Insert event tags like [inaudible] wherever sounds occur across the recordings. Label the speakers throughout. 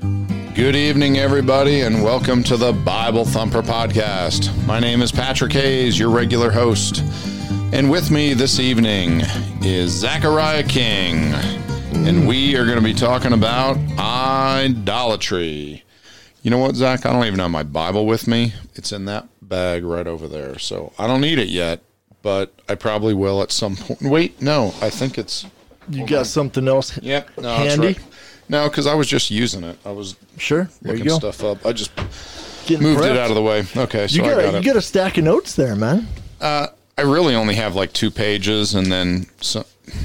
Speaker 1: Good evening, everybody, and welcome to the Bible Thumper Podcast. My name is Patrick Hayes, your regular host. And with me this evening is Zachariah King. And we are going to be talking about idolatry. You know what, Zach? I don't even have my Bible with me. It's in that bag right over there. So I don't need it yet, but I probably will at some point. Wait, no, I think it's.
Speaker 2: You got something else?
Speaker 1: Yep. No, that's
Speaker 2: Handy?
Speaker 1: right. No, because I was just using it. I was
Speaker 2: Sure. There you
Speaker 1: looking
Speaker 2: go.
Speaker 1: stuff up. I just
Speaker 2: Getting
Speaker 1: moved
Speaker 2: prepped.
Speaker 1: it out of the way. Okay, so
Speaker 2: You got,
Speaker 1: I got
Speaker 2: a,
Speaker 1: it.
Speaker 2: you got a stack of notes there, man.
Speaker 1: I really only have like two pages, and then so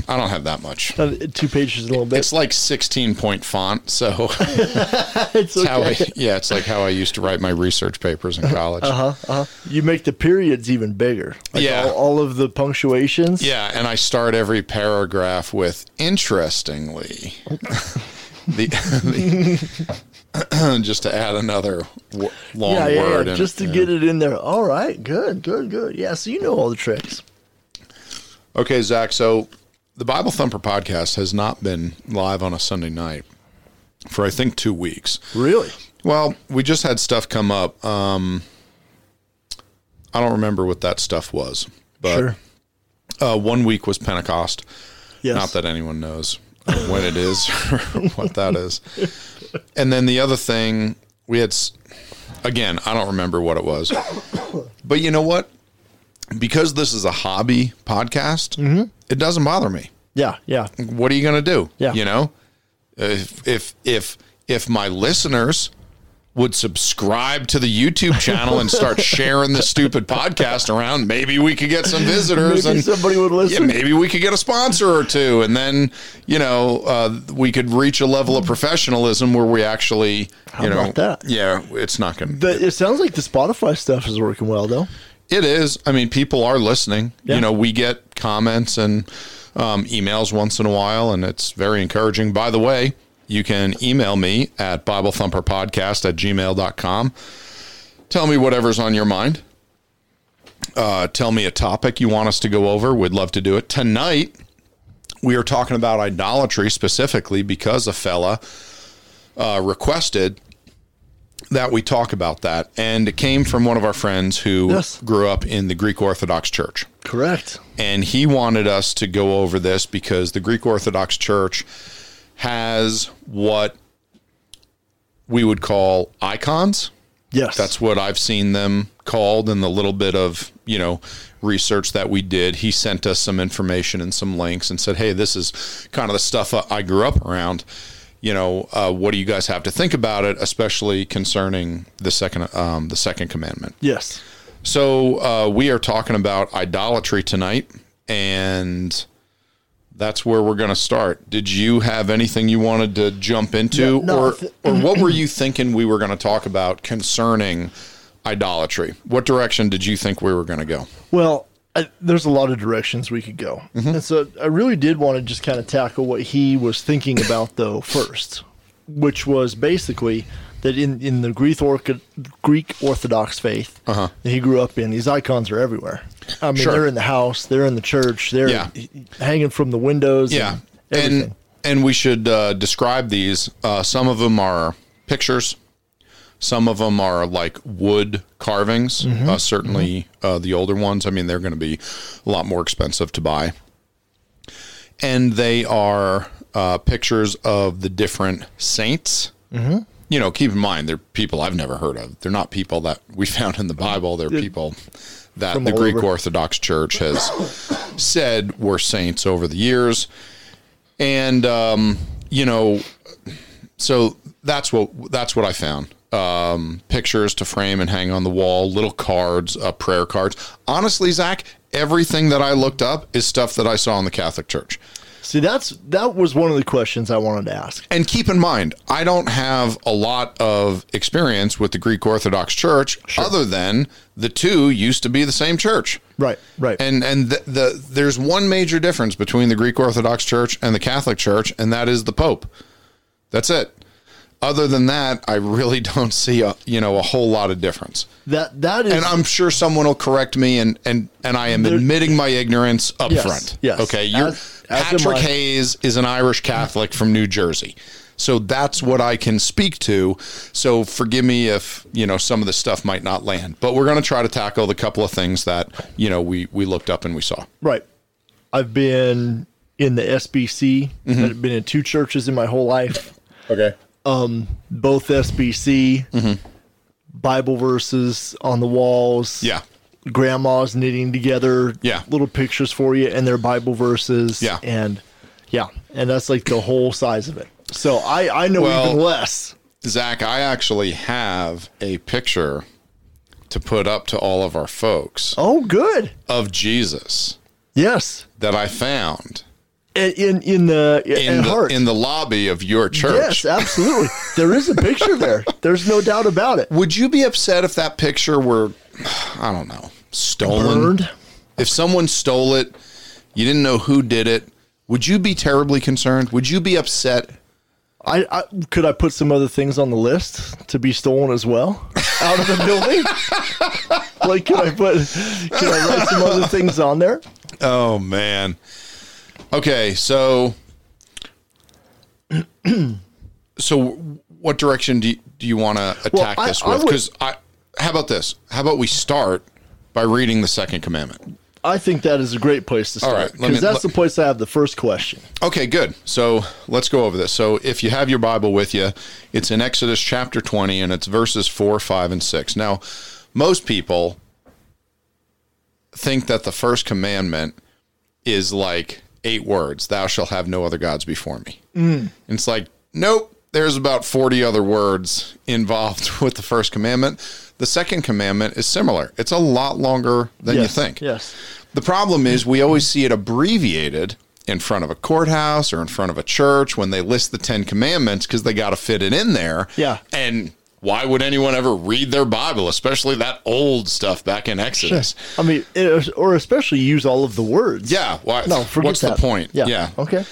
Speaker 1: I don't have that much.
Speaker 2: Uh, two pages, a little bit.
Speaker 1: It's like sixteen point font, so [laughs] it's
Speaker 2: [laughs] It's
Speaker 1: how I,
Speaker 2: okay.
Speaker 1: yeah, it's like how I used to write my research papers in college.
Speaker 2: Uh-huh, uh-huh. You make the periods even bigger. Like
Speaker 1: Yeah.
Speaker 2: All, all of the punctuations.
Speaker 1: Yeah, and I start every paragraph with interestingly. the, the- [laughs] just to add another w- long
Speaker 2: Yeah, yeah,
Speaker 1: word,
Speaker 2: yeah,
Speaker 1: in
Speaker 2: just to
Speaker 1: it, yeah.
Speaker 2: get it in there. All right, good, good, good. Yeah, so you know all the tricks.
Speaker 1: Okay, Zach. So the Bible Thumper podcast has not been live on a Sunday night for I think two weeks.
Speaker 2: Really?
Speaker 1: Well, we just had stuff come up. Um, I don't remember what that stuff was, but
Speaker 2: sure.
Speaker 1: uh, one week was Pentecost.
Speaker 2: Yes.
Speaker 1: Not that anyone knows when it is or [laughs] what that is. And then the other thing we had, s- again, I don't remember what it was, but you know what? Because this is a hobby podcast,
Speaker 2: Mm-hmm.
Speaker 1: it doesn't bother me
Speaker 2: Yeah, yeah.
Speaker 1: what are you going to do?
Speaker 2: Yeah.
Speaker 1: You know, if, if, if, if my listeners would subscribe to the YouTube channel and start
Speaker 2: [laughs]
Speaker 1: sharing the stupid podcast around, maybe we could get some visitors
Speaker 2: Maybe
Speaker 1: and
Speaker 2: somebody would
Speaker 1: Yeah,
Speaker 2: listen.
Speaker 1: maybe we could get a sponsor or two. And then, you know, uh, we could reach a level of professionalism where we actually, you know,
Speaker 2: about that?
Speaker 1: yeah, it's not going to,
Speaker 2: The, it sounds like the Spotify stuff is working well, though.
Speaker 1: it is. I mean, people are listening.
Speaker 2: Yeah.
Speaker 1: You know, we get comments and um, emails once in a while, and it's very encouraging. By the way, you can email me at BibleThumperPodcast at gmail.com. Tell me whatever's on your mind. Uh, tell me a topic you want us to go over. We'd love to do it. Tonight, we are talking about idolatry specifically because a fella uh, requested that we talk about that. And it came from one of our friends who
Speaker 2: Yes.
Speaker 1: grew up in the Greek Orthodox Church.
Speaker 2: Correct.
Speaker 1: And he wanted us to go over this because the Greek Orthodox Church has what we would call icons.
Speaker 2: Yes.
Speaker 1: That's what I've seen them called in the little bit of, you know, research that we did. He sent us some information and some links and said, hey, this is kind of the stuff I- I grew up around. You know, uh, what do you guys have to think about it, especially concerning the second um, the second commandment?
Speaker 2: yes.
Speaker 1: So uh, we are talking about idolatry tonight, and that's where we're going to start. Did you have anything you wanted to jump into,
Speaker 2: No, no,
Speaker 1: or
Speaker 2: I thi-
Speaker 1: or what were you thinking we were going to talk about concerning idolatry? What direction did you think we were going to go?
Speaker 2: Well, I, there's a lot of directions we could go.
Speaker 1: Mm-hmm.
Speaker 2: And so I really did want to just kind of tackle what he was thinking about, though, first, which was basically that in, in the Greek, Orco- Greek Orthodox faith that he grew up in, these icons are everywhere. I mean,
Speaker 1: Uh-huh. Sure.
Speaker 2: they're in the house, they're in the church, they're
Speaker 1: Yeah.
Speaker 2: hanging from the windows.
Speaker 1: Yeah,
Speaker 2: And everything.
Speaker 1: and and we should uh, describe these. Uh, some of them are pictures. Some of them are like wood carvings.
Speaker 2: Mm-hmm.
Speaker 1: Uh, certainly, uh, the older ones. I mean, they're going to be a lot more expensive to buy. And they are uh, pictures of the different saints. Mm-hmm. You know, keep in mind they're people I've never heard of. They're not people that we [laughs] found in the Bible. They're people that the
Speaker 2: all
Speaker 1: Greek
Speaker 2: over.
Speaker 1: Orthodox Church has said were saints over the years and um, you know, so that's what that's what I found. Um, pictures to frame and hang on the wall, little cards, uh, prayer cards. Honestly, Zach, everything that I looked up is stuff that I saw in the Catholic Church.
Speaker 2: See, that's that was one of the questions I wanted to ask.
Speaker 1: And keep in mind, I don't have a lot of experience with the Greek Orthodox Church, other than the two used to be the same church.
Speaker 2: Right, right.
Speaker 1: And and the, the there's one major difference between the Greek Orthodox Church and the Catholic Church, and that is the Pope. That's it. Other than that, I really [laughs] don't see a you know a whole lot of difference.
Speaker 2: that that is
Speaker 1: And I'm sure someone will correct me, and and and I am admitting my ignorance up
Speaker 2: Yes,
Speaker 1: front.
Speaker 2: yes.
Speaker 1: Okay, you're
Speaker 2: As- as am
Speaker 1: Patrick
Speaker 2: I.
Speaker 1: Hayes is an Irish Catholic from New Jersey, So that's what I can speak to. So forgive me if, you know, some of the stuff might not land, but we're going to try to tackle the couple of things that, you know, we, we looked up and we saw.
Speaker 2: Right. I've been in the SBC.
Speaker 1: Mm-hmm.
Speaker 2: I've been in two churches in my whole life.
Speaker 1: Okay.
Speaker 2: Both SBC,
Speaker 1: Mm-hmm.
Speaker 2: Bible verses on the walls.
Speaker 1: Yeah.
Speaker 2: Grandmas knitting together.
Speaker 1: Yeah.
Speaker 2: Little pictures for you and their Bible verses.
Speaker 1: Yeah.
Speaker 2: And yeah. And that's like the whole size of it. So I, I know
Speaker 1: Well-
Speaker 2: even less.
Speaker 1: Zach, I actually have a picture to put up to all of our folks
Speaker 2: Oh, good.
Speaker 1: of Jesus
Speaker 2: Yes.
Speaker 1: that I found
Speaker 2: In, in, in the,
Speaker 1: in
Speaker 2: at
Speaker 1: the,
Speaker 2: heart.
Speaker 1: in the lobby of your church.
Speaker 2: Yes, absolutely. there is a picture there. There's no doubt about it.
Speaker 1: Would you be upset if that picture were, I don't know, stolen?
Speaker 2: Burned.
Speaker 1: If someone stole it, you didn't know who did it, would you be terribly concerned? Would you be upset?
Speaker 2: I, I could I put some other things on the list to be stolen as well out of the building.
Speaker 1: [laughs]
Speaker 2: like, could I put? Could I write some other things on there?
Speaker 1: Oh, man. Okay, so. so, what direction do you, do you want to attack
Speaker 2: I-
Speaker 1: this
Speaker 2: I
Speaker 1: with?
Speaker 2: would-
Speaker 1: Because I, how about this? How about we start by reading the second commandment?
Speaker 2: I think that is a great place to
Speaker 1: right,
Speaker 2: start
Speaker 1: let
Speaker 2: because
Speaker 1: me-
Speaker 2: that's
Speaker 1: let-
Speaker 2: the place I have the first question.
Speaker 1: Okay, good. So let's go over this. So if you have your Bible with you, it's in Exodus chapter 20 and it's verses 4, 5, and 6. Now, most people think that the first commandment is like eight words Thou shalt have no other gods before me.
Speaker 2: Mm.
Speaker 1: And it's like, nope, there's about 40 other words involved [laughs] with the first commandment. The second commandment is similar, it's a lot longer than
Speaker 2: Yes,
Speaker 1: you think.
Speaker 2: Yes.
Speaker 1: The problem is we always see it abbreviated in front of a courthouse or in front of a church when they list the Ten Commandments because they got to fit it in there.
Speaker 2: Yeah.
Speaker 1: And why would anyone ever read their Bible, especially that old stuff back in Exodus?
Speaker 2: I mean, it, or especially use all of the words.
Speaker 1: Yeah. Why,
Speaker 2: No, forget
Speaker 1: what's
Speaker 2: that.
Speaker 1: the point? yeah.
Speaker 2: Okay.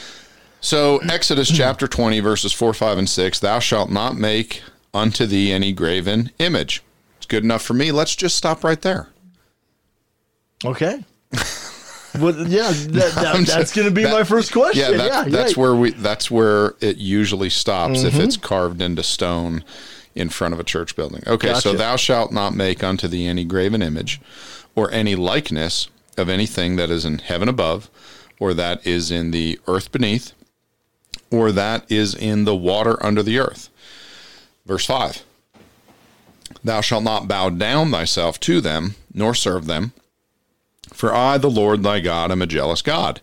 Speaker 1: So
Speaker 2: [clears throat]
Speaker 1: Exodus chapter 20 verses 4, 5 and 6, thou shalt not make unto thee any graven image. It's good enough for me. Let's just stop right there. [laughs]
Speaker 2: Okay. But yeah, that, that,
Speaker 1: I'm
Speaker 2: that's
Speaker 1: just-
Speaker 2: going to be
Speaker 1: [laughs] that-
Speaker 2: my first question.
Speaker 1: Yeah,
Speaker 2: Yeah,
Speaker 1: that, that's
Speaker 2: yeah.
Speaker 1: where we. That's where it usually stops if it's carved into stone in front of a church building. Okay, so
Speaker 2: Gotcha.
Speaker 1: thou shalt not make unto thee any graven image, or any likeness of anything that is in heaven above, or that is in the earth beneath, or that is in the water under the earth. Verse five. Thou shalt not bow down thyself to them, nor serve them. For I, the Lord thy God, am a jealous God,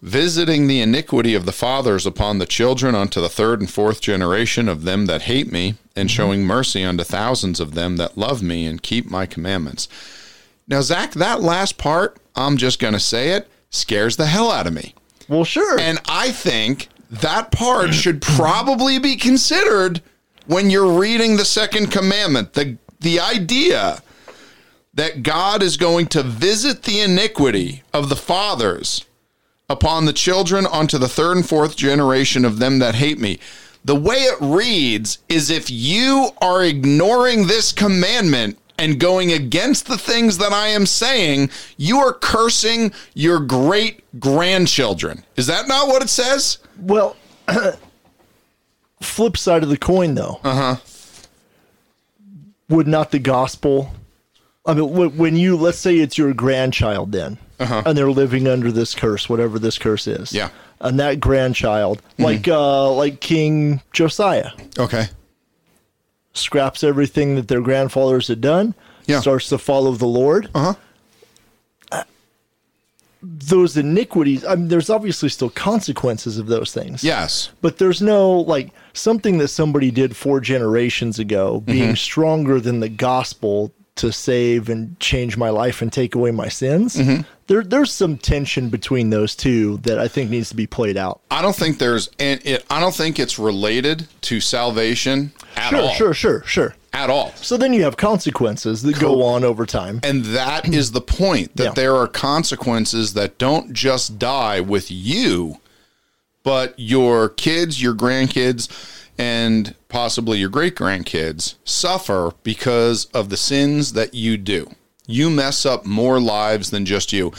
Speaker 1: visiting the iniquity of the fathers upon the children unto the third and fourth generation of them that hate me, and showing mercy unto thousands of them that love me and keep my commandments. Now, Zach, that last part, I'm just going to say it, scares the hell out of me.
Speaker 2: Well, sure.
Speaker 1: And I think that part should probably be considered when you're reading the second commandment. The the idea that God is going to visit the iniquity of the fathers upon the children unto the third and fourth generation of them that hate me. The way it reads is if you are ignoring this commandment and going against the things that I am saying, you are cursing your great grandchildren. Is that not what it says?
Speaker 2: Well, [clears throat] flip side of the coin, though. Uh
Speaker 1: Uh-huh.
Speaker 2: huh. Would not the gospel? I mean, wh- when you let's say it's your grandchild, then, and they're living under this curse, whatever this curse is.
Speaker 1: Uh-huh. Yeah. Mm-hmm.
Speaker 2: And that grandchild, like uh, like King Josiah,
Speaker 1: Okay.
Speaker 2: scraps everything that their grandfathers had done.
Speaker 1: Yeah.
Speaker 2: Starts to follow the Lord.
Speaker 1: Uh huh.
Speaker 2: Those iniquities. I mean, there's obviously still consequences of those things.
Speaker 1: Yes.
Speaker 2: but there's no like something that somebody did four generations ago being
Speaker 1: Mm-hmm.
Speaker 2: stronger than the gospel to save and change my life and take away my sins.
Speaker 1: Mm-hmm.
Speaker 2: There, there's some tension between those two that I think needs to be played out.
Speaker 1: I don't think there's, and it, I don't think it's related to salvation at
Speaker 2: Sure,
Speaker 1: all.
Speaker 2: sure, sure, sure.
Speaker 1: At all.
Speaker 2: So then you have consequences that go on over time.
Speaker 1: And
Speaker 2: [clears throat]
Speaker 1: that is the point that
Speaker 2: Yeah.
Speaker 1: there are consequences that don't just die with you, but your kids, your grandkids, and possibly your great grandkids suffer because of the sins that you do. You mess up more lives than just you.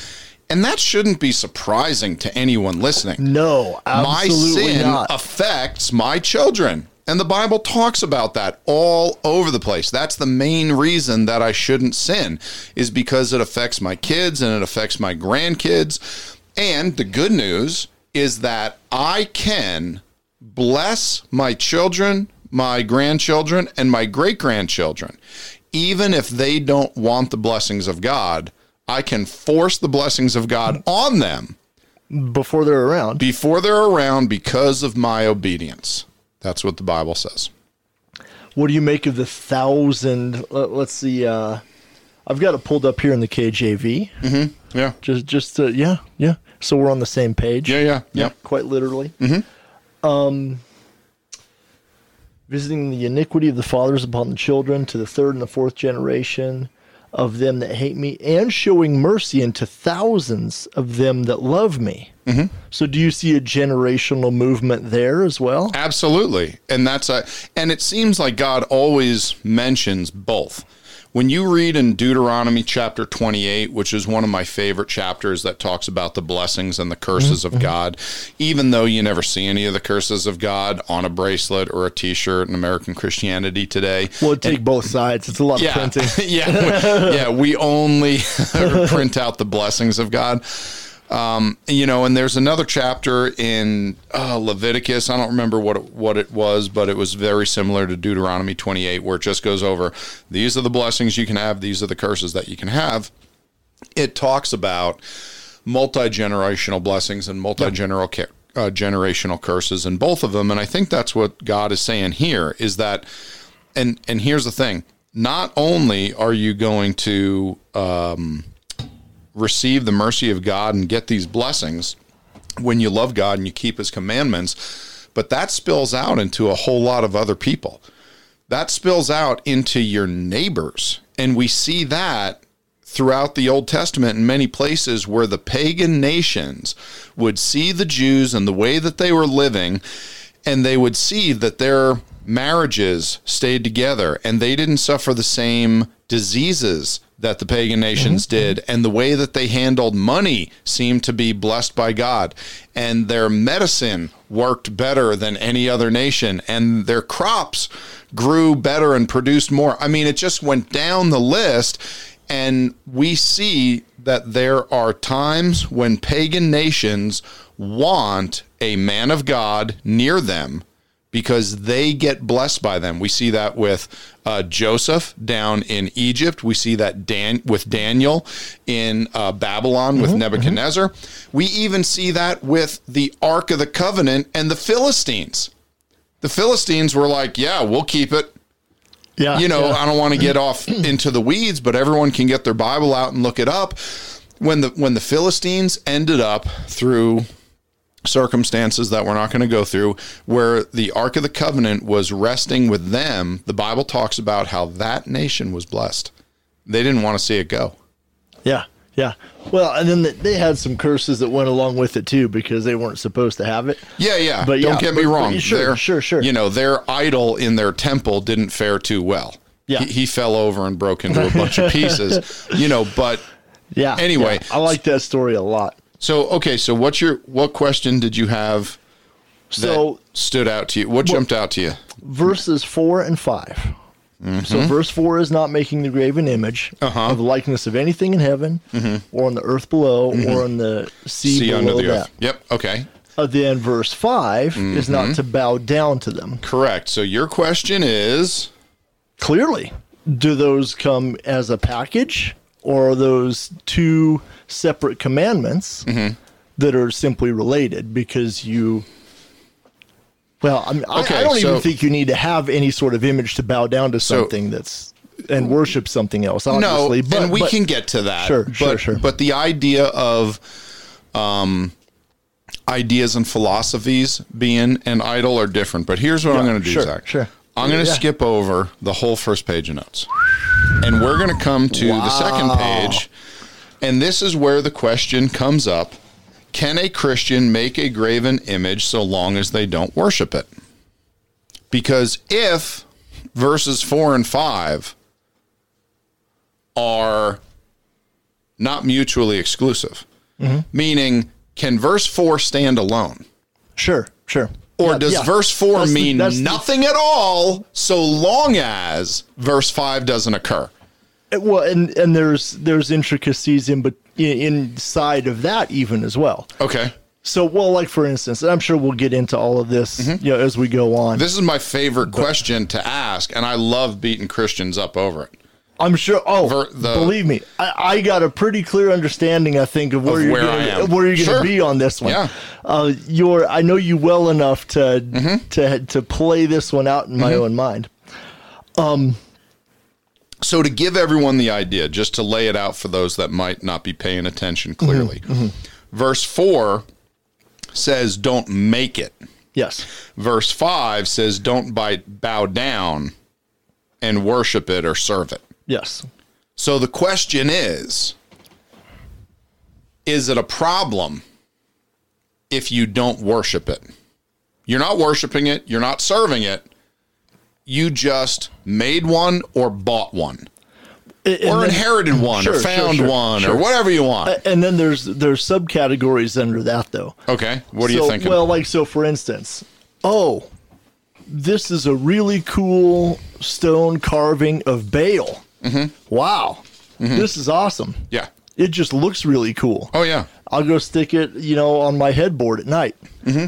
Speaker 1: And that shouldn't be surprising to anyone listening.
Speaker 2: No,
Speaker 1: My
Speaker 2: absolutely
Speaker 1: sin
Speaker 2: not.
Speaker 1: affects my children. And the Bible talks about that all over the place. That's the main reason that I shouldn't sin is because it affects my kids and it affects my grandkids. And the good news is that I can bless my children, my grandchildren, and my great grandchildren. Even if they don't want the blessings of God, I can force the blessings of God on them
Speaker 2: Before they're around,
Speaker 1: before they're around because of my obedience. That's what the Bible says.
Speaker 2: what do you make of the thousand? Let, let's see. Uh, I've got it pulled up here in the KJV.
Speaker 1: Mm-hmm. Yeah.
Speaker 2: Just, just to, yeah, yeah. So we're on the same page.
Speaker 1: Yeah, yeah, yeah.
Speaker 2: Quite literally. Um,
Speaker 1: Mm-hmm.
Speaker 2: visiting the iniquity of the fathers upon the children to the third and the fourth generation of them that hate me, and showing mercy unto thousands of them that love me.
Speaker 1: Mm-hmm.
Speaker 2: So, do you see a generational movement there as well?
Speaker 1: Absolutely. And that's a and it seems like God always mentions both. When you read in Deuteronomy chapter 28, which is one of my favorite chapters that talks about the blessings and the curses of God, even though you never see any of the curses of God on a bracelet or a t shirt in American Christianity today,
Speaker 2: Well, it'd take both sides. It's a lot
Speaker 1: yeah.
Speaker 2: of printing.
Speaker 1: [laughs] yeah, we, yeah. We only [laughs] print out the blessings of God. Um, you know, and there's another chapter in uh, Leviticus. I don't remember what it, what it was, but it was very similar to Deuteronomy 28, where it just goes over these are the blessings you can have, these are the curses that you can have. It talks about multi generational blessings and multi general care. Uh, generational curses and both of them and i think that's what god is saying here is that and and here's the thing not only are you going to um, receive the mercy of god and get these blessings when you love god and you keep his commandments but that spills out into a whole lot of other people that spills out into your neighbors and we see that throughout the Old Testament in many places where the pagan nations would see the Jews and the way that they were living, and they would see that their marriages stayed together and they didn't suffer the same diseases that the pagan nations did and the way that they handled money seemed to be blessed by God and their medicine worked better than any other nation and their crops grew better and produced more i mean it just went down the list and we see that there are times when pagan nations want a man of God near them because they get blessed by them. We see that with uh, Joseph down in Egypt. We see that Dan- with Daniel in uh, Babylon with Nebuchadnezzar. We even see that with the Ark of the Covenant and the Philistines. The Philistines were like, yeah, we'll keep it
Speaker 2: Yeah.
Speaker 1: you know,
Speaker 2: yeah.
Speaker 1: I don't want to get
Speaker 2: [clears throat]
Speaker 1: off into the weeds, but everyone can get their Bible out and look it up. When the when the Philistines ended up through circumstances that we're not going to go through, where the Ark of the Covenant was resting with them, the Bible talks about how that nation was blessed. They didn't want to see it go.
Speaker 2: Yeah, yeah. Well, and then th- they had some curses that went along with it too because they weren't supposed to have it.
Speaker 1: Yeah, yeah.
Speaker 2: But
Speaker 1: don't
Speaker 2: yeah,
Speaker 1: get me
Speaker 2: but- but
Speaker 1: wrong.
Speaker 2: sure,
Speaker 1: their,
Speaker 2: sure, sure.
Speaker 1: You know, their idol in their temple didn't fare too well.
Speaker 2: Yeah.
Speaker 1: He, he fell over and broke into a bunch
Speaker 2: [laughs]
Speaker 1: of pieces. You know, but
Speaker 2: Yeah.
Speaker 1: Anyway.
Speaker 2: yeah. I like that story a lot.
Speaker 1: So okay, so what's your what question did you have that
Speaker 2: So
Speaker 1: stood out to you? What jumped out to you?
Speaker 2: verses four and 5 So verse four is not making the graven image
Speaker 1: Mm-hmm. Uh-huh.
Speaker 2: of the likeness of anything in heaven, or on the earth below, or on the sea,
Speaker 1: See
Speaker 2: below
Speaker 1: Mm-hmm. under the
Speaker 2: that.
Speaker 1: earth. Yep. Okay.
Speaker 2: Uh, then verse 5 is not
Speaker 1: Mm-hmm.
Speaker 2: to bow down to them.
Speaker 1: Correct. So your question is
Speaker 2: clearly do those come as a package or are those two separate commandments
Speaker 1: Mm-hmm.
Speaker 2: that are simply related because you well I, mean, I-
Speaker 1: Okay,
Speaker 2: I, don't
Speaker 1: so-
Speaker 2: even think you need to have any sort of image to bow down to
Speaker 1: So-
Speaker 2: something that's and worship something else
Speaker 1: no,
Speaker 2: obviously but
Speaker 1: and we
Speaker 2: but-
Speaker 1: can get to that.
Speaker 2: Sure,
Speaker 1: but,
Speaker 2: sure, sure.
Speaker 1: But the idea of um, ideas and philosophies being an idol are different. But here's what I'm going to do,
Speaker 2: sure,
Speaker 1: Zach.
Speaker 2: sure.
Speaker 1: I'm going to
Speaker 2: Yeah.
Speaker 1: skip over the whole first page of notes, and we're going to come to the second page. And this is where the question comes up: Can a Christian make a graven image so long as they don't worship it? Because if verses four and five are not mutually exclusive. Meaning, can verse four stand alone?
Speaker 2: Sure, sure.
Speaker 1: Or
Speaker 2: Yeah,
Speaker 1: does
Speaker 2: yeah.
Speaker 1: verse four
Speaker 2: That's the-
Speaker 1: mean
Speaker 2: that's the-
Speaker 1: nothing at all so long as verse five doesn't occur?
Speaker 2: Uh, Well, and and there's there's intricacies in but in, inside of that even as well.
Speaker 1: Okay.
Speaker 2: So, well, like for instance, and I'm sure we'll get into all of this,
Speaker 1: Mm-hmm.
Speaker 2: you know, as we go on.
Speaker 1: This is my favorite question to ask, and I love beating Christians up over it.
Speaker 2: I'm sure. Oh,
Speaker 1: Ver- the-
Speaker 2: believe me, I, I got a pretty clear understanding. I think of where
Speaker 1: Of
Speaker 2: you're
Speaker 1: where I
Speaker 2: gonna,
Speaker 1: am.
Speaker 2: where you're going to
Speaker 1: Sure.
Speaker 2: be on this one.
Speaker 1: Yeah.
Speaker 2: Uh, you're. I know you well enough to
Speaker 1: Mm-hmm.
Speaker 2: to to play this one out in my own mind.
Speaker 1: So, to give everyone the idea, just to lay it out for those that might not be paying attention
Speaker 2: Mm-hmm,
Speaker 1: clearly, verse 4 says, Don't make it.
Speaker 2: Yes.
Speaker 1: Verse 5 says, Don't bite, bow down and worship it or serve it.
Speaker 2: Yes.
Speaker 1: So, the question is Is it a problem if you don't worship it? You're not worshiping it, you're not serving it. You just made one or bought one.
Speaker 2: A-
Speaker 1: or
Speaker 2: and, then,
Speaker 1: inherited one
Speaker 2: Sure,
Speaker 1: or
Speaker 2: sure,
Speaker 1: found
Speaker 2: sure,
Speaker 1: one
Speaker 2: sure. Uh,
Speaker 1: or whatever you want.
Speaker 2: and then there's there's subcategories under that though.
Speaker 1: okay. What are
Speaker 2: so,
Speaker 1: you thinking?
Speaker 2: Well, like so, for instance, oh, this is a really cool stone carving of Baal.
Speaker 1: Mm-hmm.
Speaker 2: Wow, this is awesome.
Speaker 1: yeah.
Speaker 2: It just looks really cool.
Speaker 1: Oh yeah.
Speaker 2: I'll go stick it, you know, on my headboard at night.
Speaker 1: Mm-hmm.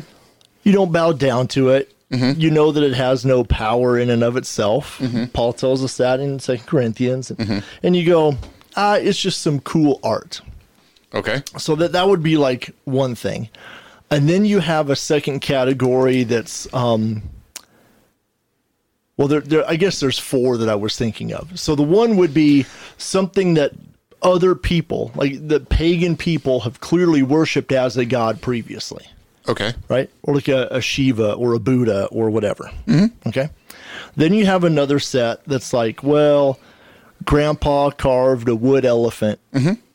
Speaker 2: You don't bow down to it. You know that it has no power in and of itself.
Speaker 1: Mm-hmm.
Speaker 2: Paul tells us that in Second Corinthians, and, and you go, ah, it's just some cool art.
Speaker 1: Okay.
Speaker 2: So that that would be like one thing, and then you have a second category that's um. Well, there, there, I guess there's four that I was thinking of. So the one would be something that other people, like the pagan people, have clearly worshipped as a god previously,
Speaker 1: Okay.
Speaker 2: right? Or like a, a Shiva or a Buddha or whatever. Mm-hmm. Okay. Then you have another set that's like, well, grandpa carved a wood elephant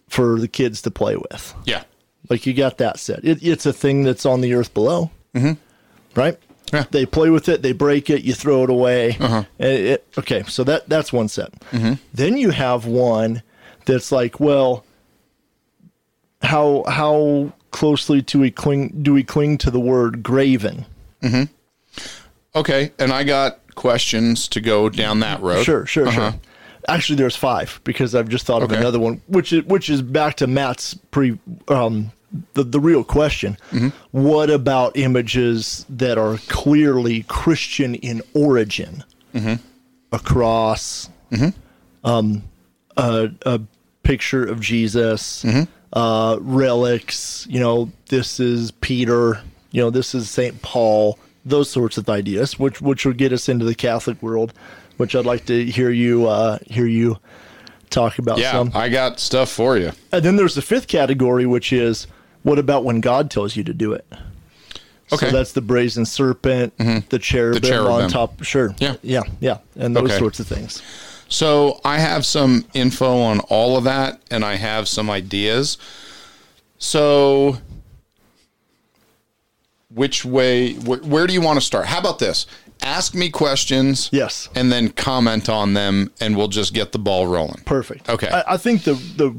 Speaker 2: for the kids to play with.
Speaker 1: Yeah.
Speaker 2: Like you got that set. It, it's a thing that's on the earth below, mm-hmm. right?
Speaker 1: Yeah.
Speaker 2: They play with it, they break it, you throw it away. And it- okay, so that that's one set. Then you have one that's like, well, how how closely do we cling do we cling to the word graven?
Speaker 1: Okay. And I got questions to go down that road. Uh-huh.
Speaker 2: Sure, sure, sure. Actually, there's five because I've just thought of
Speaker 1: Okay.
Speaker 2: another one, which is which is back to Matt's pre um, the the real question:
Speaker 1: Mm-hmm.
Speaker 2: What about images that are clearly Christian in origin?
Speaker 1: Mm-hmm.
Speaker 2: A cross, um, a, a picture of Jesus,
Speaker 1: Mm-hmm.
Speaker 2: uh, relics. You know, this is Peter. You know, this is Saint Paul. Those sorts of ideas, which which will get us into the Catholic world, which I'd like to hear you uh, hear you talk about
Speaker 1: Yeah.
Speaker 2: some.
Speaker 1: I got stuff for you.
Speaker 2: And then there's the fifth category, which is what about when God tells you to do it?
Speaker 1: Okay. Mm-hmm.
Speaker 2: So that's the brazen serpent, the, cherubim
Speaker 1: cherubim.
Speaker 2: on top. Sure.
Speaker 1: Yeah.
Speaker 2: Yeah. Yeah. And those
Speaker 1: Okay.
Speaker 2: sorts of things.
Speaker 1: So I have some info on all of that and I have some ideas. So which way wh- where do you want to start? How about this? Ask me questions.
Speaker 2: Yes.
Speaker 1: And then comment on them and we'll just get the ball rolling.
Speaker 2: Perfect.
Speaker 1: Okay.
Speaker 2: I, I think the the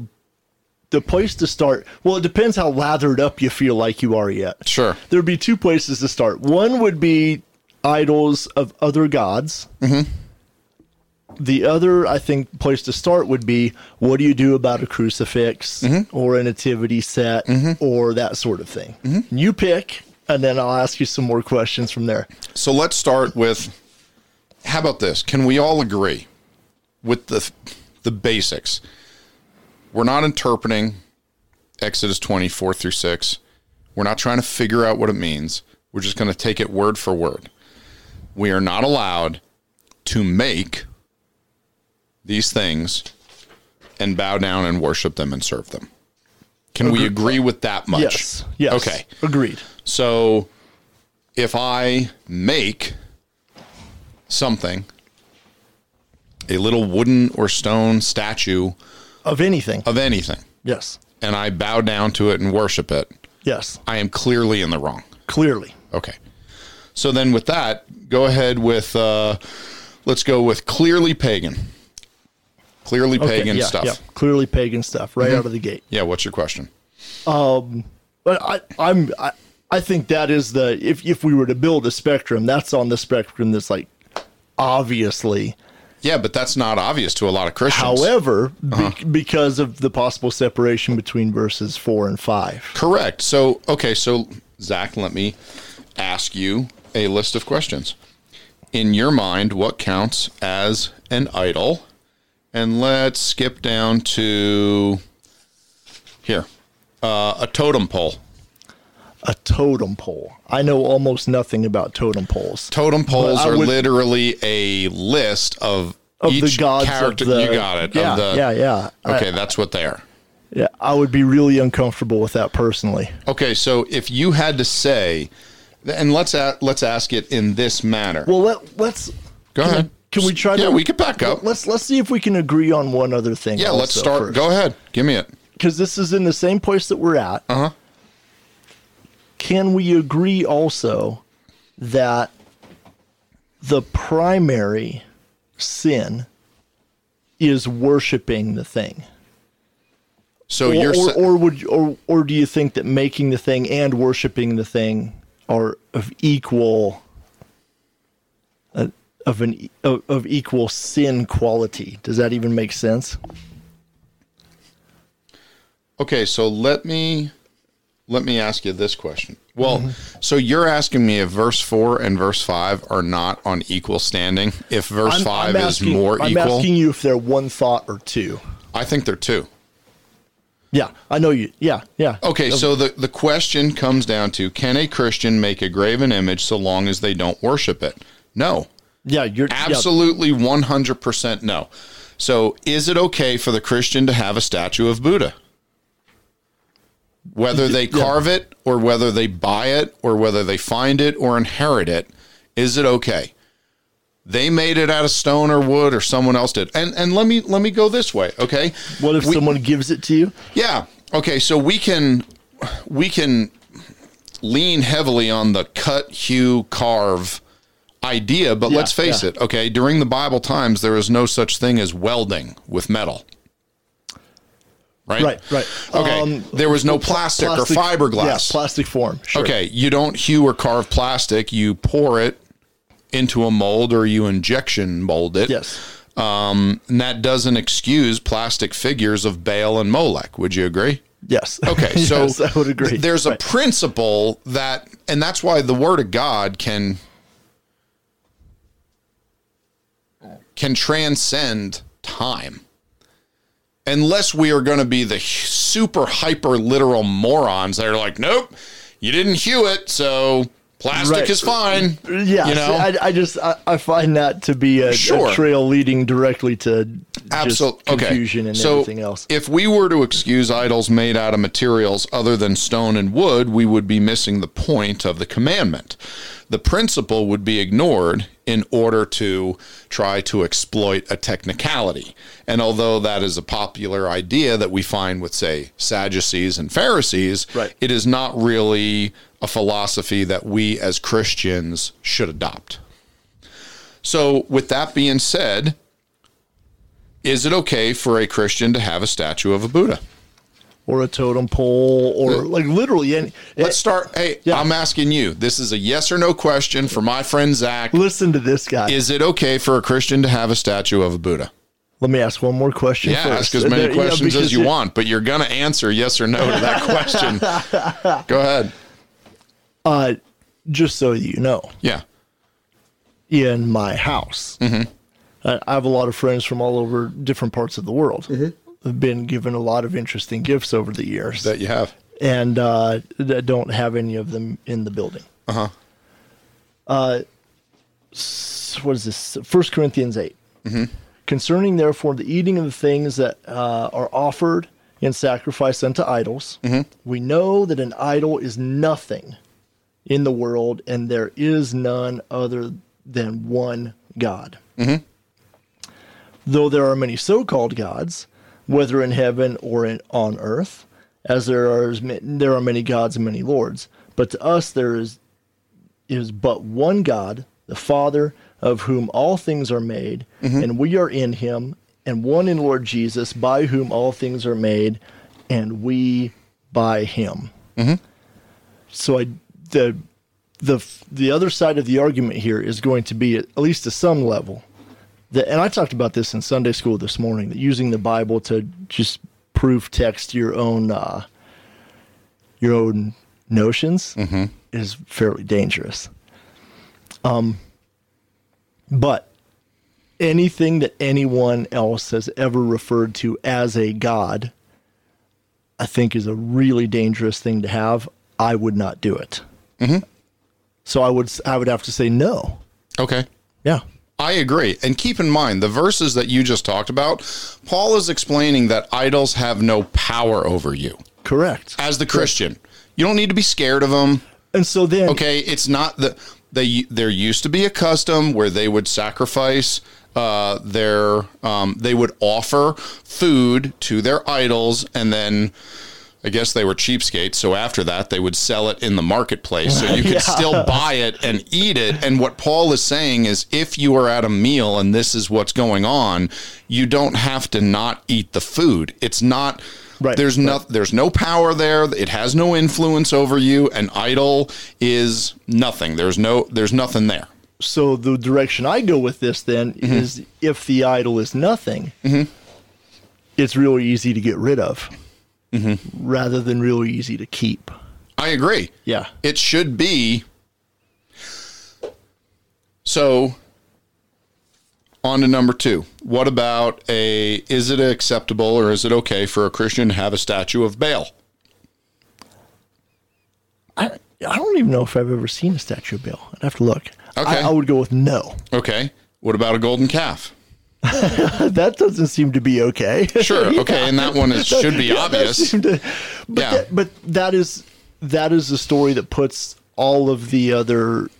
Speaker 2: the place to start. Well, it depends how lathered up you feel like you are yet.
Speaker 1: Sure.
Speaker 2: There'd be two places to start. One would be idols of other gods.
Speaker 1: Mm-hmm.
Speaker 2: The other, I think, place to start would be what do you do about a crucifix
Speaker 1: Mm-hmm.
Speaker 2: or a nativity set or that sort of thing.
Speaker 1: Mm-hmm.
Speaker 2: You pick, and then I'll ask you some more questions from there.
Speaker 1: So let's start with how about this? Can we all agree with the the basics? We're not interpreting Exodus 24 through 6. We're not trying to figure out what it means. We're just going to take it word for word. We are not allowed to make these things and bow down and worship them and serve them. Can we agree with that much?
Speaker 2: Yes. Yes.
Speaker 1: Okay.
Speaker 2: Agreed.
Speaker 1: So if I make something, a little wooden or stone statue
Speaker 2: Of anything.
Speaker 1: of anything,
Speaker 2: yes.
Speaker 1: and I bow down to it and worship it,
Speaker 2: Yes.
Speaker 1: I am clearly in the wrong.
Speaker 2: Clearly.
Speaker 1: Okay. So then with that, go ahead with, uh, let's go with clearly pagan. Clearly
Speaker 2: Okay,
Speaker 1: pagan
Speaker 2: yeah,
Speaker 1: stuff. Mm-hmm.
Speaker 2: yeah. Clearly pagan stuff right out of the gate.
Speaker 1: Yeah, what's your question?
Speaker 2: But I, I'm I, I think that is the if if we were to build a spectrum, that's on the spectrum that's like obviously.
Speaker 1: Yeah, but that's not obvious to a lot of Christians.
Speaker 2: However, be-
Speaker 1: Uh-huh.
Speaker 2: because of the possible separation between verses four and five,
Speaker 1: Correct. So, okay, so Zach, let me ask you a list of questions. In your mind, what counts as an idol? And let's skip down to here uh, a totem pole.
Speaker 2: a totem pole. I know almost nothing about totem poles.
Speaker 1: Totem poles
Speaker 2: I
Speaker 1: are
Speaker 2: would-
Speaker 1: literally a list of,
Speaker 2: Of the
Speaker 1: each
Speaker 2: gods of
Speaker 1: character.
Speaker 2: the-
Speaker 1: you got it.
Speaker 2: Yeah,
Speaker 1: of the,
Speaker 2: yeah, yeah. I-
Speaker 1: Okay, that's what they are.
Speaker 2: Yeah, I would be really uncomfortable with that personally.
Speaker 1: Okay, so if you had to say, and let's a, let's ask it in this manner.
Speaker 2: Well, let let's
Speaker 1: Go
Speaker 2: can
Speaker 1: ahead.
Speaker 2: we- can we try?
Speaker 1: Yeah,
Speaker 2: to,
Speaker 1: we could back up.
Speaker 2: Let's let's see if we can agree on one other thing.
Speaker 1: Yeah, let's start. Go ahead. Give me it.
Speaker 2: because this is in the same place that we're at.
Speaker 1: Uh-huh.
Speaker 2: Uh huh. Can we agree also that the primary sin is worshiping the thing?
Speaker 1: So
Speaker 2: Or,
Speaker 1: Oh, you're
Speaker 2: or,
Speaker 1: sa-
Speaker 2: or would or or do you think that making the thing and worshiping the thing are of equal uh, of an e- of, of equal sin quality? Does that even make sense?
Speaker 1: okay. So let me let me ask you this question. Well,
Speaker 2: Mm-hmm.
Speaker 1: so you're asking me if verse four and verse five are not on equal standing. If verse
Speaker 2: I'm-
Speaker 1: 5
Speaker 2: I'm
Speaker 1: is
Speaker 2: asking-
Speaker 1: more
Speaker 2: I'm
Speaker 1: equal,
Speaker 2: asking you if they're one thought or two.
Speaker 1: I think they're two.
Speaker 2: Yeah, I know you. Yeah, yeah.
Speaker 1: Okay, so the, the question comes down to can a Christian make a graven image so long as they don't worship it? No.
Speaker 2: Yeah, you're yeah.
Speaker 1: Absolutely 100% no. So is it okay for the Christian to have a statue of Buddha?
Speaker 2: [laughs]
Speaker 1: Whether they carve it or whether they buy it or whether they find it or inherit it, is it okay? They made it out of stone or wood or someone else did. And and let me let me go this way, okay?
Speaker 2: What if someone gives it to you?
Speaker 1: Yeah. Okay. So we can we can lean heavily on the cut, hue, carve idea, but
Speaker 2: Yeah,
Speaker 1: let's face
Speaker 2: yeah.
Speaker 1: it. Okay, during the Bible times, there is no such thing as welding with metal. Right.
Speaker 2: Right, right.
Speaker 1: Okay.
Speaker 2: Um,
Speaker 1: there was no plastic, or fiberglass.
Speaker 2: Yeah, plastic form. Sure.
Speaker 1: Okay, you don't hew or carve plastic. You pour it into a mold or you injection mold it.
Speaker 2: Yes.
Speaker 1: Um, and that doesn't excuse plastic figures of Baal and Molech. Would you agree?
Speaker 2: Yes. [laughs]
Speaker 1: Okay, so
Speaker 2: Yes, I would agree.
Speaker 1: th- there's a
Speaker 2: Right.
Speaker 1: principle that, and that's why the Word of God can can transcend time. Unless we are going to be the h- super hyper literal morons that are like, nope, you didn't hew it, so plastic
Speaker 2: Right.
Speaker 1: is fine.
Speaker 2: Yeah,
Speaker 1: you know,
Speaker 2: I, I just I, I find that to be a, a
Speaker 1: Sure.
Speaker 2: trail leading directly to just
Speaker 1: absolutely
Speaker 2: confusion
Speaker 1: okay.
Speaker 2: and
Speaker 1: so
Speaker 2: everything else.
Speaker 1: If we were to excuse idols made out of materials other than stone and wood, we would be missing the point of the commandment. The principle would be ignored in order to try to exploit a technicality. And although that is a popular idea that we find with, say, Sadducees and Pharisees,
Speaker 2: Right.
Speaker 1: it is not really a philosophy that we as Christians should adopt. So, with that being said, is it okay for a Christian to have a statue of a Buddha?
Speaker 2: or a totem pole, or like literally any. eh,
Speaker 1: Let's start. Hey,
Speaker 2: Yeah.
Speaker 1: I'm asking you. This is a yes or no question for my friend Zach.
Speaker 2: listen to this guy.
Speaker 1: Is it okay for a Christian to have a statue of a Buddha?
Speaker 2: Let me ask one more question.
Speaker 1: Yeah,
Speaker 2: first.
Speaker 1: ask as many
Speaker 2: There- yeah,
Speaker 1: questions as
Speaker 2: because
Speaker 1: you
Speaker 2: it-
Speaker 1: want, but you're going to answer yes or no to
Speaker 2: [laughs]
Speaker 1: that question. Go ahead.
Speaker 2: Uh, just so you know,
Speaker 1: Yeah.
Speaker 2: in my house. I, I have a lot of friends from all over different parts of the world. I've been given a lot of interesting gifts over the years,
Speaker 1: That you have.
Speaker 2: and uh, I don't have any of them in the building. Uh-huh. Uh s- What is this? First Corinthians 8 Concerning therefore the eating of the things that uh, are offered in sacrifice unto idols, we know that an idol is nothing in the world, and there is none other than one God. Though there are many so called gods, whether in heaven or in, on earth, as there are, as ma- there are many gods and many lords, but to us there is, is but one God, the Father, of whom all things are made, and we are in him, and one in Lord Jesus, by whom all things are made, and we by him. So I the the the other side of the argument here is going to be at least to some level that and I talked about this in Sunday school this morning that using the Bible to just proof text your own uh, your own notions is fairly dangerous. Um, but anything that anyone else has ever referred to as a god, I think is a really dangerous thing to have. I would not do it. So I would s- I would have to say no.
Speaker 1: Okay.
Speaker 2: Yeah.
Speaker 1: I agree. And keep in mind the verses that you just talked about, Paul is explaining that idols have no power over you
Speaker 2: Correct.
Speaker 1: as the Christian. You don't need to be scared of them.
Speaker 2: And so then
Speaker 1: Okay, it's not the they there used to be a custom where they would sacrifice uh, their um, they would offer food to their idols and then I guess they were cheapskates, so after that they would sell it in the marketplace.
Speaker 2: [laughs]
Speaker 1: So you could
Speaker 2: Yeah.
Speaker 1: still buy it and eat it. And what Paul is saying is if you are at a meal and this is what's going on, you don't have to not eat the food. It's not
Speaker 2: Right.
Speaker 1: there's no there's no power there. It has no influence over you. An idol is nothing. There's no there's nothing there.
Speaker 2: so the direction I go with this then
Speaker 1: Mm-hmm.
Speaker 2: is if the idol is nothing, it's really easy to get rid of
Speaker 1: Mm-hmm.
Speaker 2: rather than really easy to keep.
Speaker 1: I agree.
Speaker 2: Yeah.
Speaker 1: It should be So on to number 2. What about a is it acceptable or is it okay for a Christian to have a statue of Baal?
Speaker 2: I I don't even know if I've ever seen a statue of Baal. I'd have to look.
Speaker 1: Okay.
Speaker 2: I, I would go with no. [laughs]
Speaker 1: Okay. What about a golden calf?
Speaker 2: that doesn't seem to be okay. [laughs]
Speaker 1: Sure. Okay, and that one is, should be
Speaker 2: Yeah, that
Speaker 1: obvious.
Speaker 2: seemed to- but,
Speaker 1: Yeah.
Speaker 2: that, but that is that is the story that puts all of the other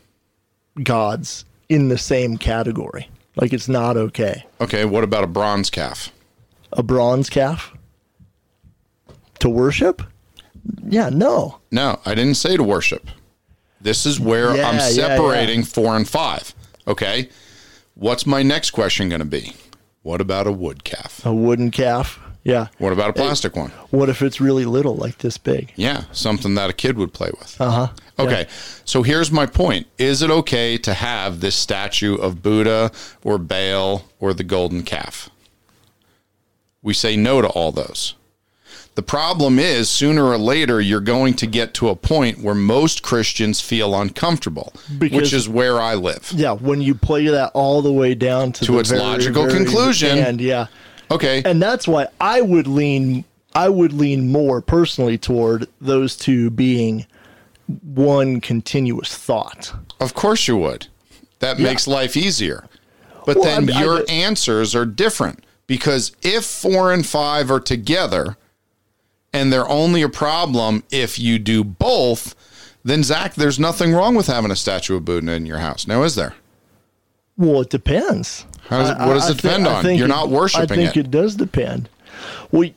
Speaker 2: gods in the same category. Like it's not okay.
Speaker 1: Okay, what about a bronze calf?
Speaker 2: A bronze calf to worship? Yeah, no.
Speaker 1: No, I didn't say to worship. This is where
Speaker 2: Yeah,
Speaker 1: I'm
Speaker 2: yeah,
Speaker 1: separating four and five. Okay. What's my next question going to be? What about a wood calf?
Speaker 2: A wooden calf. Yeah.
Speaker 1: What about a plastic one?
Speaker 2: What if it's really little, like this big?
Speaker 1: Yeah, something that a kid would play with.
Speaker 2: Uh huh.
Speaker 1: Okay. So here's my point Is it okay to have this statue of Buddha or Baal or the golden calf? We say no to all those. The problem is, sooner or later, you're going to get to a point where most Christians feel uncomfortable, which
Speaker 2: Because-
Speaker 1: is where I live.
Speaker 2: Yeah, when you play that all the way down to,
Speaker 1: To
Speaker 2: the
Speaker 1: its
Speaker 2: very,
Speaker 1: logical
Speaker 2: very
Speaker 1: conclusion.
Speaker 2: end, yeah.
Speaker 1: Okay.
Speaker 2: and that's why I would lean I would lean more personally toward those two being one continuous thought.
Speaker 1: Of course you would. That makes life easier. But
Speaker 2: Well,
Speaker 1: then
Speaker 2: I- I-
Speaker 1: your answers are different because if four and five are together and they're only a problem if you do both, then Zach, there's nothing wrong with having a statue of Buddha in your house. Now, is there?
Speaker 2: Well, it depends.
Speaker 1: How does it- what does it
Speaker 2: thi-
Speaker 1: depend on?
Speaker 2: think
Speaker 1: You're not worshiping
Speaker 2: I think
Speaker 1: it.
Speaker 2: it. does depend. Well,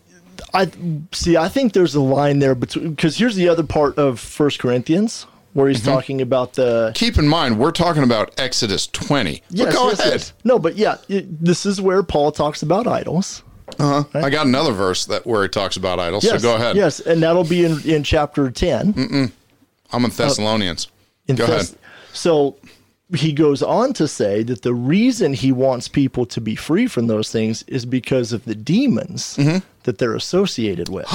Speaker 2: I see. I think there's a line there between because here's the other part of First Corinthians where he's
Speaker 1: Mm-hmm.
Speaker 2: talking about the
Speaker 1: Keep in mind, we're talking about Exodus 20. But
Speaker 2: Yes,
Speaker 1: go
Speaker 2: yes,
Speaker 1: ahead.
Speaker 2: yes. No, but yeah, it, this is where Paul talks about idols.
Speaker 1: I got another verse that where it talks about idols.
Speaker 2: Yes,
Speaker 1: so go ahead.
Speaker 2: Yes, and that'll be in, in chapter 10.
Speaker 1: I'm in Thessalonians.
Speaker 2: Uh, in
Speaker 1: go
Speaker 2: Thess-
Speaker 1: ahead.
Speaker 2: So he goes on to say that the reason he wants people to be free from those things is because of the demons
Speaker 1: Mm-hmm.
Speaker 2: that they're
Speaker 1: [gasps]
Speaker 2: associated with.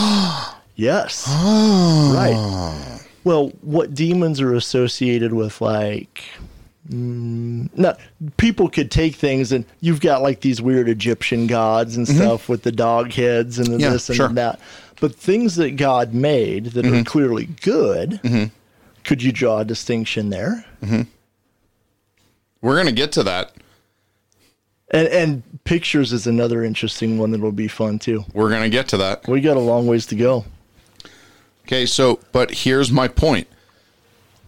Speaker 2: yes.
Speaker 1: Oh.
Speaker 2: Right. Well, what demons are associated with, like. mm, No, people could take things, and you've got like these weird Egyptian gods and stuff with the dog heads and the
Speaker 1: Mm-hmm. Yeah,
Speaker 2: this and
Speaker 1: sure. Mm-hmm.
Speaker 2: that. But things that God made that are clearly good, could you draw a distinction there?
Speaker 1: We're going to get to that.
Speaker 2: And, and pictures is another interesting one that'll be fun too.
Speaker 1: We're going to get to that.
Speaker 2: We got a long ways to go.
Speaker 1: Okay, so but here's my point.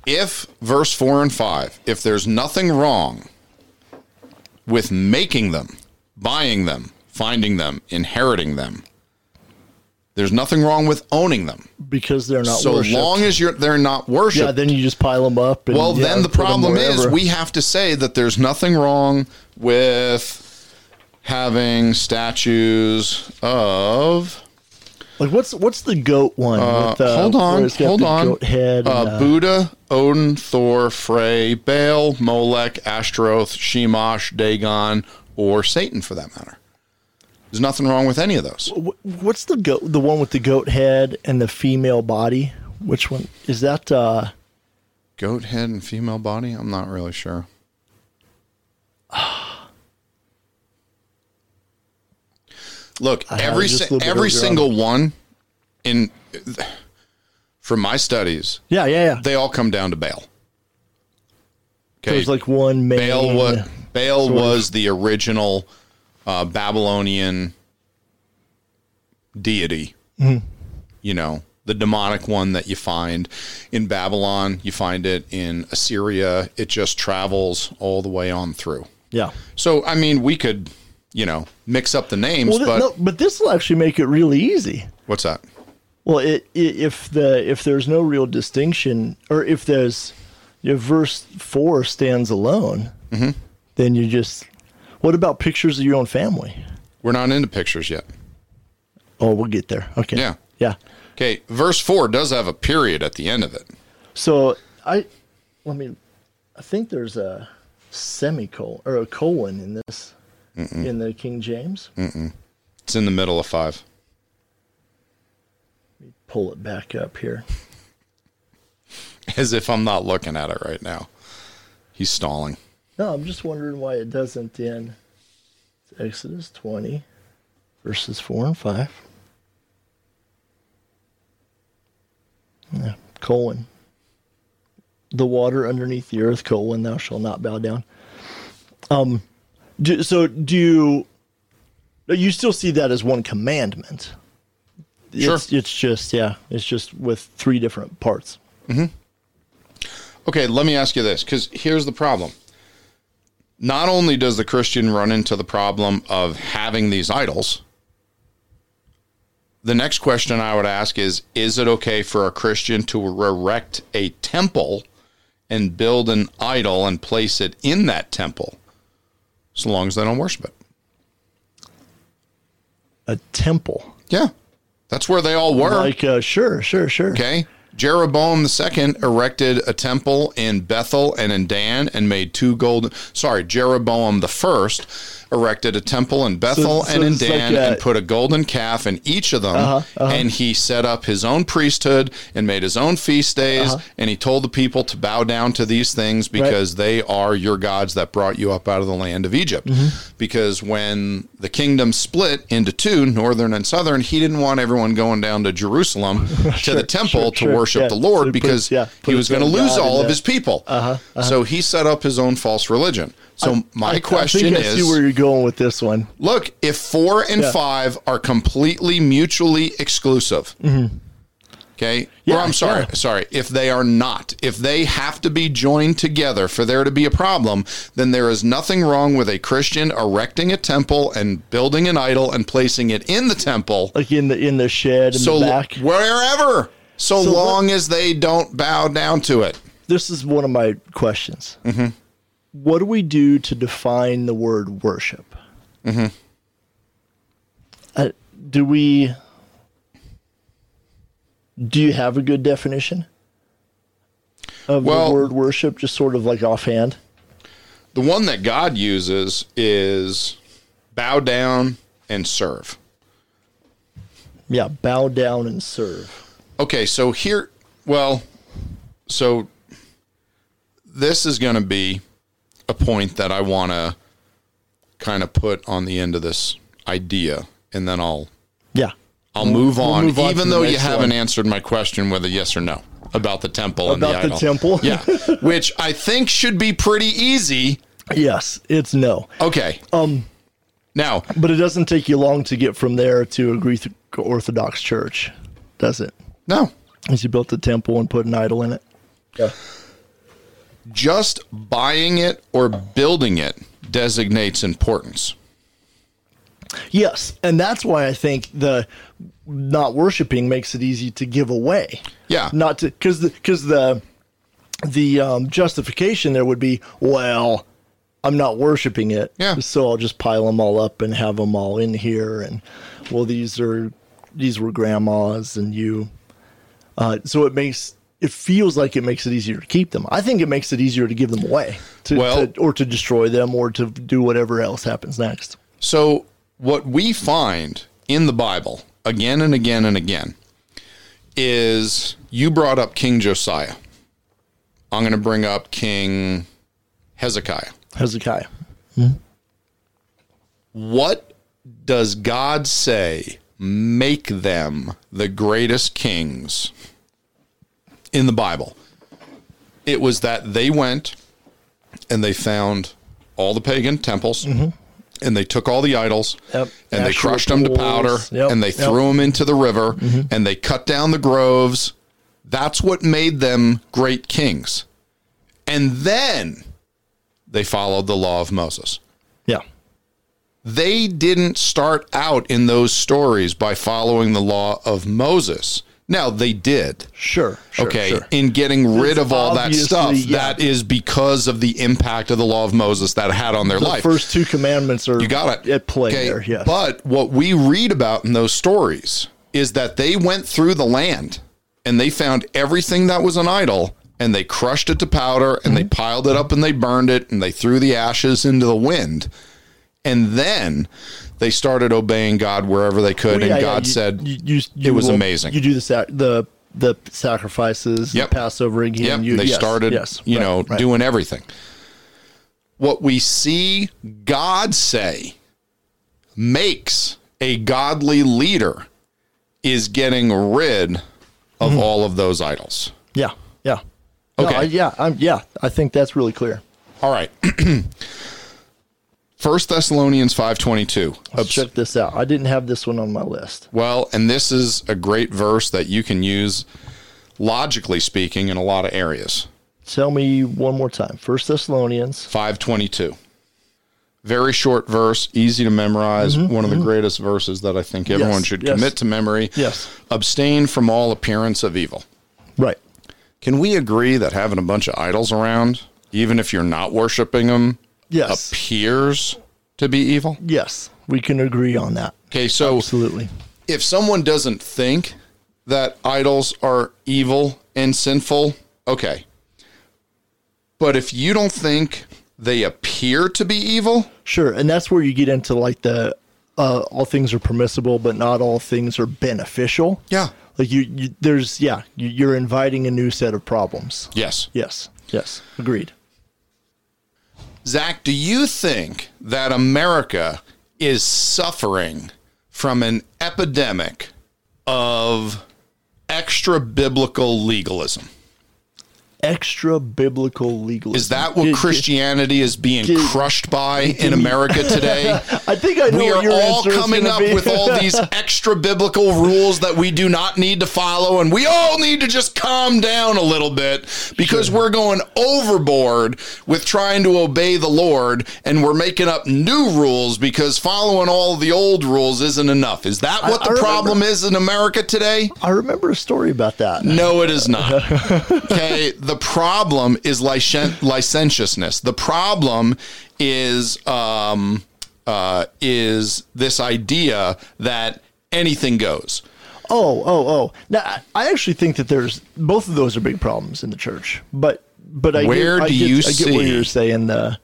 Speaker 1: If verse 4 and 5, if there's nothing wrong with making them, buying them, finding them, inheriting them, there's nothing wrong with owning them.
Speaker 2: Because they're not
Speaker 1: so
Speaker 2: worshipped.
Speaker 1: long as you're they're not
Speaker 2: yeah,
Speaker 1: worshiped.
Speaker 2: then you just pile them up. And,
Speaker 1: well,
Speaker 2: yeah,
Speaker 1: then the
Speaker 2: put 'em
Speaker 1: problem is
Speaker 2: wherever.
Speaker 1: we have to say that there's nothing wrong with having statues of
Speaker 2: Like what's what's the goat one?
Speaker 1: Uh,
Speaker 2: with, uh,
Speaker 1: hold
Speaker 2: where
Speaker 1: on,
Speaker 2: it's got
Speaker 1: hold
Speaker 2: the
Speaker 1: on.
Speaker 2: Goat head.
Speaker 1: uh,
Speaker 2: and, uh,
Speaker 1: Buddha, Odin, Thor, Frey, Baal, Molech, Ashtaroth, Shemash, Dagon, or Satan for that matter. There's nothing wrong with any of those.
Speaker 2: wh- what's the goat? The one with the goat head and the female body. Which one is that? Uh,
Speaker 1: Goat head and female body? I'm not really sure. [sighs] Look,
Speaker 2: know,
Speaker 1: every
Speaker 2: just a
Speaker 1: si-
Speaker 2: little bit
Speaker 1: every
Speaker 2: earlier on.
Speaker 1: single one in from my studies,
Speaker 2: yeah, yeah, yeah.
Speaker 1: they all come down to Baal. Okay.
Speaker 2: There's like one main.
Speaker 1: Baal was Baal
Speaker 2: sort of-
Speaker 1: was the original uh, Babylonian deity.
Speaker 2: Mm-hmm.
Speaker 1: You know, the demonic one that you find in Babylon, you find it in Assyria. It just travels all the way on through.
Speaker 2: Yeah.
Speaker 1: So, I mean, we could, you know, mix up the names,
Speaker 2: Well, th-
Speaker 1: but
Speaker 2: no, but this will actually make it really easy.
Speaker 1: what's that?
Speaker 2: Well, it, i if the if there's no real distinction, or if there's if verse four stands alone,
Speaker 1: Mm-hmm.
Speaker 2: then you just. What about pictures of your own family?
Speaker 1: We're not into pictures yet.
Speaker 2: Oh, we'll get there. Okay.
Speaker 1: Yeah.
Speaker 2: Yeah.
Speaker 1: Okay, verse 4 does have a period at the end of it.
Speaker 2: So I, let me, I think there's a semicolon or a colon in this in the King James.
Speaker 1: It's in the middle of 5.
Speaker 2: Pull it back up here.
Speaker 1: [laughs] As if I'm not looking at it right now. He's stalling.
Speaker 2: No, I'm just wondering why it doesn't in Exodus 20, verses 4 and 5. Yeah, colon. The water underneath the earth, colon, thou shalt not bow down. Um, do, so do you, no, you still see that as one commandment?
Speaker 1: Sure.
Speaker 2: It's, it's just, yeah, it's just with three different parts.
Speaker 1: Okay, let me ask you this because here's the problem. Not only does the Christian run into the problem of having these idols, the next question I would ask is Is it okay for a Christian to erect a temple and build an idol and place it in that temple so long as they don't worship it?
Speaker 2: A temple.
Speaker 1: Yeah, that's where they all were.
Speaker 2: Like, uh, sure, sure, sure.
Speaker 1: Okay. Jeroboam II erected a temple in Bethel and in Dan and made two golden. Sorry, Jeroboam I erected a temple in Bethel
Speaker 2: so
Speaker 1: and in
Speaker 2: it's like
Speaker 1: Dan
Speaker 2: a- Uh-huh,
Speaker 1: and put a golden calf in each of them. And he set up his own priesthood and made his own feast days.
Speaker 2: Uh-huh.
Speaker 1: And he told the people to bow down to these things because they are your gods that brought you up out of the land of Egypt.
Speaker 2: Mm-hmm.
Speaker 1: Because when the kingdom split into two, northern and southern, he didn't want everyone going down to
Speaker 2: [laughs]
Speaker 1: Jerusalem to the temple
Speaker 2: sure,
Speaker 1: to
Speaker 2: sure,
Speaker 1: worship
Speaker 2: yeah.
Speaker 1: the Lord
Speaker 2: So he put-
Speaker 1: because
Speaker 2: yeah,
Speaker 1: he
Speaker 2: put
Speaker 1: was
Speaker 2: his
Speaker 1: going to
Speaker 2: own
Speaker 1: lose
Speaker 2: God in
Speaker 1: all of
Speaker 2: there.
Speaker 1: his people. So he set up his own false religion. So my
Speaker 2: uh-huh. I
Speaker 1: question
Speaker 2: think I see
Speaker 1: is
Speaker 2: where you're going with this one.
Speaker 1: look, if four and
Speaker 2: Yeah.
Speaker 1: five are completely mutually exclusive, okay? or
Speaker 2: Mm-hmm. Yeah,
Speaker 1: I'm sorry,
Speaker 2: yeah.
Speaker 1: sorry. If they are not, if they have to be joined together for there to be a problem, then there is nothing wrong with a Christian erecting a temple and building an idol and placing it in the temple.
Speaker 2: Like in the in the shed in
Speaker 1: so
Speaker 2: the back.
Speaker 1: wherever, so,
Speaker 2: So
Speaker 1: long as they don't bow down to it.
Speaker 2: this is one of my questions.
Speaker 1: Mm-hmm.
Speaker 2: What do we do to define the word worship?
Speaker 1: Mm-hmm.
Speaker 2: Uh, do we? Do you have a good definition of
Speaker 1: Well-
Speaker 2: the word worship? Just sort of like offhand.
Speaker 1: The one that God uses is bow down and serve.
Speaker 2: Yeah, bow down and serve.
Speaker 1: Okay, so here, well, so this is going to be a point that I want to kind of put on the end of this idea, and then I'll
Speaker 2: Yeah,
Speaker 1: I'll move on,
Speaker 2: move on to
Speaker 1: even
Speaker 2: the
Speaker 1: though you
Speaker 2: next
Speaker 1: haven't
Speaker 2: one.
Speaker 1: answered my question with a yes or no about the temple and the
Speaker 2: About the
Speaker 1: idol.
Speaker 2: temple? [laughs]
Speaker 1: yeah, which I think should be pretty easy.
Speaker 2: yes, it's no.
Speaker 1: Okay, um, now
Speaker 2: But it doesn't take you long to get from there to a Greek Orthodox church, does it?
Speaker 1: no,
Speaker 2: As you built a temple and put an idol in it. Yeah.
Speaker 1: just buying it or building it designates importance.
Speaker 2: Yes, and that's why I think the not worshiping makes it easy to give away.
Speaker 1: Yeah.
Speaker 2: Not to because because the the um, justification there would be well. I'm not worshiping it,
Speaker 1: Yeah.
Speaker 2: so I'll just pile them all up and have them all in here. And well, these are these were grandmas and you. Uh, so it makes it feels like it makes it easier to keep them. I think it makes it easier to give them away, to,
Speaker 1: Well-
Speaker 2: to- or to destroy them, or to do whatever else happens next.
Speaker 1: So, what we find in the Bible again and again and again is you brought up King Josiah. I'm going to bring up King Hezekiah.
Speaker 2: Hezekiah,
Speaker 1: What does God say make them the greatest kings in the Bible? It was that they went and they found all the pagan temples and they took all the idols
Speaker 2: Mm-hmm. Yep.
Speaker 1: and they
Speaker 2: Actual
Speaker 1: crushed them to
Speaker 2: pools.
Speaker 1: powder
Speaker 2: Yep,
Speaker 1: and they
Speaker 2: yep. Mm-hmm.
Speaker 1: threw them into the river and they cut down the groves. That's what made them great kings. And then they followed the law of Moses
Speaker 2: yeah,
Speaker 1: they didn't start out in those stories by following the law of Moses. Now they did.
Speaker 2: sure, sure
Speaker 1: okay,
Speaker 2: sure.
Speaker 1: in getting rid
Speaker 2: It's
Speaker 1: of all that
Speaker 2: obviously,
Speaker 1: stuff,
Speaker 2: yeah.
Speaker 1: that is because of the impact of the law of Moses that had on their
Speaker 2: The
Speaker 1: life.
Speaker 2: first two commandments are
Speaker 1: you got it.
Speaker 2: at play
Speaker 1: Okay,
Speaker 2: there. Yes,
Speaker 1: But what we read about in those stories is that they went through the land and they found everything that was an idol and they crushed it to powder and
Speaker 2: Mhm.
Speaker 1: they piled it up and they burned it and they threw the ashes into the wind. And then they started obeying God wherever they could.
Speaker 2: Well,
Speaker 1: and
Speaker 2: yeah, yeah,
Speaker 1: God
Speaker 2: you-
Speaker 1: said,
Speaker 2: you- you- you
Speaker 1: was
Speaker 2: will-
Speaker 1: amazing.
Speaker 2: You do the sac- the the sacrifices,
Speaker 1: Yep.
Speaker 2: the Passover again.
Speaker 1: Yep.
Speaker 2: you,
Speaker 1: they
Speaker 2: yes,
Speaker 1: started,
Speaker 2: yes,
Speaker 1: you
Speaker 2: right,
Speaker 1: know,
Speaker 2: right.
Speaker 1: doing everything. What we see God say makes a godly leader is getting rid of
Speaker 2: Hmm.
Speaker 1: all of those idols.
Speaker 2: Yeah, yeah. No,
Speaker 1: Okay.
Speaker 2: I, yeah, I'm, yeah. I think that's really clear.
Speaker 1: All right. [clears throat] First Thessalonians 5:22.
Speaker 2: Let's check this out. I didn't have this one on my list.
Speaker 1: Well, and this is a great verse that you can use logically speaking in a lot of areas.
Speaker 2: Tell me one more time. First Thessalonians.
Speaker 1: 522. Very short verse, easy to memorize, one of the greatest verses that I think everyone should
Speaker 2: Mm-hmm, yes.
Speaker 1: commit to memory.
Speaker 2: Yes.
Speaker 1: Abstain from all appearance of evil.
Speaker 2: Right.
Speaker 1: Can we agree that having a bunch of idols around, even if you're not worshiping them,
Speaker 2: Yes.
Speaker 1: appears to be evil?
Speaker 2: Yes. We can agree on that.
Speaker 1: Okay, so
Speaker 2: Absolutely.
Speaker 1: if someone doesn't think that idols are evil and sinful, okay. But if you don't think they appear to be evil,
Speaker 2: Sure. And that's where you get into like the uh, all things are permissible, but not all things are beneficial.
Speaker 1: Yeah.
Speaker 2: Like you, you there's, yeah, you, you're inviting a new set of problems.
Speaker 1: yes,
Speaker 2: Yes. Yes. Agreed.
Speaker 1: Zach, do you think that America is suffering from an epidemic of extra biblical legalism?
Speaker 2: Extra biblical legalism.
Speaker 1: Is that what
Speaker 2: Did-
Speaker 1: Christianity is being
Speaker 2: did-
Speaker 1: crushed by in America
Speaker 2: [laughs]
Speaker 1: today? [laughs]
Speaker 2: I think I know
Speaker 1: We
Speaker 2: what
Speaker 1: are
Speaker 2: your
Speaker 1: all
Speaker 2: answer is
Speaker 1: coming
Speaker 2: gonna
Speaker 1: up
Speaker 2: be.
Speaker 1: with
Speaker 2: [laughs]
Speaker 1: all these extra biblical rules that we do not need to follow, and we all need to just calm down a little bit because we're going overboard with trying to obey the Lord, and we're making up new rules because following all the old rules isn't enough. Is that what
Speaker 2: I
Speaker 1: the
Speaker 2: remember-
Speaker 1: problem is in America today?
Speaker 2: I remember a story about that.
Speaker 1: No, it is not. Okay. the problem is licen- licentiousness. The problem is um, uh, is this idea that anything goes.
Speaker 2: Oh, oh, oh. Now, I- I actually think that there's both of those are big problems in the church. But, but I
Speaker 1: Where
Speaker 2: get, I
Speaker 1: do
Speaker 2: get,
Speaker 1: you
Speaker 2: I get where
Speaker 1: see-
Speaker 2: you're saying. uh, The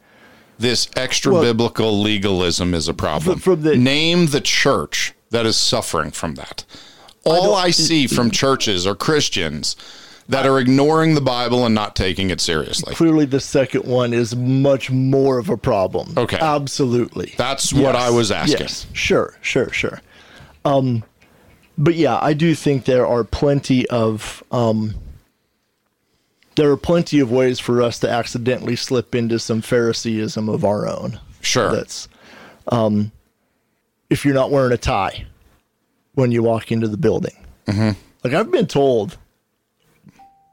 Speaker 1: This extra biblical legalism is a problem.
Speaker 2: Fr- from the-
Speaker 1: Name the church that is suffering from that. All I, see from churches are Christians that are ignoring the Bible and not taking it seriously.
Speaker 2: clearly the second one is much more of a problem.
Speaker 1: Okay.
Speaker 2: absolutely.
Speaker 1: That's what I was asking.
Speaker 2: Yes, sure, sure, sure. Um, but yeah, I do think there are plenty of um, there are plenty of ways for us to accidentally slip into some Phariseeism of our own.
Speaker 1: Sure.
Speaker 2: That's um, if you're not wearing a tie when you walk into the building.
Speaker 1: Mm-hmm.
Speaker 2: Like I've been told,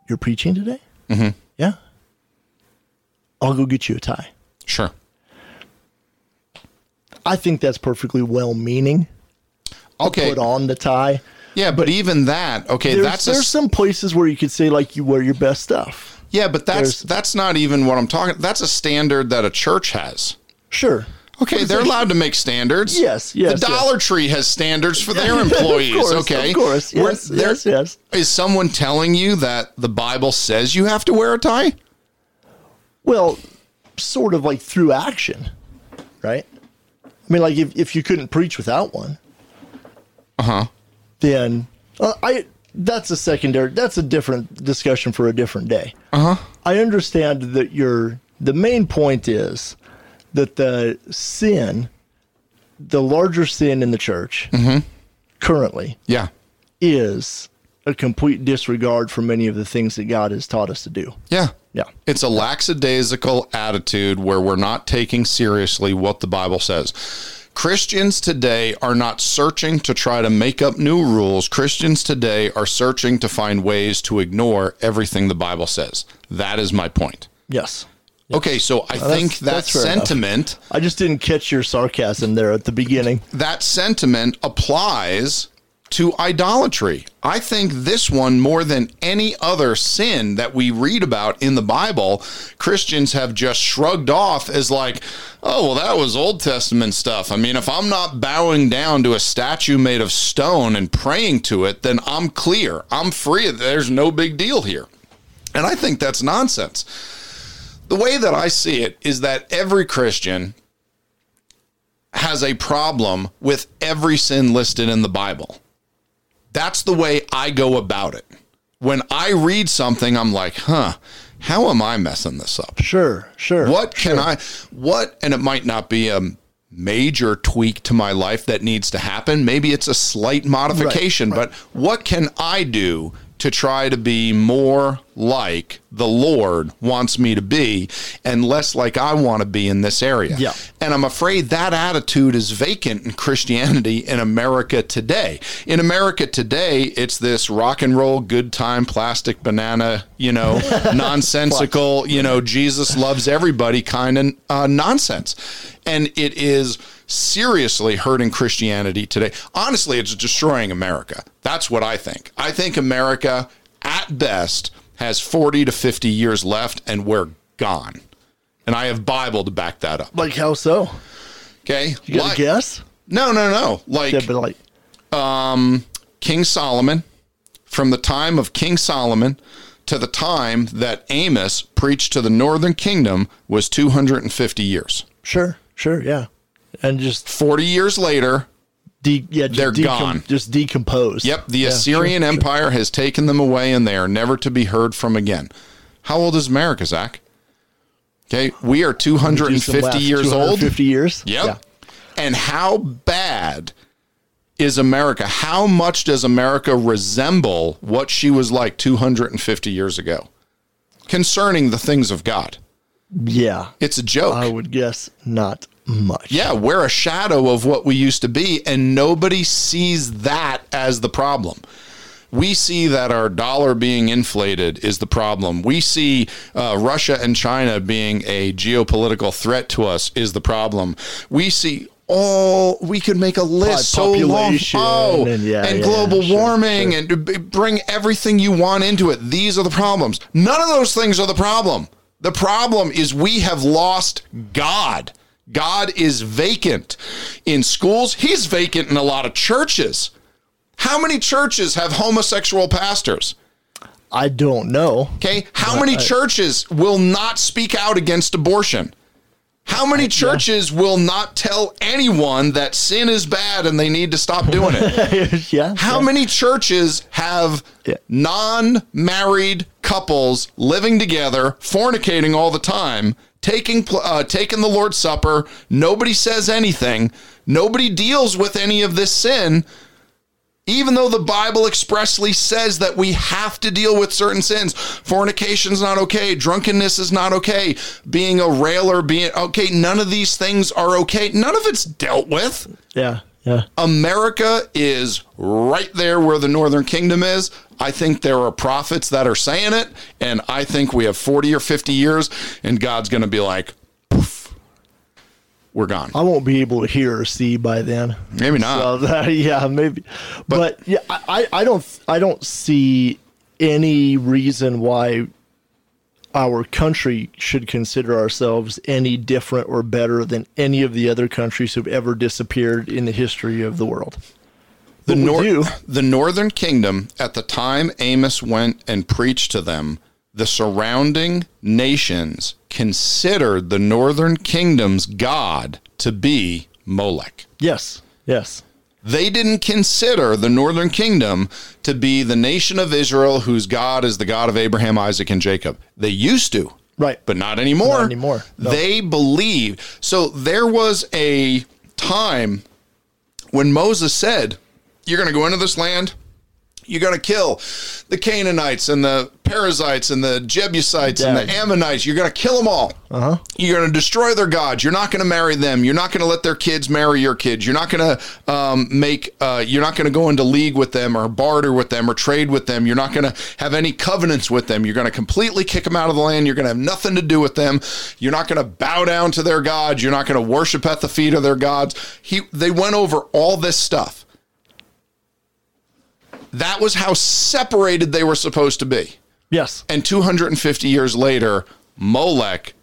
Speaker 2: you're preaching today. Mm-hmm. Yeah, I'll go get you a tie.
Speaker 1: Sure.
Speaker 2: I think that's perfectly well-meaning.
Speaker 1: Okay.
Speaker 2: put on the tie.
Speaker 1: Yeah, but even that, okay,
Speaker 2: There's,
Speaker 1: that's a
Speaker 2: there's some places where you could say like you wear your best stuff.
Speaker 1: Yeah, but that's
Speaker 2: There's-
Speaker 1: that's not even what I'm talking. That's a standard that a church has.
Speaker 2: Sure.
Speaker 1: Okay, they're allowed to make standards.
Speaker 2: Yes, yes,
Speaker 1: The Dollar Tree has standards
Speaker 2: [laughs]
Speaker 1: for their employees.
Speaker 2: of course,
Speaker 1: okay,
Speaker 2: Of course.
Speaker 1: We're-
Speaker 2: Yes,
Speaker 1: there-
Speaker 2: yes, yes.
Speaker 1: Is someone telling you that the Bible says you have to wear a tie?
Speaker 2: Well, sort of like through action, right? I mean, like if, if you couldn't preach without one,
Speaker 1: Uh huh.
Speaker 2: then uh, I that's a secondary. That's a different discussion for a different day. Uh huh. I understand that your the main point is that the sin, the larger sin in the church currently
Speaker 1: Yeah.
Speaker 2: is a complete disregard for many of the things that God has taught us to do.
Speaker 1: Yeah.
Speaker 2: Yeah.
Speaker 1: It's a lackadaisical attitude where we're not taking seriously what the Bible says. Christians today are not searching to try to make up new rules. Christians today are searching to find ways to ignore everything the Bible says. That is my point.
Speaker 2: Yes.
Speaker 1: Okay, so I think that
Speaker 2: that's fair enough.
Speaker 1: sentiment
Speaker 2: I just didn't catch your sarcasm there at the beginning.
Speaker 1: that sentiment applies to idolatry. I think this one, more than any other sin that we read about in the Bible, Christians have just shrugged off as like, oh, well, that was Old Testament stuff. I mean, if I'm not bowing down to a statue made of stone and praying to it, then I'm clear. I'm free. There's no big deal here. And I think that's nonsense. The way that I see it is that every Christian has a problem with every sin listed in the Bible. That's the way I go about it. When I read something, I'm like, huh, how am I messing this up?
Speaker 2: Sure, sure.
Speaker 1: What can I, what, and it might not be a major tweak to my life that needs to happen. Maybe it's a slight modification, but what can I do to try to be more like the Lord wants me to be and less like I want to be in this area?
Speaker 2: Yeah.
Speaker 1: And I'm afraid that attitude is vacant in Christianity in America today. In America today, it's this rock and roll, good time, plastic banana, you know, nonsensical, you know, Jesus loves everybody kind of uh, nonsense. And it is seriously hurting Christianity today. Honestly, it's destroying America. That's what I think. I think America, at best, has 40 to 50 years left, and we're gone. And I have Bible to back that up.
Speaker 2: Like how so?
Speaker 1: Okay.
Speaker 2: You got
Speaker 1: Like-
Speaker 2: a guess?
Speaker 1: No, no, no. Like
Speaker 2: Yeah, but like
Speaker 1: King Solomon, from the time of King Solomon to the time that Amos preached to the northern kingdom was 250 years.
Speaker 2: sure, sure, yeah. And just
Speaker 1: 40 years later,
Speaker 2: de- yeah, just
Speaker 1: They're
Speaker 2: decom-
Speaker 1: gone.
Speaker 2: Just decompose.
Speaker 1: yep, the Assyrian Empire has taken them away and they are never to be heard from again. How old is America, Zach? Okay, we are
Speaker 2: Do some
Speaker 1: 250
Speaker 2: laugh.
Speaker 1: years old.
Speaker 2: 250 years.
Speaker 1: Yep. And how bad is America? How much does America resemble what she was like 250 years ago concerning the things of God?
Speaker 2: Yeah.
Speaker 1: It's a joke.
Speaker 2: I would guess not much.
Speaker 1: yeah, we're a shadow of what we used to be, and nobody sees that as the problem. We see that our dollar being inflated is the problem. We see uh, Russia and China being a geopolitical threat to us is the problem. We see all we could make a list so long.
Speaker 2: population
Speaker 1: Oh, and,
Speaker 2: and yeah, yeah,
Speaker 1: global
Speaker 2: sure,
Speaker 1: warming and b- bring everything you want into it. These are the problems. None of those things are the problem. The problem is we have lost God. God is vacant in schools. He's vacant in a lot of churches. How many churches have homosexual pastors?
Speaker 2: I don't know. [laughs]
Speaker 1: Okay. How many churches will not speak out against abortion? How many churches will not tell anyone that sin is bad and they need to stop doing it?
Speaker 2: yeah.
Speaker 1: How many churches have
Speaker 2: Yeah.
Speaker 1: non married couples living together, fornicating all the time, taking, pl- uh, taking the Lord's Supper? Nobody says anything. Nobody deals with any of this sin even though the Bible expressly says that we have to deal with certain sins, fornication's not okay, drunkenness is not okay, being a railer, being okay, none of these things are okay. None of it's dealt with.
Speaker 2: Yeah. Yeah.
Speaker 1: America is right there where the Northern Kingdom is. I think there are prophets that are saying it, and I think we have 40 or 50 years, and God's going to be like, poof, we're gone.
Speaker 2: I won't be able to hear or see by then.
Speaker 1: Maybe not.
Speaker 2: So [laughs] that, yeah, maybe. But, yeah, I, I I don't I don't see any reason why our country should consider ourselves any different or better than any of the other countries who've ever disappeared in the history of the world.
Speaker 1: The,
Speaker 2: But we
Speaker 1: nor-
Speaker 2: do.
Speaker 1: the northern kingdom, at the time Amos went and preached to them, the surrounding nations considered the northern kingdom's God to be Molech.
Speaker 2: Yes. Yes.
Speaker 1: They didn't consider the northern kingdom to be the nation of Israel whose God is the God of Abraham, Isaac, and Jacob. They used to.
Speaker 2: Right.
Speaker 1: But not anymore.
Speaker 2: Not anymore, no.
Speaker 1: They believe. So there was a time when Moses said, You're going to go into this land. You're going to kill the Canaanites and the Perizzites and the Jebusites and the
Speaker 2: Yeah.
Speaker 1: Ammonites. You're going to kill them all. Uh-huh. You're going to destroy their gods. You're not going to marry them. You're not going to let their kids marry your kids. You're not going to um, make. Uh, you're not going to go into league with them or barter with them or trade with them. You're not going to have any covenants with them. You're going to completely kick them out of the land. You're going to have nothing to do with them. You're not going to bow down to their gods. You're not going to worship at the feet of their gods. He. They went over all this stuff. That was how separated they were supposed to be.
Speaker 2: Yes.
Speaker 1: And 250 years later, Molech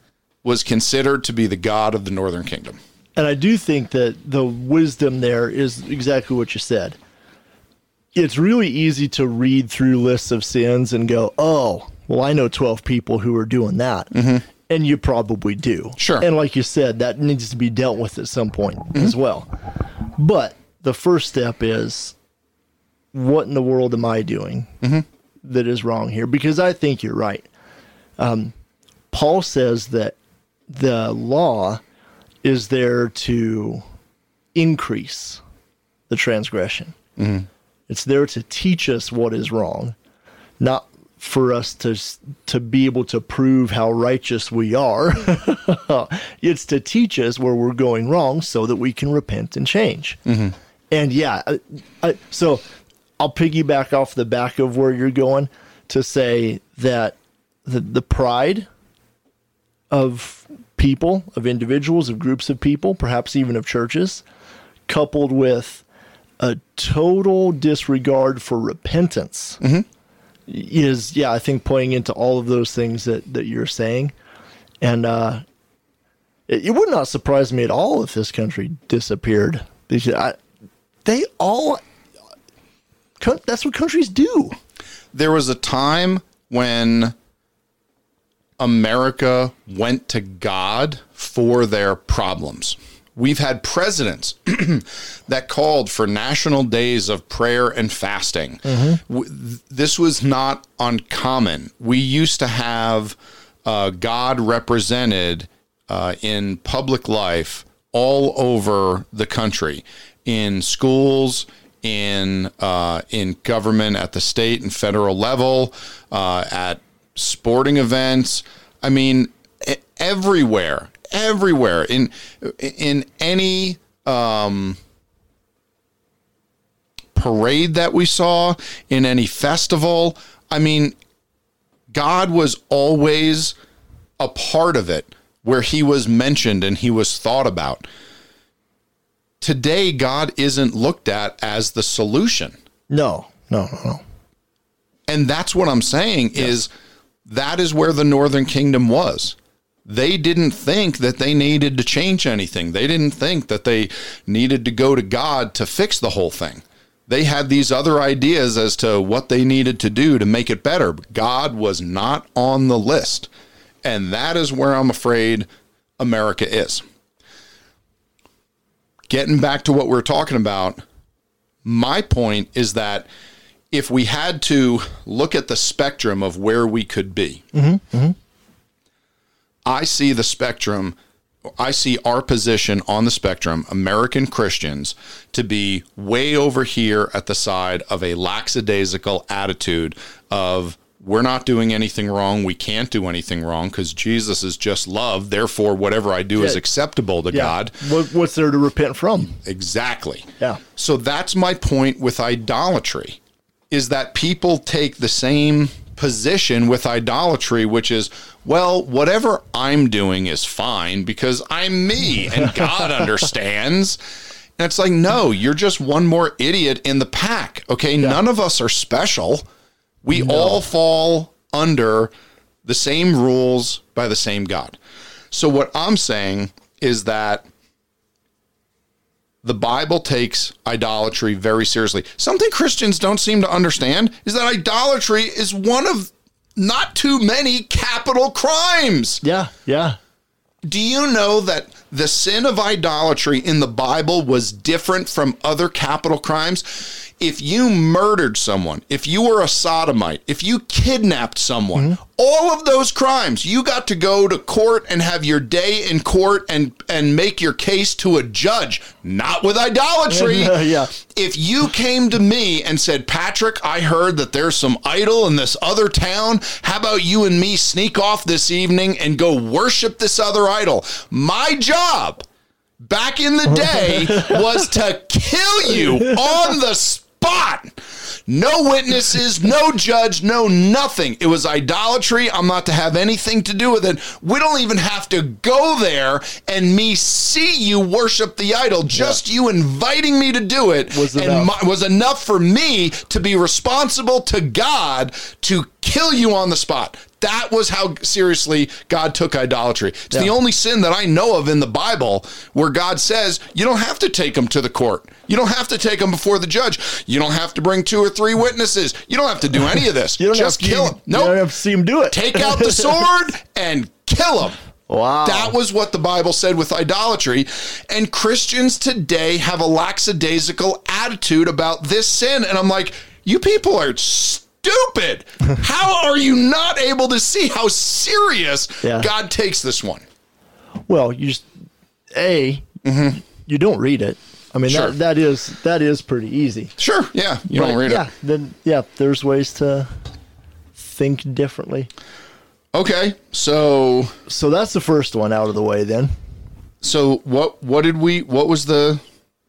Speaker 1: was considered to be the god of the northern kingdom.
Speaker 2: And I do think that the wisdom there is exactly what you said. It's really easy to read through lists of sins and go, oh, well, I know 12 people who are doing that. And you probably do.
Speaker 1: Sure.
Speaker 2: And like you said, that needs to be dealt with at some point as well. But the first step is what in the world am I doing that is wrong here? Because I think you're right. Um, Paul says that the law is there to increase the transgression. It's there to teach us what is wrong, not for us to s- to be able to prove how righteous we are. [laughs] it's to teach us where we're going wrong so that we can repent and change. And yeah, I, I, so I'll piggyback off the back of where you're going to say that the, the pride of people, of individuals, of groups of people, perhaps even of churches, coupled with a total disregard for repentance is, yeah, I think playing into all of those things that, that you're saying. And uh, it, it would not surprise me at all if this country disappeared. Because I, they all, coun- that's what countries do.
Speaker 1: There was a time when America went to God for their problems. We've had presidents [clears throat] that called for national days of prayer and fasting. W- th- This was not uncommon. We used to have uh, God represented uh, in public life all over the country, in schools, in uh, in government at the state and federal level, uh, at sporting events. I mean, e- everywhere, everywhere in in any um, parade that we saw, in any festival. I mean, God was always a part of it where he was mentioned and he was thought about. Today, God isn't looked at as the solution.
Speaker 2: No, no, no, no.
Speaker 1: And that's what I'm saying is that is where the northern kingdom was. They didn't think that they needed to change anything. They didn't think that they needed to go to God to fix the whole thing. They had these other ideas as to what they needed to do to make it better. but God was not on the list. And that is where I'm afraid America is. Getting back to what we we're talking about, my point is that if we had to look at the spectrum of where we could be,
Speaker 2: Mm-hmm,
Speaker 1: I see the spectrum, I see our position on the spectrum, American Christians, to be way over here at the side of a lackadaisical attitude of we're not doing anything wrong, we can't do anything wrong because Jesus is just love. Therefore, whatever I do is
Speaker 2: Yeah.
Speaker 1: acceptable to
Speaker 2: Yeah.
Speaker 1: God.
Speaker 2: What, what's there to repent from?
Speaker 1: Exactly.
Speaker 2: Yeah.
Speaker 1: So that's my point with idolatry is that people take the same position with idolatry which is well whatever I'm doing is fine because I'm me and God understands. And it's like no, you're just one more idiot in the pack. Okay, none of us are special. We all fall under the same rules by the same God. So what I'm saying is that the Bible takes idolatry very seriously. Something Christians don't seem to understand is that idolatry is one of not too many capital crimes.
Speaker 2: Yeah, yeah.
Speaker 1: Do you know that the sin of idolatry in the Bible was different from other capital crimes? If you murdered someone, if you were a sodomite, if you kidnapped someone, all of those crimes, you got to go to court and have your day in court and and make your case to a judge. Not with idolatry.
Speaker 2: Yeah, yeah.
Speaker 1: If you came to me and said, "Patrick, I heard that there's some idol in this other town. How about you and me sneak off this evening and go worship this other idol?" My job back in the day was to kill you on the spot. No witnesses, no judge, no nothing. It was idolatry. I'm not to have anything to do with it. We don't even have to go there and me see you worship the idol. Just you inviting me to do it
Speaker 2: Was
Speaker 1: and
Speaker 2: enough.
Speaker 1: my- was enough for me to be responsible to God to kill you on the spot. That was how seriously God took idolatry. It's the
Speaker 2: Yeah.
Speaker 1: only sin that I know of in the Bible where God says you don't have to take them to the court. You don't have to take them before the judge. You don't have to bring two or three witnesses. You don't have to do any of this.
Speaker 2: [laughs] You don't
Speaker 1: Just
Speaker 2: have to,
Speaker 1: kill them.
Speaker 2: No, You don't
Speaker 1: Nope.
Speaker 2: have to see him do it.
Speaker 1: Take out the sword and kill them.
Speaker 2: Wow.
Speaker 1: That was what the Bible said with idolatry. And Christians today have a lackadaisical attitude about this sin. And I'm like, you people are stupid. how are you not able to see how serious
Speaker 2: Yeah.
Speaker 1: God takes this one?
Speaker 2: Well, you just a you don't read it. I mean,
Speaker 1: Mm-hmm. Sure.
Speaker 2: that, that is that is pretty easy.
Speaker 1: Sure. Yeah. You don't
Speaker 2: Right,
Speaker 1: read
Speaker 2: yeah,
Speaker 1: it.
Speaker 2: Then yeah, there's ways to think differently.
Speaker 1: Okay. So,
Speaker 2: So that's the first one out of the way. Then
Speaker 1: so what, what did we, what was the,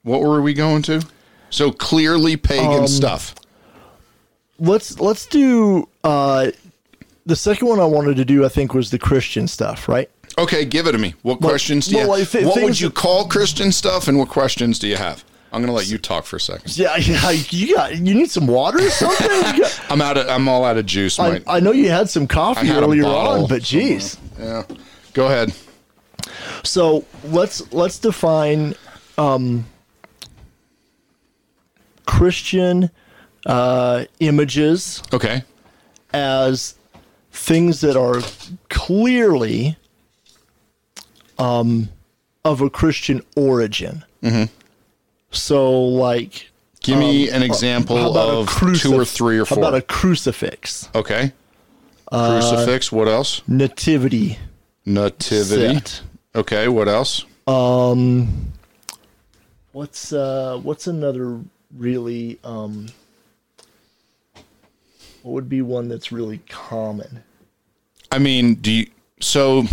Speaker 1: what were we going to? So clearly pagan
Speaker 2: Um,
Speaker 1: stuff.
Speaker 2: let's let's do uh, the second one I wanted to do. I think was the Christian stuff, right?
Speaker 1: Okay, give it to me. What questions do you
Speaker 2: well, like, thi-
Speaker 1: What would
Speaker 2: things
Speaker 1: you
Speaker 2: that-
Speaker 1: call Christian stuff and what questions do you have? I'm going to let you talk for a second.
Speaker 2: Yeah, [laughs] yeah. You got you need some water
Speaker 1: [laughs]
Speaker 2: or something. You got-
Speaker 1: I'm out of I'm all out of juice,
Speaker 2: I,
Speaker 1: mate.
Speaker 2: I know you had some coffee
Speaker 1: had a
Speaker 2: earlier
Speaker 1: bottle
Speaker 2: on, but geez.
Speaker 1: yeah. Go ahead.
Speaker 2: So let's let's define um, Christian uh, images
Speaker 1: Okay.
Speaker 2: as things that are clearly um, of a Christian origin.
Speaker 1: Mm-hmm.
Speaker 2: So, like,
Speaker 1: Give me an
Speaker 2: Um, how
Speaker 1: example
Speaker 2: about a
Speaker 1: of
Speaker 2: crucif-
Speaker 1: two or three or
Speaker 2: how
Speaker 1: four.
Speaker 2: about Uh, a crucifix,
Speaker 1: okay. Crucifix, what else?
Speaker 2: nativity,
Speaker 1: Nativity.
Speaker 2: set.
Speaker 1: Okay, what else?
Speaker 2: Um, what's uh, what's another really um, what would be one that's really common?
Speaker 1: I mean, do you so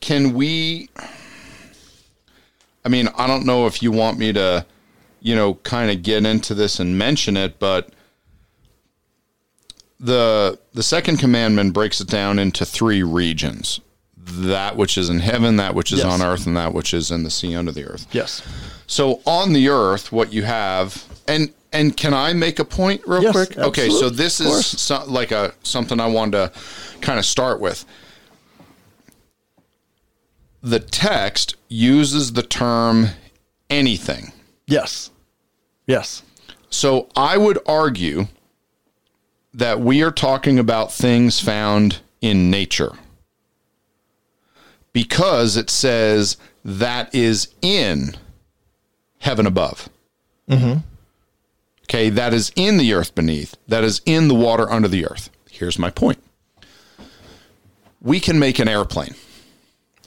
Speaker 1: can we I mean, I don't know if you want me to, you know, kind of get into this and mention it, but the the second commandment breaks it down into three regions. That which is in heaven, that which is
Speaker 2: Yes.
Speaker 1: on earth, and that which is in the sea under the earth.
Speaker 2: Yes.
Speaker 1: So on the earth, what you have, and and can I make a point real
Speaker 2: Yes,
Speaker 1: quick? Okay, so
Speaker 2: absolutely,
Speaker 1: this
Speaker 2: of
Speaker 1: is
Speaker 2: course.
Speaker 1: so, like a something I wanted to kind of start with. The text uses the term anything.
Speaker 2: Yes. Yes.
Speaker 1: So I would argue that we are talking about things found in nature because it says that is in heaven above.
Speaker 2: Mm-hmm.
Speaker 1: Okay, that is in the earth beneath, that is in the water under the earth. Here's my point we can make an airplane,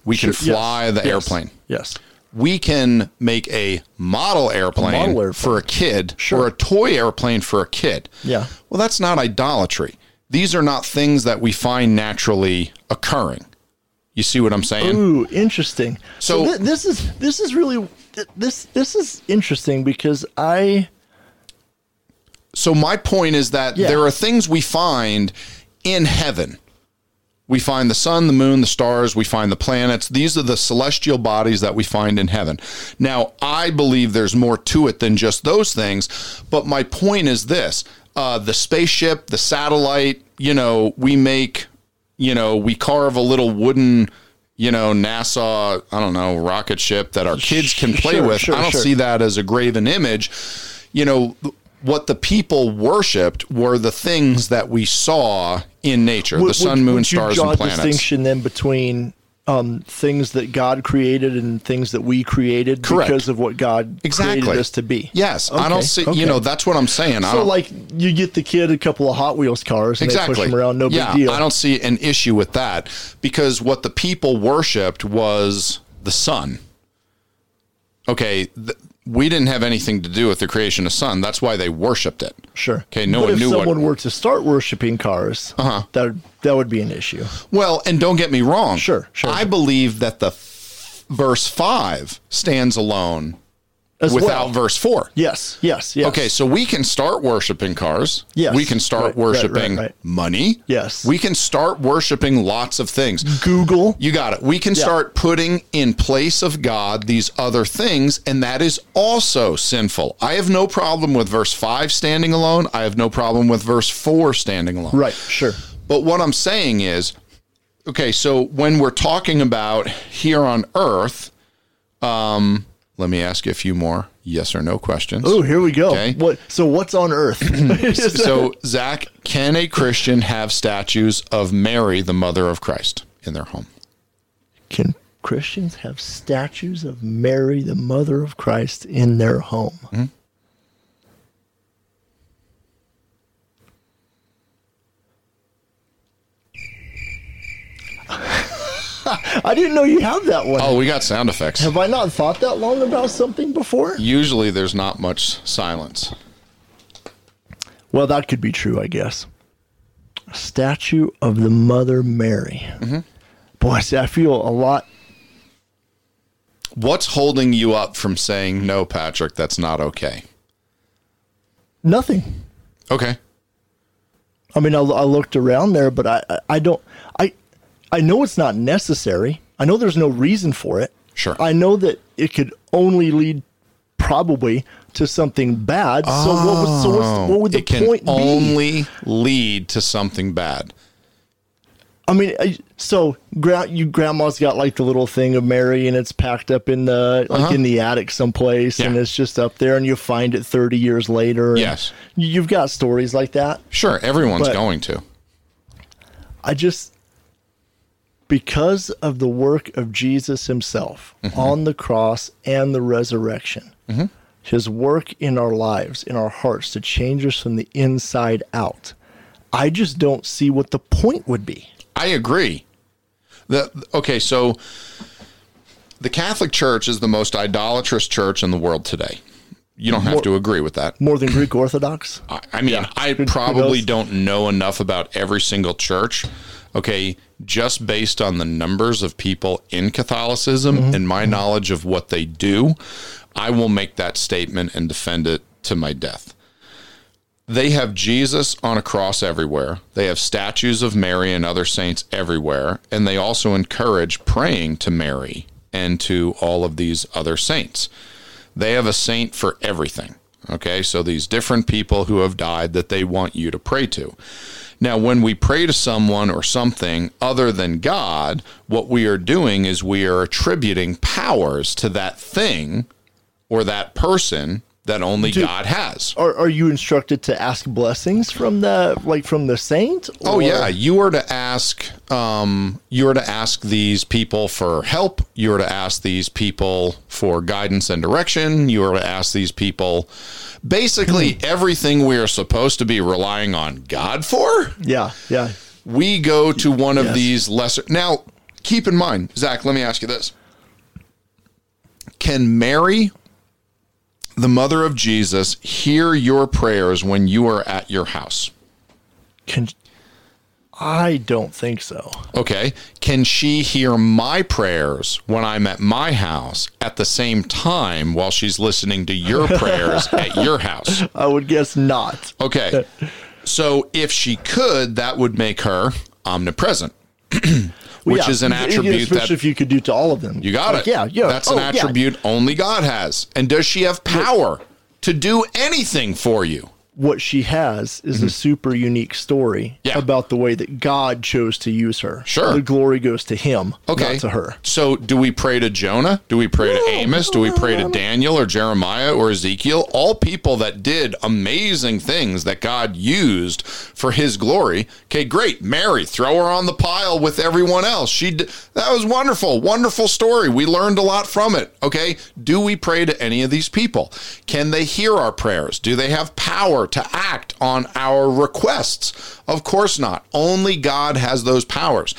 Speaker 1: we can
Speaker 2: Sure, yes,
Speaker 1: fly the
Speaker 2: yes,
Speaker 1: airplane
Speaker 2: Yes.
Speaker 1: we can make a model airplane,
Speaker 2: model airplane.
Speaker 1: for a kid
Speaker 2: Sure.
Speaker 1: or a toy airplane for a kid.
Speaker 2: Yeah.
Speaker 1: Well, that's not idolatry. These are not things that we find naturally occurring. You see what I'm saying?
Speaker 2: Ooh, interesting.
Speaker 1: So-
Speaker 2: So, thi- this is this is really th- this this is interesting because I
Speaker 1: So my point is that
Speaker 2: Yeah.
Speaker 1: there are things we find in heaven. We find the sun, the moon, the stars, we find the planets. These are the celestial bodies that we find in heaven. Now, I believe there's more to it than just those things, but my point is this uh, the spaceship, the satellite, you know, we make you know, we carve a little wooden, you know, NASA, I don't know, rocket ship that our kids can play
Speaker 2: Sure,
Speaker 1: with.
Speaker 2: sure,
Speaker 1: I don't
Speaker 2: sure.
Speaker 1: see that as a graven image. You know, what the people worshipped were the things that we saw in nature the
Speaker 2: Would-
Speaker 1: sun,
Speaker 2: would-
Speaker 1: moon,
Speaker 2: would you
Speaker 1: stars,
Speaker 2: draw
Speaker 1: and
Speaker 2: a
Speaker 1: planets.
Speaker 2: distinction then between um, things that God created and things that we created
Speaker 1: Correct.
Speaker 2: because of what God
Speaker 1: Exactly.
Speaker 2: created us to be.
Speaker 1: Yes. I don't
Speaker 2: Okay,
Speaker 1: see,
Speaker 2: okay.
Speaker 1: you know, that's what I'm saying. I
Speaker 2: So,
Speaker 1: don't,
Speaker 2: like, you get the kid a couple of Hot Wheels cars and
Speaker 1: exactly.
Speaker 2: they push them around, no
Speaker 1: yeah,
Speaker 2: big deal.
Speaker 1: I don't see an issue with that because what the people worshipped was the sun. Okay, th- we didn't have anything to do with the creation of sun. That's why they worshipped it.
Speaker 2: Sure.
Speaker 1: Okay, no
Speaker 2: but
Speaker 1: one
Speaker 2: if
Speaker 1: knew what-
Speaker 2: someone were to start worshiping cars, uh-huh. that that would be an issue.
Speaker 1: Well, and don't get me wrong.
Speaker 2: Sure, sure.
Speaker 1: I believe that the f- verse five stands alone
Speaker 2: As
Speaker 1: without
Speaker 2: well.
Speaker 1: verse four.
Speaker 2: yes, yes, yes.
Speaker 1: Okay, so we can start worshiping cars.
Speaker 2: Yes.
Speaker 1: We can start
Speaker 2: Right, right, right,
Speaker 1: worshiping
Speaker 2: right.
Speaker 1: money.
Speaker 2: Yes.
Speaker 1: We can start worshiping lots of things.
Speaker 2: Google.
Speaker 1: You got it. We can start putting in place of God these other things, and that is also sinful. I have no problem with verse 5 standing alone. I have no problem with verse 4 standing alone.
Speaker 2: Right. Sure.
Speaker 1: But what I'm saying is okay, so when we're talking about here on earth, um, let me ask you a few more yes or no questions.
Speaker 2: Oh, here we go.
Speaker 1: Okay.
Speaker 2: What? So what's on
Speaker 1: [clears throat]
Speaker 2: Earth? [laughs]
Speaker 1: [laughs] So, Zach, can a Christian have statues of Mary, the mother of Christ, in their home?
Speaker 2: Can Christians have statues of Mary, the mother of Christ, in their home? [laughs] I didn't know you had that one.
Speaker 1: Oh, we got sound effects.
Speaker 2: Have I not thought that long about something before?
Speaker 1: usually there's not much silence.
Speaker 2: Well, that could be true, I guess. A statue of the Mother Mary. Boy, see, I feel a lot.
Speaker 1: What's holding you up from saying no, Patrick? That's not okay.
Speaker 2: Nothing.
Speaker 1: Okay.
Speaker 2: I mean, I, I looked around there, but I, I, I don't. I, I know it's not necessary. I know there's no reason for it.
Speaker 1: Sure.
Speaker 2: I know that it could only lead, probably, to something bad. so what would so what's, what would the
Speaker 1: Oh. it can
Speaker 2: point be?
Speaker 1: only lead to something bad.
Speaker 2: I mean, I, so gra- you grandma's got like the little thing of Mary, and it's packed up in the like in the attic someplace, and
Speaker 1: Uh-huh. Yeah.
Speaker 2: it's just up there, and you find it thirty years later. and
Speaker 1: Yes.
Speaker 2: you've got stories like that.
Speaker 1: Sure, everyone's
Speaker 2: But-
Speaker 1: going to.
Speaker 2: I just because of the work of Jesus Himself
Speaker 1: Mm-hmm.
Speaker 2: on the cross and the resurrection, His work in our lives, in our hearts, to change us from the inside out. I just don't see what the point would be.
Speaker 1: I agree. The okay, so the Catholic Church is the most idolatrous church in the world today. You don't have to agree with that.
Speaker 2: More than Greek Orthodox?
Speaker 1: I- I mean, I probably don't know enough about every single church. Okay, just based on the numbers of people in Catholicism and my knowledge of what they do, I will make that statement and defend it to my death. They have Jesus on a cross everywhere. They have statues of Mary and other saints everywhere. And they also encourage praying to Mary and to all of these other saints they have a saint for everything. Okay, so these different people who have died that they want you to pray to. Now, when we pray to someone or something other than God, what we are doing is we are attributing powers to that thing or that person that only God has.
Speaker 2: Are, are you instructed to ask blessings from the like from the saint?
Speaker 1: Oh
Speaker 2: or-
Speaker 1: yeah, you were to ask. Um, you were to ask these people for help. You were to ask these people for guidance and direction. You were to ask these people, basically
Speaker 2: Hmm.
Speaker 1: everything we are supposed to be relying on God for.
Speaker 2: yeah, yeah.
Speaker 1: We go to one of
Speaker 2: Yes.
Speaker 1: these lesser. Now, keep in mind, Zach. Let me ask you this: Can Mary, the mother of Jesus, hear your prayers when you are at your house?
Speaker 2: Can I don't think so.
Speaker 1: Okay. Can she hear my prayers when I'm at my house at the same time while she's listening to
Speaker 2: [laughs]
Speaker 1: your prayers at your house?
Speaker 2: I would guess not.
Speaker 1: Okay. So if she could, that would make her omnipresent, [clears throat] which
Speaker 2: Yeah,
Speaker 1: is an
Speaker 2: e-
Speaker 1: attribute
Speaker 2: especially
Speaker 1: that
Speaker 2: if you could do to all of them.
Speaker 1: you got
Speaker 2: Like,
Speaker 1: it.
Speaker 2: Yeah, yeah.
Speaker 1: That's an
Speaker 2: oh, yeah.
Speaker 1: attribute only God has. And does she have power to do anything for you?
Speaker 2: what she has is a super unique story
Speaker 1: Mm-hmm. Yeah.
Speaker 2: about the way that God chose to use her.
Speaker 1: Sure.
Speaker 2: The glory goes to him,
Speaker 1: Okay.
Speaker 2: not to her.
Speaker 1: So do we pray to Jonah? Do we pray to Amos? Do we pray to Daniel or Jeremiah or Ezekiel? All people that did amazing things that God used for his glory. Okay, great. Mary, throw her on the pile with everyone else. She d- that was wonderful. Wonderful story. We learned a lot from it. Okay? Do we pray to any of these people? Can they hear our prayers? Do they have power to act on our requests? Of course not. Only God has those powers.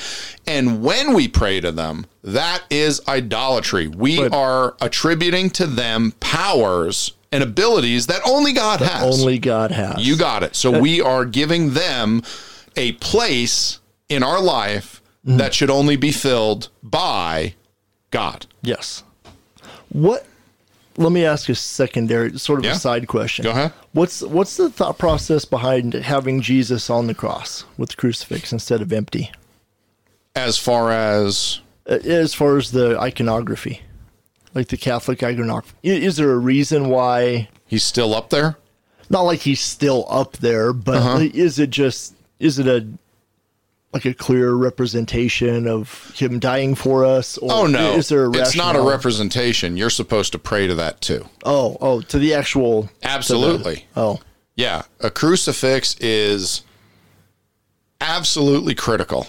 Speaker 1: And when we pray to them, that is idolatry. We
Speaker 2: But-
Speaker 1: are attributing to them powers and abilities that only God has.
Speaker 2: Only God has.
Speaker 1: you got it. So we are giving them a place in our life
Speaker 2: Mm.
Speaker 1: that should only be filled by God.
Speaker 2: Yes. What? Let me ask a secondary, sort of
Speaker 1: Yeah.
Speaker 2: a side question.
Speaker 1: Go ahead.
Speaker 2: What's What's the thought process behind having Jesus on the cross with the crucifix instead of empty?
Speaker 1: As far as
Speaker 2: A- Uh, As far as the iconography, like the Catholic iconography, i- is there a reason why?
Speaker 1: he's still up there,
Speaker 2: Not like he's still up there, but
Speaker 1: Uh-huh.
Speaker 2: like, is it just? Is it a like a clear representation of him dying for us? Or
Speaker 1: Oh no,
Speaker 2: Is there a
Speaker 1: it's not a
Speaker 2: rationale?
Speaker 1: representation. You're supposed to pray to that too.
Speaker 2: Oh, oh, to the actual.
Speaker 1: Absolutely.
Speaker 2: Oh,
Speaker 1: Yeah, a crucifix is absolutely critical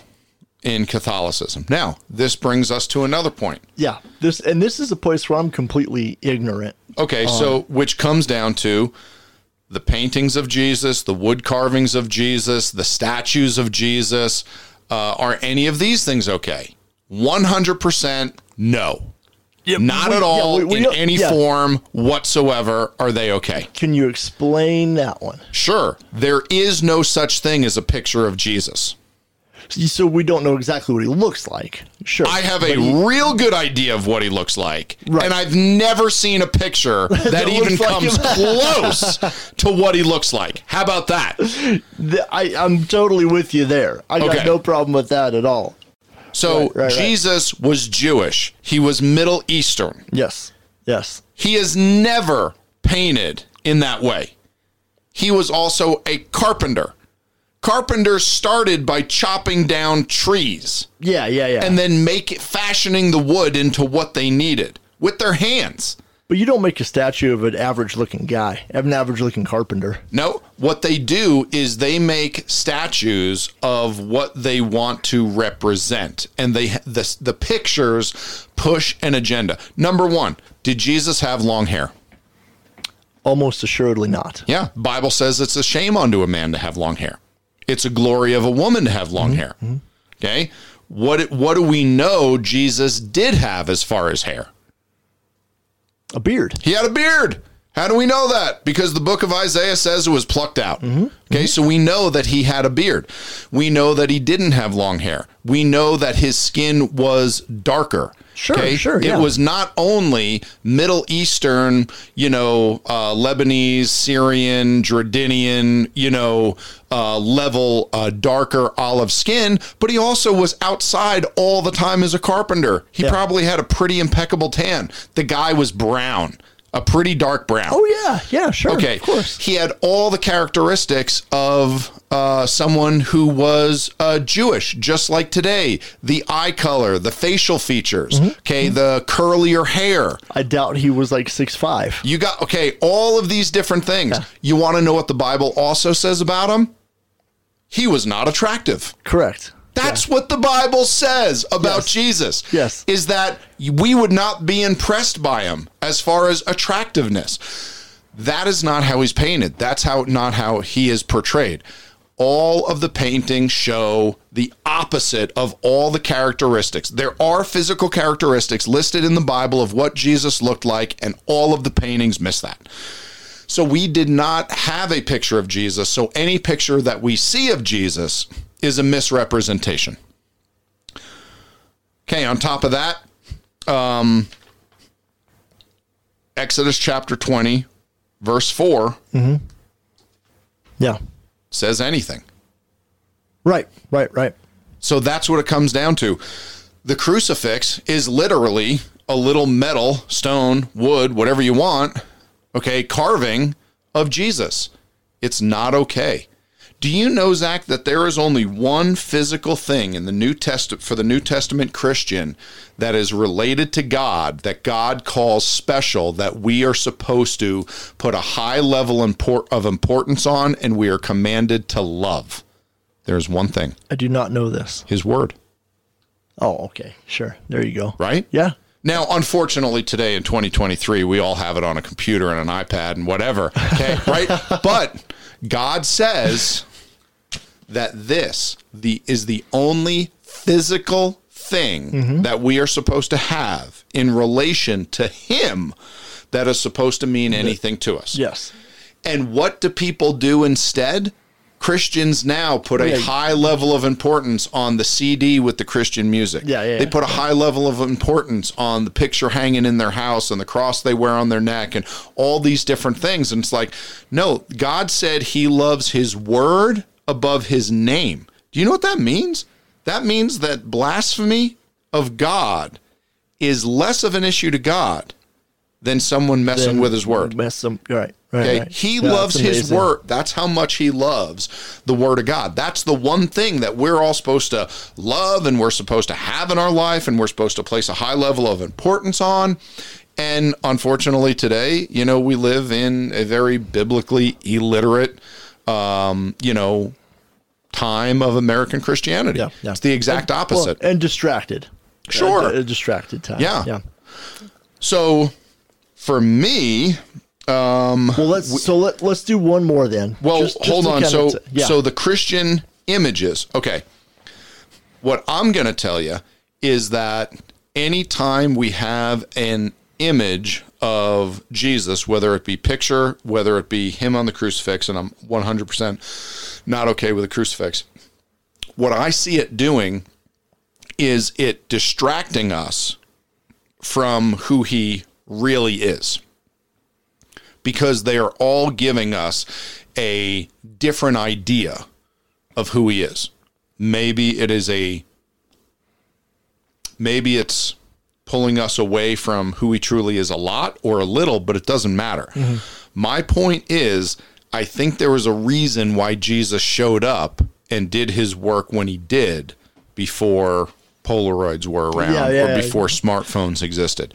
Speaker 1: in Catholicism. Now, this brings us to another point.
Speaker 2: Yeah. This and this is a place where I'm completely ignorant.
Speaker 1: Okay, so
Speaker 2: Uh-huh.
Speaker 1: which comes down to the paintings of Jesus, the wood carvings of Jesus, the statues of Jesus. Uh, are any of these things okay? 100% no. Not
Speaker 2: we-
Speaker 1: at
Speaker 2: yeah,
Speaker 1: all
Speaker 2: we- we
Speaker 1: in
Speaker 2: don't-
Speaker 1: any
Speaker 2: yeah.
Speaker 1: form whatsoever are they okay.
Speaker 2: Can you explain that one?
Speaker 1: Sure, there is no such thing as a picture of Jesus.
Speaker 2: So we don't know exactly what he looks like. Sure.
Speaker 1: I have a real good idea of what he looks like,
Speaker 2: Right.
Speaker 1: and I've never seen a
Speaker 2: [laughs]
Speaker 1: picture that, even
Speaker 2: looks like
Speaker 1: comes
Speaker 2: him. [laughs]
Speaker 1: close to what he looks like. How about that?
Speaker 2: The- I, I'm totally with you there. I
Speaker 1: Okay.
Speaker 2: got no problem with that at all.
Speaker 1: So
Speaker 2: Right, right, right.
Speaker 1: Jesus was Jewish. He was Middle Eastern.
Speaker 2: Yes. Yes.
Speaker 1: He is never painted in that way. He was also a carpenter. Carpenters started by chopping down trees
Speaker 2: Yeah. Yeah. Yeah.
Speaker 1: and then make fashioning the wood into what they needed with their hands.
Speaker 2: but you don't make a statue of an average-looking guy, of an average-looking carpenter.
Speaker 1: No, what they do is they make statues of what they want to represent, and they the the pictures push an agenda. Number one, did Jesus have long hair?
Speaker 2: Almost assuredly not.
Speaker 1: Yeah, Bible says it's a shame unto a man to have long hair. It's a glory of a woman to have long hair.
Speaker 2: Mm-hmm.
Speaker 1: Okay, what what do we know Jesus did have as far as hair?
Speaker 2: A beard.
Speaker 1: He had a beard. How do we know that? Because the book of Isaiah says it was plucked out.
Speaker 2: Mm-hmm.
Speaker 1: Okay, so we know that he had a beard. We know that he didn't have long hair. We know that his skin was darker.
Speaker 2: Sure, sure,
Speaker 1: It
Speaker 2: yeah.
Speaker 1: was not only Middle Eastern, you know, uh, Lebanese, Syrian, Jordanian, you know, uh, level uh, darker olive skin, but he also was outside all the time as a carpenter. He
Speaker 2: Yeah.
Speaker 1: probably had a pretty impeccable tan. The guy was brown, a pretty dark brown.
Speaker 2: Oh yeah. Yeah. Sure.
Speaker 1: Okay.
Speaker 2: Of course.
Speaker 1: He had all the characteristics of uh, someone who was uh, Jewish, just like today. The eye color, the facial features,
Speaker 2: Mm-hmm.
Speaker 1: okay, the curlier hair.
Speaker 2: I doubt he was like six five.
Speaker 1: You got, okay, all of these different things. You want to know what the Bible also says about him? He was not attractive.
Speaker 2: Correct.
Speaker 1: That's what the Bible says about
Speaker 2: Yes.
Speaker 1: Jesus.
Speaker 2: Yes.
Speaker 1: Is that we would not be impressed by him as far as attractiveness. That is not how he's painted. That's how not how he is portrayed. All of the paintings show the opposite of all the characteristics. There are physical characteristics listed in the Bible of what Jesus looked like, and all of the paintings miss that. So we did not have a picture of Jesus. So any picture that we see of Jesus is a misrepresentation. Okay, on top of that, um, Exodus chapter 20, verse 4
Speaker 2: Yeah.
Speaker 1: says anything.
Speaker 2: Right. Right. Right.
Speaker 1: So that's what it comes down to. The crucifix is literally a little metal, stone, wood, whatever you want, okay, carving of Jesus. It's not okay. Do you know, Zach, that there is only one physical thing in the New Testament for the New Testament Christian that is related to God that God calls special that we are supposed to put a high level import- of importance on and we are commanded to love? There's one thing
Speaker 2: I do not know this.
Speaker 1: His Word,
Speaker 2: Oh, okay. Sure. There you go.
Speaker 1: right?
Speaker 2: Yeah.
Speaker 1: Now, unfortunately, today in 2023, we all have it on a computer and an iPad and whatever. Okay, right? But God says that this the is the only physical thing that we are supposed to have in relation to Him that is supposed to mean anything to us.
Speaker 2: Yes.
Speaker 1: And what do people do instead? Christians now put a
Speaker 2: Yeah.
Speaker 1: high level of importance on the CD with the Christian music.
Speaker 2: Yeah, yeah,
Speaker 1: They
Speaker 2: yeah.
Speaker 1: put a high level of importance on the picture hanging in their house and the cross they wear on their neck and all these different things. And it's like, no, God said he loves his word above his name. Do you know what that means? That means that blasphemy of God is less of an issue to God than someone messing
Speaker 2: Then
Speaker 1: with his word.
Speaker 2: Mess them. Right. Right.
Speaker 1: Okay.
Speaker 2: right.
Speaker 1: He
Speaker 2: Yeah, that's
Speaker 1: loves his
Speaker 2: amazing.
Speaker 1: word. That's how much he loves the word of God. That's the one thing that we're all supposed to love and we're supposed to have in our life and we're supposed to place a high level of importance on. And unfortunately, today, you know, we live in a very biblically illiterate, um, you know, time of American Christianity.
Speaker 2: Yeah, yeah.
Speaker 1: It's the exact
Speaker 2: Well,
Speaker 1: opposite.
Speaker 2: and distracted.
Speaker 1: Sure.
Speaker 2: A, a distracted time.
Speaker 1: Yeah.
Speaker 2: Yeah.
Speaker 1: so for me,
Speaker 2: Well, let's so let let's do one more then.
Speaker 1: Well,
Speaker 2: Just- just
Speaker 1: hold
Speaker 2: to
Speaker 1: on.
Speaker 2: kinda
Speaker 1: So,
Speaker 2: t- yeah.
Speaker 1: so the Christian images. Okay. What I'm going to tell you is that anytime we have an image of Jesus, whether it be picture, whether it be him on the crucifix, and I'm 100% not okay with the crucifix, what I see it doing is it distracting us from who he really is because they are all giving us a different idea of who he is. Maybe it is a maybe it's pulling us away from who he truly is a lot or a little, but it doesn't matter.
Speaker 2: Mm-hmm.
Speaker 1: My point is I think there was a reason why Jesus showed up and did his work when he did before Polaroids were around
Speaker 2: Yeah, yeah,
Speaker 1: or
Speaker 2: yeah.
Speaker 1: before smartphones existed.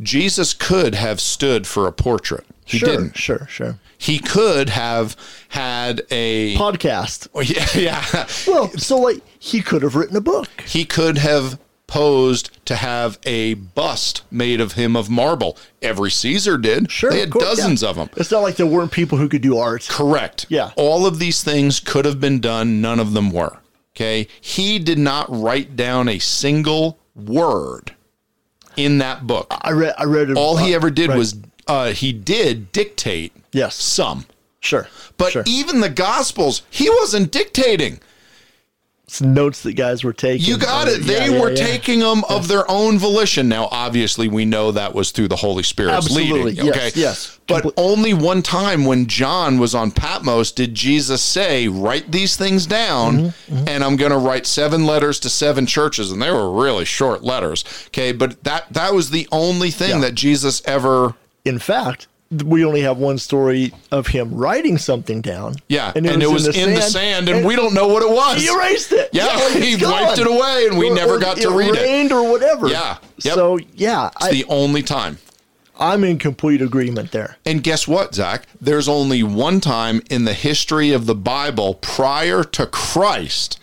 Speaker 1: Jesus could have stood for a portrait. He
Speaker 2: sure,
Speaker 1: didn't
Speaker 2: sure, sure.
Speaker 1: he could have had a [laughs]
Speaker 2: Podcast.
Speaker 1: yeah, yeah.
Speaker 2: Well, so like he could have written a book.
Speaker 1: he could have posed to have a bust made of him of marble every caesar did
Speaker 2: Sure,
Speaker 1: they
Speaker 2: of
Speaker 1: had
Speaker 2: course,
Speaker 1: dozens
Speaker 2: yeah.
Speaker 1: of them
Speaker 2: It's not like there weren't people who could do art.
Speaker 1: correct
Speaker 2: Yeah.
Speaker 1: all of these things could have been done none of them were okay he did not write down a single word in that book
Speaker 2: I read. I read.
Speaker 1: all he
Speaker 2: uh,
Speaker 1: ever did
Speaker 2: right.
Speaker 1: was uh, he did dictate
Speaker 2: Yes.
Speaker 1: some
Speaker 2: Sure.
Speaker 1: but
Speaker 2: sure.
Speaker 1: even the gospels he wasn't dictating
Speaker 2: it's notes that guys were taking.
Speaker 1: You got
Speaker 2: Uh,
Speaker 1: it. They
Speaker 2: yeah, yeah,
Speaker 1: were
Speaker 2: yeah.
Speaker 1: taking them of their own volition. Now, obviously, we know that was through the Holy Spirit's
Speaker 2: Absolutely.
Speaker 1: leading.
Speaker 2: Yes,
Speaker 1: Okay.
Speaker 2: yes.
Speaker 1: But
Speaker 2: Comple-
Speaker 1: only one time when John was on Patmos did Jesus say, Write these things down,
Speaker 2: Mm-hmm,
Speaker 1: and I'm going to write seven letters to seven churches. And they were really short letters. Okay. But that, that was the only thing that Jesus ever.
Speaker 2: In fact, th- we only have one story of him writing something down.
Speaker 1: Yeah. And it was, in, the, sand, and, we don't know what it was.
Speaker 2: He erased it.
Speaker 1: Yeah,
Speaker 2: like,
Speaker 1: he
Speaker 2: it's
Speaker 1: wiped it
Speaker 2: gone.
Speaker 1: away and we
Speaker 2: Or-
Speaker 1: never
Speaker 2: or
Speaker 1: got to read it.
Speaker 2: rained or whatever.
Speaker 1: Yeah, yep.
Speaker 2: So yeah, I,
Speaker 1: the only time.
Speaker 2: I'm in complete agreement there.
Speaker 1: And guess what, Zach? There's only one time in the history of the Bible prior to Christ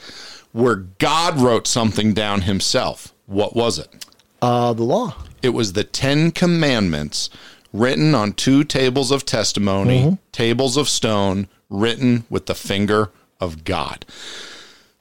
Speaker 1: where God wrote something down himself. What was it?
Speaker 2: Uh, the law.
Speaker 1: It was the Ten Commandments written on two tables of testimony, tables of stone, written with the finger of God.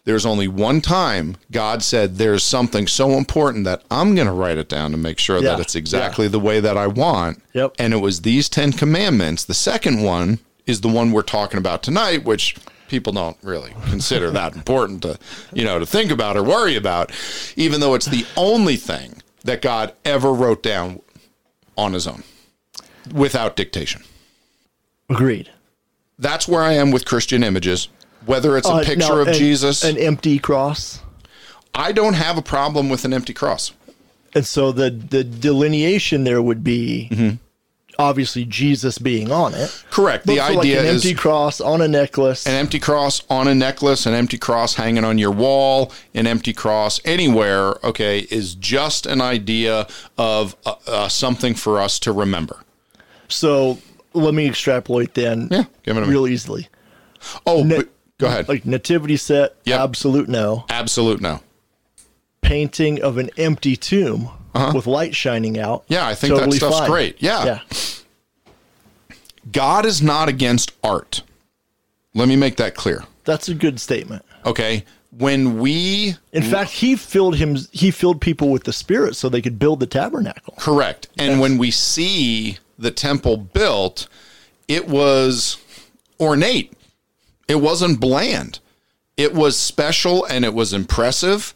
Speaker 1: There's only one time God said, There's something so important that I'm going to write it down to make sure that
Speaker 2: Yeah,
Speaker 1: it's exactly the way that I want.
Speaker 2: Yep.
Speaker 1: And it was these Ten Commandments. The second one is the one we're talking about tonight, which people don't really consider that
Speaker 2: [laughs]
Speaker 1: important to, you know, to think about or worry about, even though it's the only thing that God ever wrote down on his own without dictation.
Speaker 2: Agreed.
Speaker 1: That's where I am with Christian images. Whether it's a
Speaker 2: Uh,
Speaker 1: picture
Speaker 2: now,
Speaker 1: of
Speaker 2: an-
Speaker 1: Jesus,
Speaker 2: an empty cross.
Speaker 1: I don't have a problem with an empty cross.
Speaker 2: And so the the delineation there would be obviously Jesus being on it.
Speaker 1: Correct.
Speaker 2: But
Speaker 1: Mm-hmm. the
Speaker 2: for
Speaker 1: idea
Speaker 2: like an
Speaker 1: is
Speaker 2: empty cross on a necklace.
Speaker 1: an empty cross on a necklace, an empty cross hanging on your wall, an empty cross anywhere, okay, is just an idea of uh, uh, something for us to remember.
Speaker 2: so let me extrapolate then
Speaker 1: Yeah, give it to me.
Speaker 2: real easily.
Speaker 1: Oh,
Speaker 2: Na-
Speaker 1: but- go ahead.
Speaker 2: Like nativity set,
Speaker 1: Yep.
Speaker 2: absolute no.
Speaker 1: Absolute no.
Speaker 2: Painting of an empty tomb with light shining out.
Speaker 1: Uh-huh. Yeah, I think that stuff's great. Yeah.
Speaker 2: Yeah.
Speaker 1: God is not against art. Let me make that clear.
Speaker 2: That's a good statement.
Speaker 1: Okay. When we
Speaker 2: In fact, he filled him he filled people with the spirit so they could build the tabernacle.
Speaker 1: Correct. And when we see the temple built, it was ornate. It wasn't bland. It was special and it was impressive.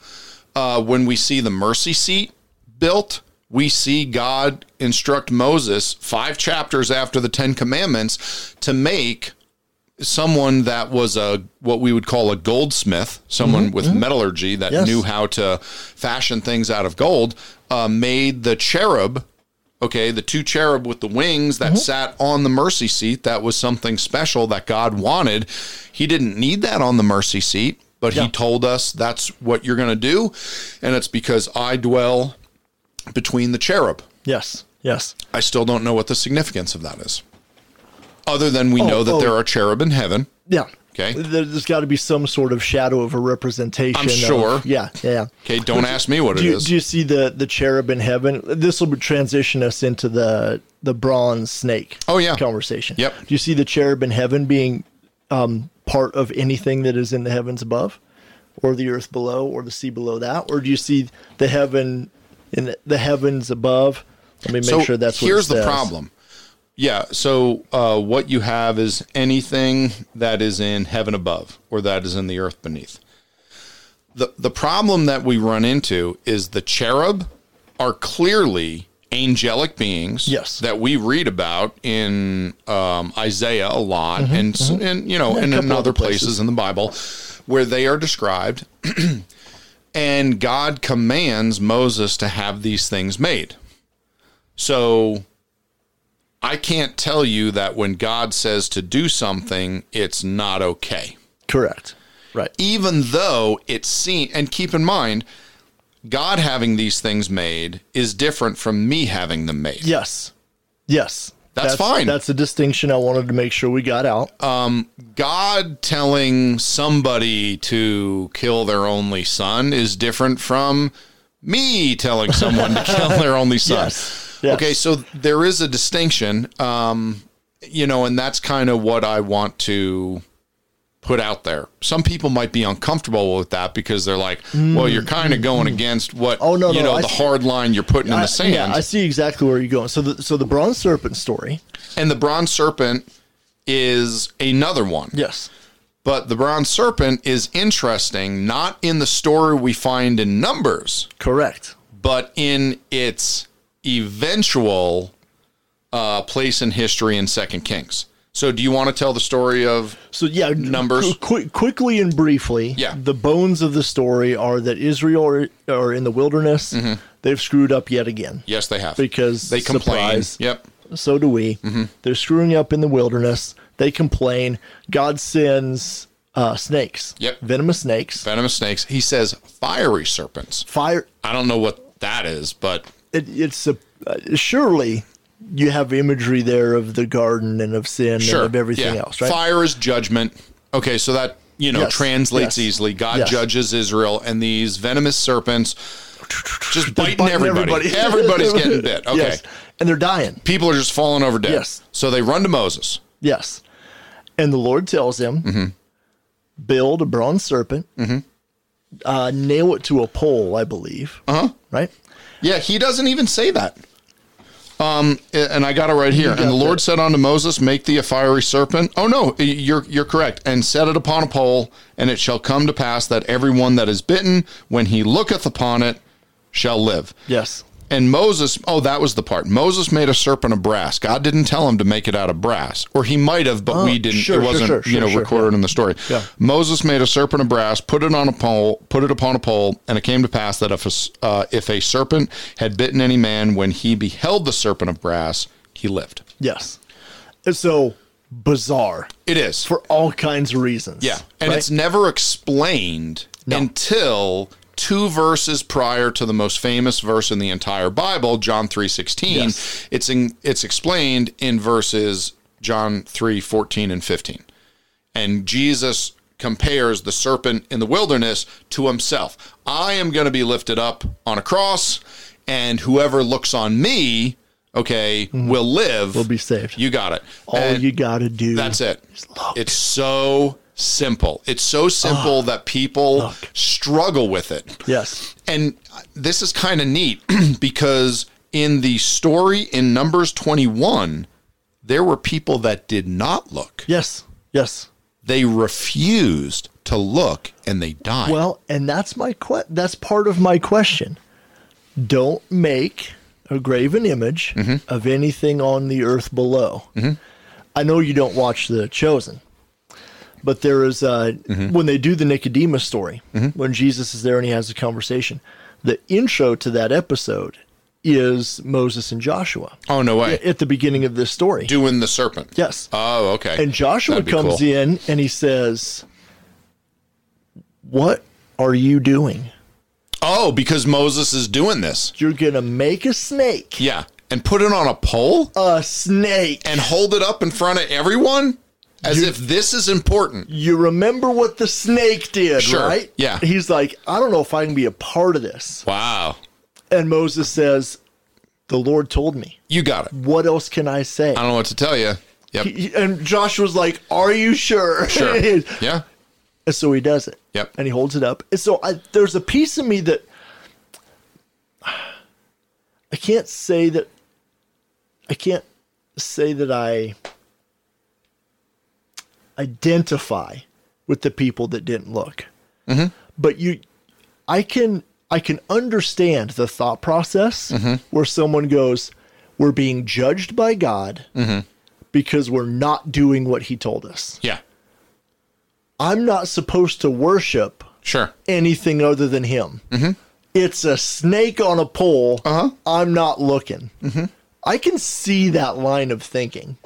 Speaker 1: Uh, when we see the mercy seat built, we see God instruct Moses five chapters after the Ten Commandments to make someone that was a what we would call a goldsmith, someone with metallurgy that
Speaker 2: Yes.
Speaker 1: knew how to fashion things out of gold, uh, made the cherub. Okay, the two cherub with the wings
Speaker 2: Mm-hmm.
Speaker 1: that sat on the mercy seat, that was something special that God wanted. He didn't need that on the mercy seat, but
Speaker 2: Yeah.
Speaker 1: He told us that's what you're going to do. And it's because I dwell between the cherub.
Speaker 2: Yes. Yes.
Speaker 1: I still don't know what the significance of that is, other than we know that
Speaker 2: oh.
Speaker 1: there are cherub in heaven.
Speaker 2: Yeah.
Speaker 1: Okay.
Speaker 2: There- There's got to be some sort of shadow of a representation.
Speaker 1: I'm sure.
Speaker 2: Of, yeah. Yeah.
Speaker 1: Okay, don't ask me what it
Speaker 2: Do you,
Speaker 1: is.
Speaker 2: do you see the the cherub in heaven? This will transition us into the the bronze snake.
Speaker 1: Oh, yeah.
Speaker 2: Conversation.
Speaker 1: Yep.
Speaker 2: Do you see the cherub in heaven being um, part of anything that is in the heavens above, or the earth below, or the sea below that, or do you see the heaven in the, the heavens above? Let me make
Speaker 1: so
Speaker 2: sure that's what it
Speaker 1: here's the
Speaker 2: says.
Speaker 1: problem. Yeah, so uh, what you have is anything that is in heaven above or that is in the earth beneath. The the problem that we run into is the cherub are clearly angelic beings
Speaker 2: Yes.
Speaker 1: that we read about in um, Isaiah a lot
Speaker 2: Mm-hmm.
Speaker 1: and s and you know and in
Speaker 2: couple
Speaker 1: other
Speaker 2: other places.
Speaker 1: places in the Bible where they are described [clears throat] and God commands Moses to have these things made. So I can't tell you that when God says to do something, it's not okay.
Speaker 2: Correct. Right.
Speaker 1: Even though it's seen, and keep in mind, God having these things made is different from me having them made.
Speaker 2: Yes. Yes.
Speaker 1: That's fine.
Speaker 2: That's a distinction I wanted to make sure we got out.
Speaker 1: God telling somebody to kill their only son is different from me telling someone to
Speaker 2: [laughs]
Speaker 1: kill their only son.
Speaker 2: Yes, yes.
Speaker 1: Okay, so there is a distinction, um, you know, and that's kind of what I want to put out there. Some people might be uncomfortable with that because they're like, well, you're kind of going against what,
Speaker 2: Mm. Oh, no,
Speaker 1: you
Speaker 2: no,
Speaker 1: know,
Speaker 2: I
Speaker 1: the
Speaker 2: see-
Speaker 1: hard line you're putting in
Speaker 2: I-
Speaker 1: the sand.
Speaker 2: Yeah, I see exactly where you're going. So the so the bronze serpent story.
Speaker 1: and the bronze serpent is another one.
Speaker 2: Yes.
Speaker 1: But the bronze serpent is interesting, not in the story we find in Numbers,
Speaker 2: Correct.
Speaker 1: but in its eventual uh, place in history in Second Kings. So, do you want to tell the story of?
Speaker 2: So yeah,
Speaker 1: Numbers.
Speaker 2: Quick, quickly and briefly.
Speaker 1: Yeah.
Speaker 2: The bones of the story are that Israel are, are in the wilderness. They've screwed up yet again.
Speaker 1: Yes, they have
Speaker 2: Because
Speaker 1: Mm-hmm. they complain. Mm-hmm.
Speaker 2: surprise,
Speaker 1: Yep,
Speaker 2: So do we. They're screwing up in the wilderness. They complain. God sends uh, snakes.
Speaker 1: Yep.
Speaker 2: Venomous snakes.
Speaker 1: venomous snakes. He says fiery serpents.
Speaker 2: Fire.
Speaker 1: I don't know what that is, but
Speaker 2: it, it's a, uh, surely you have imagery there of the garden and of sin
Speaker 1: sure,
Speaker 2: and of everything
Speaker 1: yeah.
Speaker 2: else, right?
Speaker 1: Fire is judgment. Okay, so that you know
Speaker 2: Yes,
Speaker 1: translates
Speaker 2: yes,
Speaker 1: easily. God
Speaker 2: yes.
Speaker 1: judges Israel, and these venomous serpents just biting,
Speaker 2: biting
Speaker 1: everybody.
Speaker 2: everybody.
Speaker 1: Everybody's getting bit. Okay.
Speaker 2: [laughs] Yes. And they're dying.
Speaker 1: People are just falling over dead.
Speaker 2: Yes.
Speaker 1: So they run to Moses.
Speaker 2: Yes. And the Lord tells him,
Speaker 1: Mm-hmm.
Speaker 2: build a bronze serpent, uh, nail it to a pole, I believe. Uh
Speaker 1: Uh-huh.
Speaker 2: huh. Right?
Speaker 1: Yeah, he doesn't even say that. Um, a- and I got it right here. And the
Speaker 2: got
Speaker 1: Lord
Speaker 2: that.
Speaker 1: said unto Moses, Make thee a fiery serpent. Oh no, you're you're correct. And set it upon a pole, and it shall come to pass that every one that is bitten, when he looketh upon it, shall live.
Speaker 2: Yes.
Speaker 1: And Moses, oh, that was the part. Moses made a serpent of brass. God didn't tell him to make it out of brass, or he might have, but we didn't.
Speaker 2: Oh, sure,
Speaker 1: it
Speaker 2: sure,
Speaker 1: wasn't,
Speaker 2: sure,
Speaker 1: you
Speaker 2: sure,
Speaker 1: know,
Speaker 2: sure,
Speaker 1: recorded
Speaker 2: yeah.
Speaker 1: in the story.
Speaker 2: Yeah.
Speaker 1: Moses made a serpent of brass, put it on a pole, put it upon a pole, and it came to pass that if a, s- uh, if a serpent had bitten any man, when he beheld the serpent of brass, he lived.
Speaker 2: Yes. And so bizarre
Speaker 1: It is.
Speaker 2: for all kinds of reasons.
Speaker 1: yeah. And
Speaker 2: right?
Speaker 1: it's never explained
Speaker 2: No.
Speaker 1: until two verses prior to the most famous verse in the entire Bible, John 3:16.
Speaker 2: Yes.
Speaker 1: It's in, it's explained in verses John 3:14 and 15. And Jesus compares the serpent in the wilderness to himself. I am going to be lifted up on a cross and whoever looks on me, okay, will live.
Speaker 2: Mm-hmm. will be saved.
Speaker 1: you got it.
Speaker 2: all
Speaker 1: And-
Speaker 2: you got to do.
Speaker 1: That's it.
Speaker 2: look.
Speaker 1: It's so simple. It's so simple that people struggle with it.
Speaker 2: Yes.
Speaker 1: And this is kind of neat [clears throat] because in the story in Numbers 21, there were people that did not look.
Speaker 2: Yes. Yes.
Speaker 1: They refused to look and they died.
Speaker 2: Well, and that's my que- that's part of my question. Don't make a graven image of anything on the earth below. I know you don't watch The Chosen, but there is uh, when they do the Nicodemus story, when Jesus is there and he has a conversation. The intro to that episode is Moses and Joshua
Speaker 1: oh, no way.
Speaker 2: at the beginning of this story.
Speaker 1: Doing the serpent.
Speaker 2: yes.
Speaker 1: Oh, okay.
Speaker 2: And Joshua
Speaker 1: That'd be
Speaker 2: comes
Speaker 1: cool.
Speaker 2: in and he says, What are you doing?
Speaker 1: Oh, because Moses is doing this.
Speaker 2: You're going to make a snake.
Speaker 1: Yeah. And put it on a pole?
Speaker 2: A snake.
Speaker 1: and hold it up in front of everyone as if this is important.
Speaker 2: You remember what the snake did,
Speaker 1: Sure,
Speaker 2: right?
Speaker 1: yeah.
Speaker 2: He's like, I don't know if I can be a part of this.
Speaker 1: Wow.
Speaker 2: And Moses says, The Lord told me.
Speaker 1: You got it.
Speaker 2: What else can I say?
Speaker 1: I don't know what to tell you. Yep.
Speaker 2: He- [laughs] he- And Joshua's like, Are you sure?
Speaker 1: Sure.
Speaker 2: [laughs]
Speaker 1: yeah.
Speaker 2: And so he does it.
Speaker 1: Yep.
Speaker 2: And he holds it up. And so I, there's a piece of me that I can't say that I can't say that I identify with the people that didn't look. But you, I can I can understand the thought process where someone goes, "We're being judged by God because we're not doing what He told us."
Speaker 1: Yeah.
Speaker 2: I'm not supposed to worship
Speaker 1: Sure.
Speaker 2: anything other than him.
Speaker 1: Mm-hmm.
Speaker 2: It's a snake on a pole. Uh-huh. I'm not looking.
Speaker 1: Mm-hmm.
Speaker 2: I can see that line of thinking.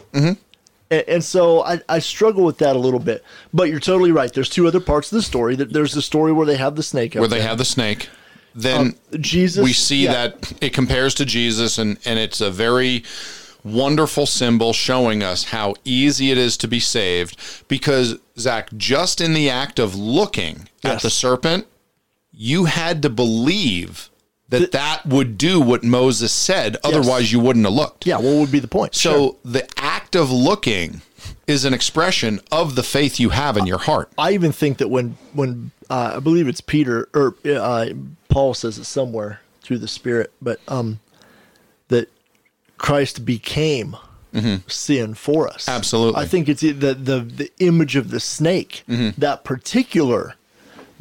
Speaker 2: A- And so I, I struggle with that a little bit, but you're totally right. There's two other parts of the story. That there's the story where they have the snake. up
Speaker 1: Where they
Speaker 2: there.
Speaker 1: have the snake. Then
Speaker 2: Jesus.
Speaker 1: we see
Speaker 2: yeah,
Speaker 1: that it compares to Jesus and and it's a very wonderful symbol showing us how easy it is to be saved because Zach just in the act of looking at
Speaker 2: Yes.
Speaker 1: the serpent you had to believe that that would do what Moses said otherwise you wouldn't have looked
Speaker 2: Yeah. What would be the point?
Speaker 1: so
Speaker 2: Sure.
Speaker 1: the act of looking is an expression of the faith you have in your heart
Speaker 2: I even think that when when uh, I believe it's Peter or uh, Paul says it somewhere through the Spirit, but um, that Christ became sin for us.
Speaker 1: Absolutely.
Speaker 2: I think it's the the the image of the snake that particular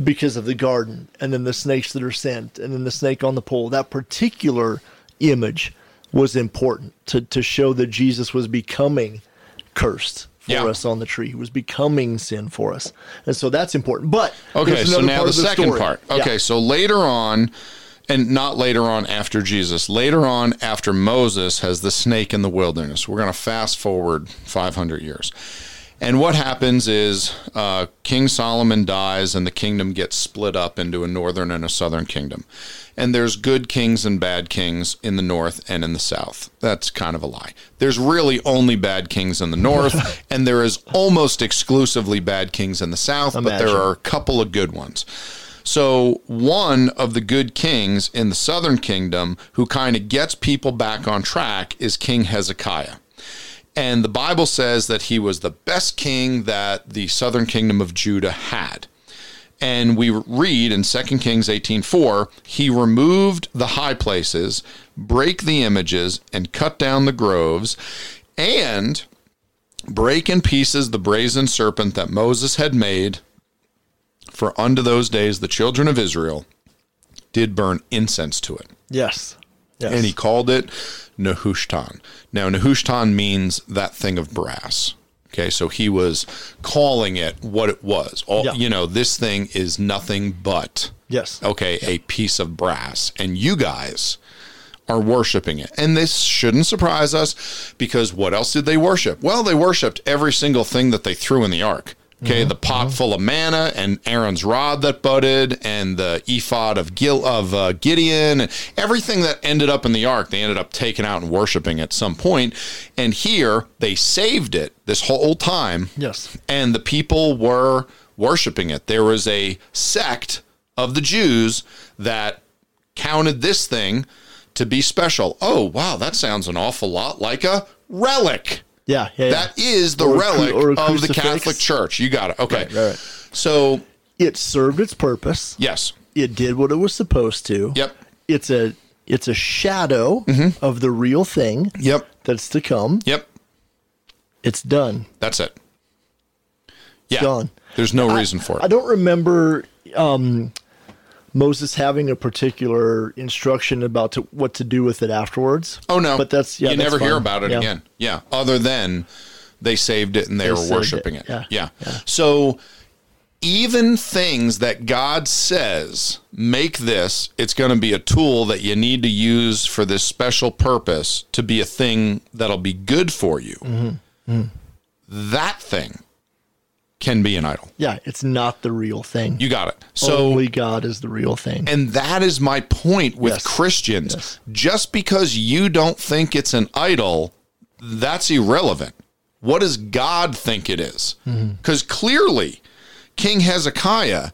Speaker 2: because of the garden, and then the snakes that are sent, and then the snake on the pole. That particular image was important to to show that Jesus was becoming cursed for
Speaker 1: Yeah.
Speaker 2: us on the tree. He was becoming sin for us, and so that's important. But
Speaker 1: Okay,
Speaker 2: there's
Speaker 1: so
Speaker 2: another
Speaker 1: now
Speaker 2: part
Speaker 1: the
Speaker 2: of
Speaker 1: second
Speaker 2: story.
Speaker 1: part.
Speaker 2: Yeah.
Speaker 1: Okay, so later on, and not later on after Jesus, later on after Moses has the snake in the wilderness. We're going to fast forward 500 years. And what happens is uh, King Solomon dies, and the kingdom gets split up into a northern and a southern kingdom. And there's good kings and bad kings in the north and in the south. That's kind of a lie. There's really only bad kings in the
Speaker 2: [laughs]
Speaker 1: north, and there is almost exclusively bad kings in the south, but there
Speaker 2: Imagine.
Speaker 1: are a couple of good ones. So, one of the good kings in the southern kingdom who kind of gets people back on track is King Hezekiah. And the Bible says that he was the best king that the southern kingdom of Judah had. And we read in 2 Kings 18:4, he removed the high places, break the images and cut down the groves, and break in pieces the brazen serpent that Moses had made. For unto those days the children of Israel did burn incense to it
Speaker 2: Yes. Yes.
Speaker 1: and he called it Nehushtan. Now, Nehushtan means that thing of brass. Okay, so he was calling it what it was. All,
Speaker 2: Yeah.
Speaker 1: You know, this thing is nothing but,
Speaker 2: yes.
Speaker 1: okay, a piece of brass. And you guys are worshiping it. And this shouldn't surprise us because what else did they worship? Well, they worshiped every single thing that they threw in the ark. Okay, the pot full of manna and Aaron's rod that budded, and the ephod of Gil of uh, Gideon, and everything that ended up in the ark, they ended up taking out and worshiping at some point. And here they saved it this whole time
Speaker 2: Yes.
Speaker 1: and the people were worshiping it. There was a sect of the Jews that counted this thing to be special. Oh, wow, that sounds an awful lot like a relic.
Speaker 2: Yeah. Yeah. yeah.
Speaker 1: That is the
Speaker 2: Or a cru-
Speaker 1: relic
Speaker 2: or a
Speaker 1: of the
Speaker 2: crucifix.
Speaker 1: Catholic Church. You got it. Okay.
Speaker 2: Right, right.
Speaker 1: So,
Speaker 2: it served its purpose.
Speaker 1: yes.
Speaker 2: It did what it was supposed to.
Speaker 1: Yep. Mm-hmm.
Speaker 2: It's a it's a shadow of the real thing
Speaker 1: Yep.
Speaker 2: that's to come.
Speaker 1: Yep.
Speaker 2: It's done.
Speaker 1: That's it. Yeah.
Speaker 2: Done.
Speaker 1: There's no reason for
Speaker 2: I
Speaker 1: it.
Speaker 2: don't remember um, Moses having a particular instruction about to, what to do with it afterwards.
Speaker 1: Oh no.
Speaker 2: but that's yeah,
Speaker 1: you
Speaker 2: that's
Speaker 1: never hear
Speaker 2: fine.
Speaker 1: about it
Speaker 2: Yeah.
Speaker 1: again. Yeah. Other than they saved it and they, were
Speaker 2: saved it.
Speaker 1: worshiping it.
Speaker 2: Yeah.
Speaker 1: Yeah. So even things that God says make this, it's going to be a tool that you need to use for this special purpose to be a thing that'll be good for you.
Speaker 2: Mm-hmm.
Speaker 1: That thing can be an idol.
Speaker 2: Yeah, it's not the real thing.
Speaker 1: You got it. So
Speaker 2: Only God is the real
Speaker 1: [laughs]
Speaker 2: thing.
Speaker 1: and that is my point with
Speaker 2: Yes.
Speaker 1: Christians.
Speaker 2: Yes.
Speaker 1: Just because you don't think it's an idol, that's irrelevant. What does God think it is?
Speaker 2: Mm-hmm.
Speaker 1: Because clearly, King Hezekiah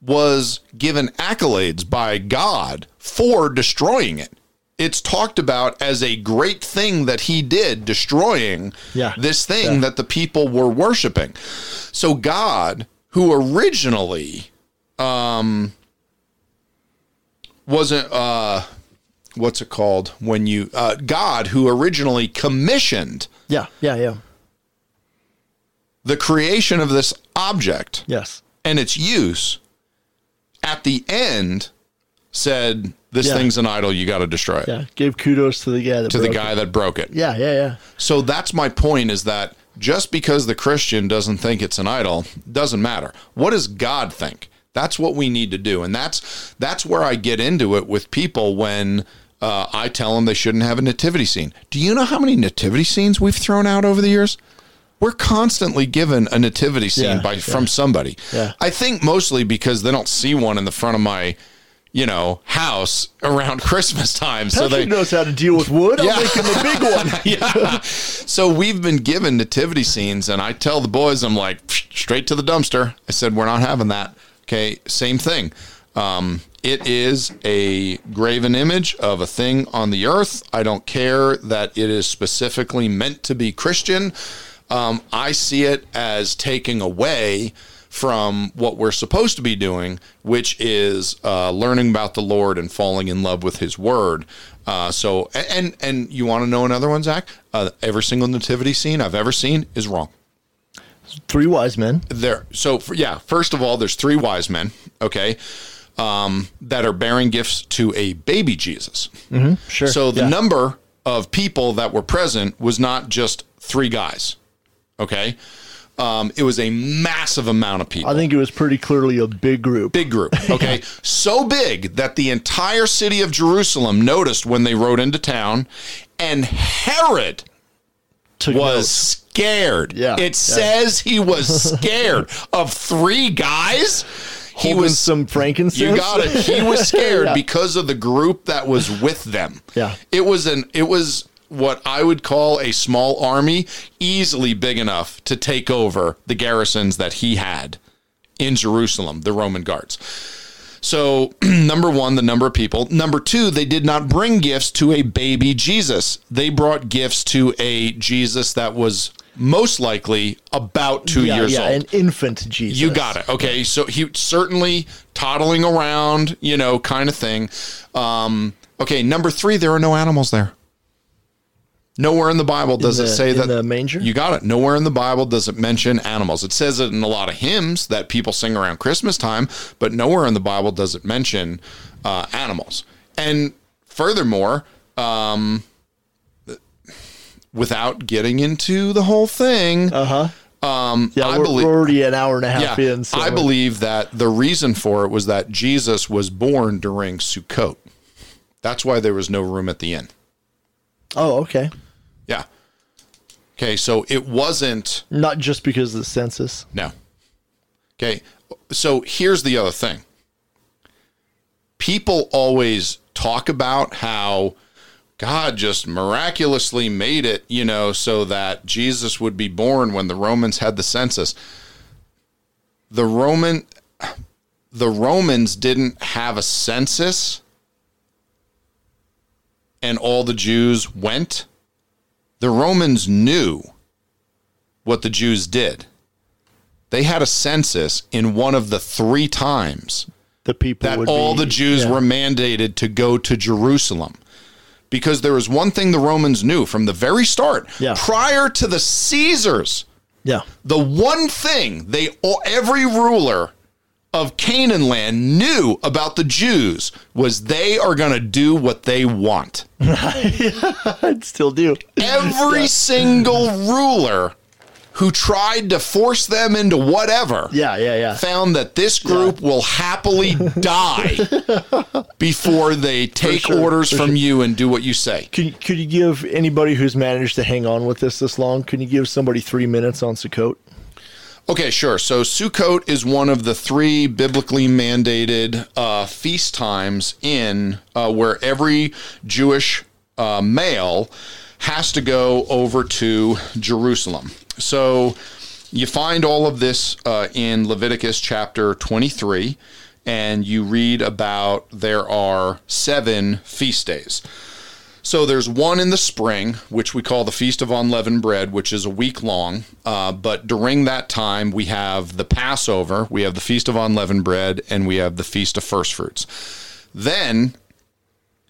Speaker 1: was given accolades by God for destroying it. It's talked about as a great thing that he did, destroying
Speaker 2: Yeah.
Speaker 1: this thing that the people were worshiping. So, God, who originally um, wasn't uh what's it called when you uh god who originally commissioned
Speaker 2: yeah, yeah, yeah.
Speaker 1: the creation of this object
Speaker 2: Yes.
Speaker 1: and its use at the end said this
Speaker 2: Yeah.
Speaker 1: thing's an idol you got to destroy it
Speaker 2: Yeah. Gave kudos to the guy that
Speaker 1: to the
Speaker 2: broke
Speaker 1: guy
Speaker 2: it.
Speaker 1: that broke it
Speaker 2: Yeah, yeah, yeah.
Speaker 1: so that's my point is that just because the christian doesn't think it's an idol doesn't matter what does god think that's what we need to do and that's that's where i get into it with people when uh, i tell them they shouldn't have a nativity scene do you know how many nativity scenes we've thrown out over the years we're constantly given a nativity scene
Speaker 2: Yeah,
Speaker 1: by
Speaker 2: yeah.
Speaker 1: from somebody
Speaker 2: Yeah.
Speaker 1: i think mostly because they don't see one in the front of my you know house [laughs] around christmas time so
Speaker 2: Patrick
Speaker 1: they
Speaker 2: knows how to deal with wood.
Speaker 1: Yeah.
Speaker 2: I'll make him a
Speaker 1: [laughs]
Speaker 2: big one.
Speaker 1: yeah. So we've been given nativity scenes, and I tell the boys, I'm like, "Psh, straight to the dumpster. I said, we're not having that. Okay. Same thing. Um, it is a graven image of a thing on the earth. I don't care that it is specifically meant to be Christian. Um, I see it as taking away from what we're supposed to be doing, which is uh, learning about the Lord and falling in love with His Word. Uh, so, a- and and you want to know another one, Zach? Uh, every single nativity scene I've ever seen is wrong.
Speaker 2: Three wise men.
Speaker 1: There, so for, yeah. First of all, there's three wise men, okay, um, that are bearing gifts to a baby Jesus.
Speaker 2: Sure.
Speaker 1: So the
Speaker 2: yeah.
Speaker 1: number of people that were present was not just three guys, okay. Um, it was a massive amount of people.
Speaker 2: I think it was pretty clearly a big group.
Speaker 1: Big group.
Speaker 2: [laughs]
Speaker 1: Okay. so big that the entire city of Jerusalem noticed when they rode into town, and Herod
Speaker 2: Took
Speaker 1: was
Speaker 2: notes.
Speaker 1: scared.
Speaker 2: Yeah,
Speaker 1: It
Speaker 2: yeah.
Speaker 1: says he was
Speaker 2: [laughs]
Speaker 1: scared of three guys. He
Speaker 2: Holding
Speaker 1: was
Speaker 2: some frankincense.
Speaker 1: you got it. He was
Speaker 2: [laughs]
Speaker 1: scared
Speaker 2: Yeah.
Speaker 1: because of the group that was with them.
Speaker 2: Yeah.
Speaker 1: It was an it was what I would call a small army, easily big enough to take over the garrisons that he had in Jerusalem, the Roman guards. So, [clears throat] number one, the number of people. Number two, they did not bring gifts to a baby Jesus. They brought gifts to a Jesus that was most likely about two
Speaker 2: yeah,
Speaker 1: years
Speaker 2: yeah,
Speaker 1: old.
Speaker 2: an infant Jesus.
Speaker 1: You got it. Okay. So he certainly toddling around, you know, kind of thing. Um, okay. Number three, there are no animals there. Nowhere in the Bible does it
Speaker 2: the-
Speaker 1: say
Speaker 2: in
Speaker 1: that
Speaker 2: the manger?
Speaker 1: You got it. Nowhere in the Bible does it mention animals. It says it in a lot of hymns that people sing around Christmas time, but nowhere in the Bible does it mention uh, animals. And furthermore, um, without getting into the whole thing,
Speaker 2: Uh-huh.
Speaker 1: um,
Speaker 2: Yeah,
Speaker 1: I
Speaker 2: we're,
Speaker 1: believe-
Speaker 2: we're already an hour and a half in. So
Speaker 1: I believe that the reason for it was that Jesus was born during Sukkot. That's why there was no room at the inn.
Speaker 2: Oh, okay.
Speaker 1: Yeah. Okay, so it wasn't
Speaker 2: Not just because of the census.
Speaker 1: no. Okay. So here's the other thing. People always talk about how God just miraculously made it, you know, so that Jesus would be born when the Romans had the census. The Roman the Romans didn't have a census and all the Jews went. The Romans knew what the Jews did they had a census in one of the three times
Speaker 2: The people
Speaker 1: that
Speaker 2: would
Speaker 1: all
Speaker 2: be-
Speaker 1: the Jews
Speaker 2: yeah.
Speaker 1: were mandated to go to Jerusalem. Because there was one thing the Romans knew from the very start,
Speaker 2: Yeah.
Speaker 1: prior to the Caesars,
Speaker 2: Yeah. [laughs]
Speaker 1: the one thing they all, every ruler of Canaan land knew about the Jews was they are going to do what they
Speaker 2: [laughs]
Speaker 1: want.
Speaker 2: I'd still do.
Speaker 1: Every single ruler who tried to force them into whatever
Speaker 2: Yeah, yeah, yeah.
Speaker 1: found that this group will
Speaker 2: [laughs]
Speaker 1: happily die before they take
Speaker 2: sure,
Speaker 1: orders from you and do what you say.
Speaker 2: Could, could you give anybody who's managed to hang on with this this long, can you give somebody three minutes on Sukkot?
Speaker 1: Okay, sure. So Sukkot is one of the three biblically mandated uh, feast times in uh, where every Jewish uh, male has to go over to Jerusalem. So you find all of this uh, in Leviticus chapter 23, and you read about there are seven feast days. So there's one in the spring, which we call the Feast of Unleavened Bread, which is a week long. Uh, but during that time, we have the Passover, we have the Feast of Unleavened Bread, and we have the Feast of First Fruits. Then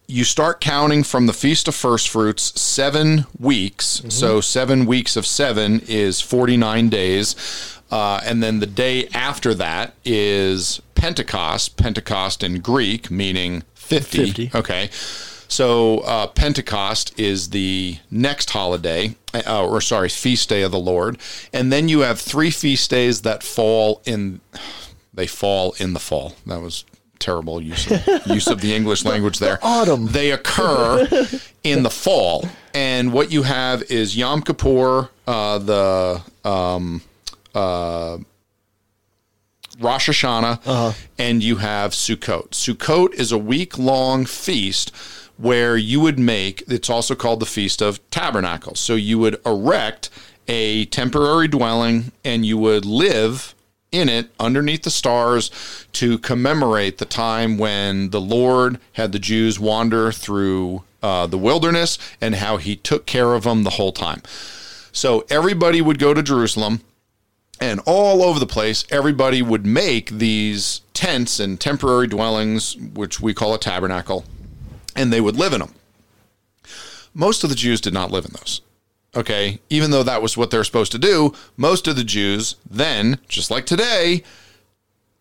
Speaker 1: you start counting from the Feast of First Fruits seven weeks. So seven weeks of seven is 49 days. Uh, and then the day after that is Pentecost, Pentecost in Greek, meaning 50.
Speaker 2: 50.
Speaker 1: Okay. So uh, Pentecost is the next holiday, uh, or sorry, feast day of the Lord. And then you have three feast days that fall in, they fall in the fall. That was terrible use of, use of the English language there.
Speaker 2: autumn.
Speaker 1: They occur in the fall. And what you have is Yom Kippur, uh, the um, uh, Rosh Hashanah, and you have Sukkot. Sukkot is a week long feast where you would make, it's also called the Feast of Tabernacles. So you would erect a temporary dwelling and you would live in it underneath the stars to commemorate the time when the Lord had the Jews wander through uh, the wilderness and how he took care of them the whole time. So everybody would go to Jerusalem and all over the place, everybody would make these tents and temporary dwellings, which we call a tabernacle, and they would live in them. Most of the Jews did not live in those. Okay, even though that was what they're supposed to do, most of the Jews then, just like today,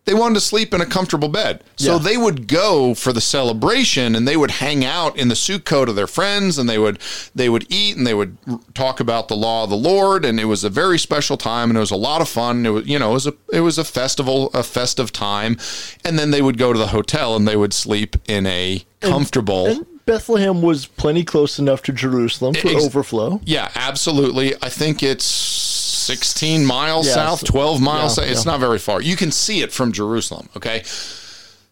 Speaker 1: they wanted to sleep in a comfortable bed. So
Speaker 2: Yeah.
Speaker 1: they would go for the celebration and they would hang out in the sukkot of their friends and they would they would eat and they would r- talk about the law of the Lord and it was a very special time and it was a lot of fun. It was you know, it was a it was a festival, a festive time. And then they would go to the hotel and they would sleep in a comfortable
Speaker 2: And Bethlehem was plenty close enough to Jerusalem for
Speaker 1: Ex-
Speaker 2: overflow.
Speaker 1: Yeah, absolutely. I think it's 16 miles
Speaker 2: Yeah,
Speaker 1: south,
Speaker 2: so-
Speaker 1: 12 miles.
Speaker 2: yeah,
Speaker 1: south. It's
Speaker 2: yeah.
Speaker 1: not very far. You can see it from Jerusalem. Okay.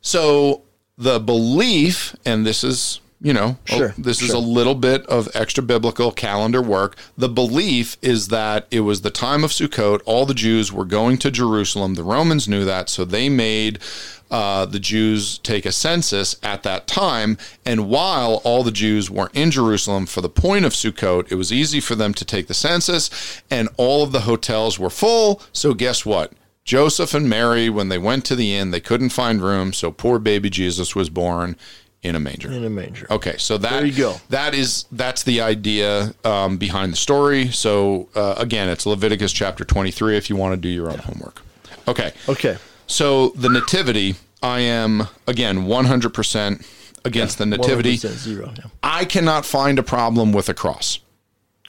Speaker 1: So the belief, and this is, you know, a-
Speaker 2: Sure,
Speaker 1: this is
Speaker 2: sure.
Speaker 1: a little bit of extra biblical calendar work. The belief is that it was the time of Sukkot. All the Jews were going to Jerusalem. The Romans knew that. So they made uh, the Jews take a census at that time. And while all the Jews were in Jerusalem for the point of Sukkot, it was easy for them to take the census. And all of the hotels were full. So guess what? Joseph and Mary, when they went to the inn, they couldn't find room, so poor baby Jesus was born in a manger.
Speaker 2: In a manger.
Speaker 1: Okay, so that
Speaker 2: There you go.
Speaker 1: That is that's the idea um, behind the story. So uh, again, it's Leviticus chapter twenty-three. If you want to do your own homework. Okay.
Speaker 2: Okay.
Speaker 1: So the nativity, I am again one hundred percent against the nativity.
Speaker 2: 100% Zero. yeah.
Speaker 1: I cannot find a problem with a cross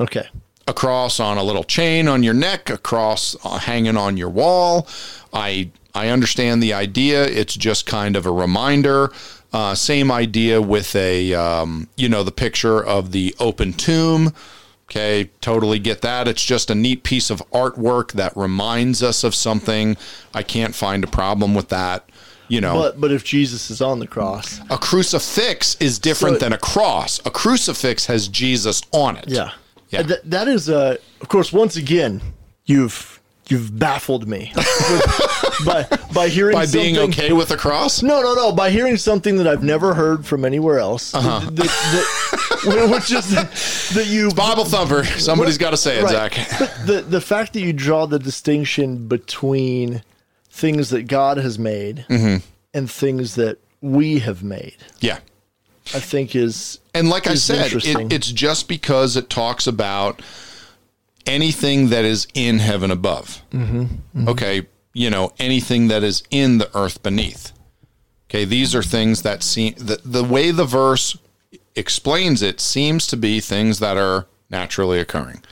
Speaker 2: Okay.
Speaker 1: a cross on a little chain on your neck, a cross uh, hanging on your wall. I I understand the idea. It's just kind of a reminder. Uh, same idea with a, um, you know, the picture of the open tomb. Okay, totally get that. It's just a neat piece of artwork that reminds us of something. I can't find a problem with that. You know,
Speaker 2: But but if Jesus is on the cross,
Speaker 1: a crucifix is different
Speaker 2: So-
Speaker 1: than a cross. A crucifix has Jesus on it.
Speaker 2: yeah,
Speaker 1: Yeah.
Speaker 2: Uh, That, that is uh, of course. Once again, you've you've baffled me [laughs] by by hearing
Speaker 1: By being
Speaker 2: something-
Speaker 1: okay with a cross?
Speaker 2: No, no, no. By hearing something that I've never heard from anywhere else, uh-huh. [laughs] which is that, that you
Speaker 1: Bible thumper. Somebody's got to say it,
Speaker 2: Right.
Speaker 1: Zach.
Speaker 2: But the the fact that you draw the distinction between things that God has made
Speaker 1: Mm-hmm.
Speaker 2: and things that we have made,
Speaker 1: Yeah.
Speaker 2: I think is
Speaker 1: And like I
Speaker 2: It's
Speaker 1: said,
Speaker 2: interesting.
Speaker 1: it, it's just because it talks about anything that is in heaven above.
Speaker 2: Mm-hmm.
Speaker 1: Okay. You know, anything that is in the earth beneath. Okay. These are things that seem, the, the way the verse explains it seems to be things that are naturally occurring.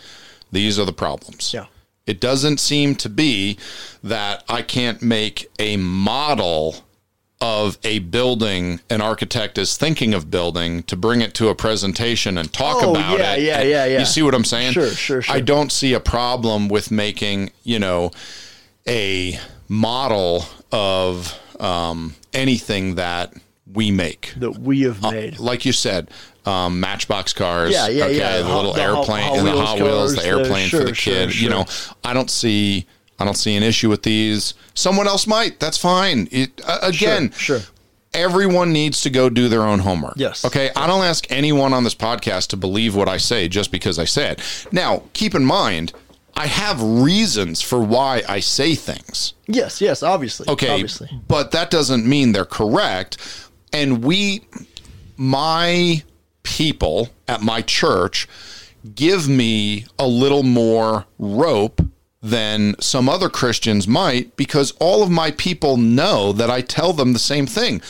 Speaker 1: These are the problems.
Speaker 2: Yeah.
Speaker 1: It doesn't seem to be that I can't make a model of a building an architect is thinking of building to bring it to a presentation and talk
Speaker 2: Oh,
Speaker 1: about
Speaker 2: yeah,
Speaker 1: it.
Speaker 2: yeah,
Speaker 1: And
Speaker 2: yeah, yeah.
Speaker 1: You see what I'm saying?
Speaker 2: Sure, sure, sure.
Speaker 1: I don't see a problem with making, you know, a model of um, anything that we make
Speaker 2: that we have
Speaker 1: Uh,
Speaker 2: made.
Speaker 1: like you said, um, Matchbox cars.
Speaker 2: Yeah, yeah,
Speaker 1: okay,
Speaker 2: yeah.
Speaker 1: The
Speaker 2: Hot-
Speaker 1: little
Speaker 2: the Hot-
Speaker 1: airplane,
Speaker 2: Hot
Speaker 1: and the
Speaker 2: Wheels
Speaker 1: Hot Wheels,
Speaker 2: cars,
Speaker 1: the
Speaker 2: the-
Speaker 1: airplane for
Speaker 2: sure,
Speaker 1: the
Speaker 2: sure,
Speaker 1: kid. You
Speaker 2: sure.
Speaker 1: know, I don't see, I don't see an issue with these. Someone else might. That's fine. It, uh, again,
Speaker 2: sure.
Speaker 1: Everyone needs to go do their own homework.
Speaker 2: Yes.
Speaker 1: Okay. I don't ask anyone on this podcast to believe what I say just because I say it. Now, keep in mind, I have reasons for why I say things.
Speaker 2: yes, yes, obviously.
Speaker 1: Okay.
Speaker 2: obviously.
Speaker 1: But that doesn't mean they're correct. And we, my people at my church, give me a little more rope than some other Christians might because all of my people know that I tell them the same thing.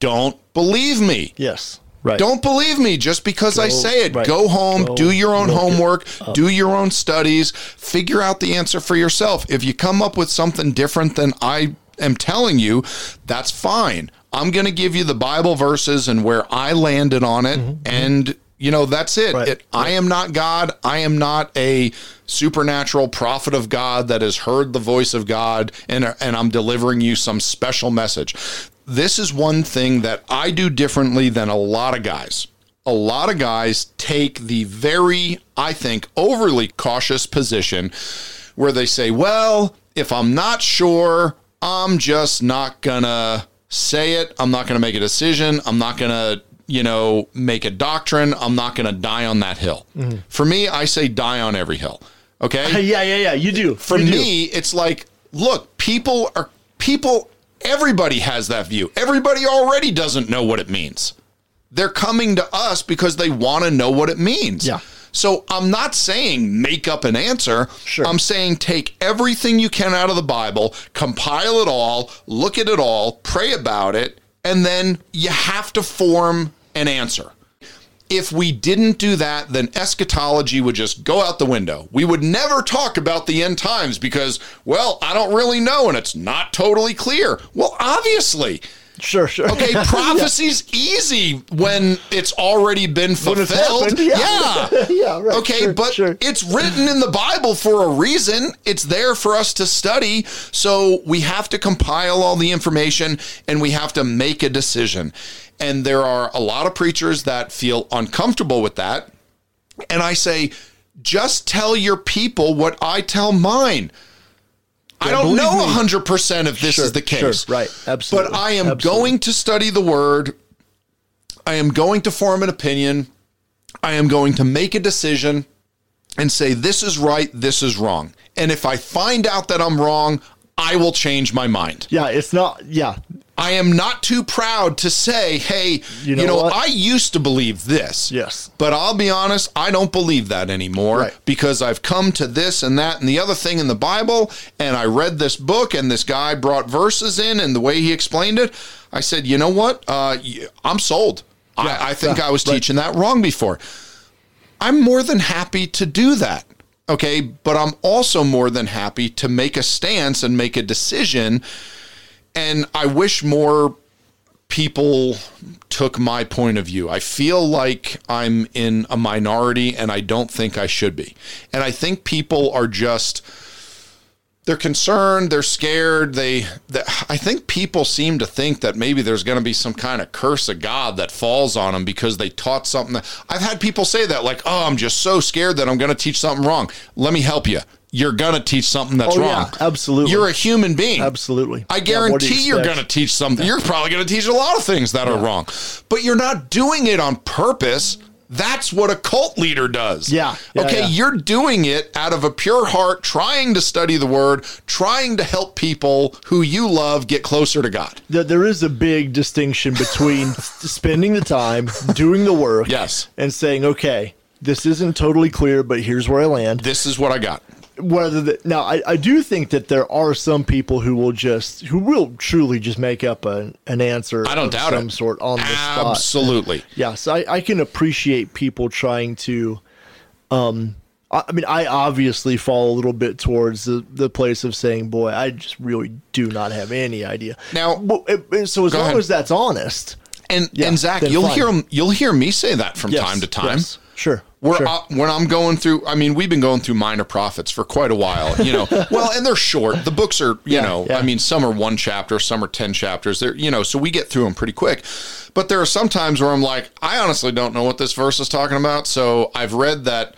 Speaker 1: Don't believe me.
Speaker 2: Yes, right.
Speaker 1: Don't believe me just because I say it.
Speaker 2: right.
Speaker 1: Go home,
Speaker 2: Go
Speaker 1: do your own
Speaker 2: look it
Speaker 1: homework, do your own studies, figure out the answer for yourself. If you come up with something different than I am telling you, that's fine. I'm going to give you the Bible verses and where I landed on it and you know that's it.
Speaker 2: Mm-hmm. Right.
Speaker 1: it I am not God. I am not a supernatural prophet of God that has heard the voice of God and and I'm delivering you some special message. This is one thing that I do differently than a lot of guys. A lot of guys take the very I think overly cautious position where they say, "Well, if I'm not sure, I'm just not gonna say it. I'm not gonna make a decision. I'm not gonna, you know, make a doctrine. I'm not gonna die on that hill."
Speaker 2: Mm-hmm.
Speaker 1: For me, I say die on every hill. Okay?
Speaker 2: [laughs] Yeah, yeah, yeah. You do.
Speaker 1: For
Speaker 2: you do.
Speaker 1: me, it's like, look, people are people everybody has that view. Everybody already doesn't know what it means. They're coming to us because they want to know what it means.
Speaker 2: Yeah.
Speaker 1: So I'm not saying make up an answer.
Speaker 2: Sure.
Speaker 1: I'm saying take everything you can out of the Bible, compile it all, look at it all, pray about it, and then you have to form an answer. If we didn't do that, then eschatology would just go out the window. We would never talk about the end times because, well, I don't really know and it's not totally clear. Well, obviously.
Speaker 2: Sure, sure.
Speaker 1: [laughs]
Speaker 2: [laughs]
Speaker 1: Okay, prophecy's easy when it's already been fulfilled.
Speaker 2: happened, yeah.
Speaker 1: yeah.
Speaker 2: [laughs] yeah, right.
Speaker 1: Okay,
Speaker 2: sure,
Speaker 1: but
Speaker 2: sure.
Speaker 1: it's written in the Bible for a reason. It's there for us to study. So we have to compile all the information and we have to make a decision. And there are a lot of preachers that feel uncomfortable with that. And I say, just tell your people what I tell mine. I don't
Speaker 2: believe
Speaker 1: know
Speaker 2: me.
Speaker 1: 100% if this
Speaker 2: Sure,
Speaker 1: is the
Speaker 2: sure,
Speaker 1: case.
Speaker 2: right, absolutely,
Speaker 1: But I am
Speaker 2: absolutely.
Speaker 1: going to study the word. I am going to form an opinion. I am going to make a decision and say, this is right, this is wrong. And if I find out that I'm wrong, I will change my mind.
Speaker 2: yeah, it's not. Yeah,
Speaker 1: I am not too proud to say, hey, you know,
Speaker 2: know what?
Speaker 1: I used to believe this.
Speaker 2: Yes.
Speaker 1: But I'll be honest, I don't believe that anymore
Speaker 2: Right.
Speaker 1: because I've come to this and that and the other thing in the Bible. And I read this book and this guy brought verses in and the way he explained it, I said, you know what? Uh, y- I'm sold. I, I think I was teaching that wrong before. I'm more than happy to do that. Okay. But I'm also more than happy to make a stance and make a decision. And I wish more people took my point of view. I feel like I'm in a minority and I don't think I should be. And I think people are just they're concerned, they're scared, they, they I think people seem to think that maybe there's going to be some kind of curse of God that falls on them because they taught something. That, I've had people say that like, "Oh, I'm just so scared that I'm going to teach something wrong." Let me help you. You're going to teach something that's
Speaker 2: Oh, yeah,
Speaker 1: wrong.
Speaker 2: absolutely.
Speaker 1: You're a human being.
Speaker 2: Absolutely.
Speaker 1: I
Speaker 2: Yeah, what do
Speaker 1: guarantee you're
Speaker 2: expect?
Speaker 1: going to teach something. You're probably going to teach a lot of things that are wrong, but you're not doing it on purpose. That's what a cult leader does.
Speaker 2: Yeah. Yeah,
Speaker 1: okay.
Speaker 2: yeah.
Speaker 1: You're doing it out of a pure heart, trying to study the word, trying to help people who you love get closer to God.
Speaker 2: that there is a big distinction
Speaker 1: [laughs]
Speaker 2: between s- spending the time doing the work
Speaker 1: Yes.
Speaker 2: and saying okay this isn't totally clear but here's where i land
Speaker 1: This is what I got.
Speaker 2: whether the, now I, I do think that there are some people who will just who will truly just make up a, an answer
Speaker 1: I don't
Speaker 2: of
Speaker 1: doubt
Speaker 2: some
Speaker 1: it.
Speaker 2: sort on the spot
Speaker 1: Absolutely.
Speaker 2: Yes, I, I can appreciate people trying to. Um, I, I mean, I obviously fall a little bit towards the, the place of saying, "Boy, I just really do not have any idea."
Speaker 1: Now-
Speaker 2: Well, it- it- so as
Speaker 1: Go
Speaker 2: long
Speaker 1: ahead.
Speaker 2: as that's honest,
Speaker 1: And
Speaker 2: Yeah,
Speaker 1: and Zach,
Speaker 2: then
Speaker 1: you'll
Speaker 2: fine.
Speaker 1: hear 'em- you'll hear me say that from
Speaker 2: yes,
Speaker 1: time to time.
Speaker 2: yes, sure,
Speaker 1: We're,
Speaker 2: sure.
Speaker 1: uh, when I'm going through, I mean, we've been going through minor prophets for quite a while, you
Speaker 2: [laughs]
Speaker 1: know. well, and they're short. The books are, you know,
Speaker 2: yeah.
Speaker 1: I mean, some are one chapter, some are 10 chapters. They're, you know, so we get through them pretty quick. But there are some times where I'm like, I honestly don't know what this verse is talking about. So I've read that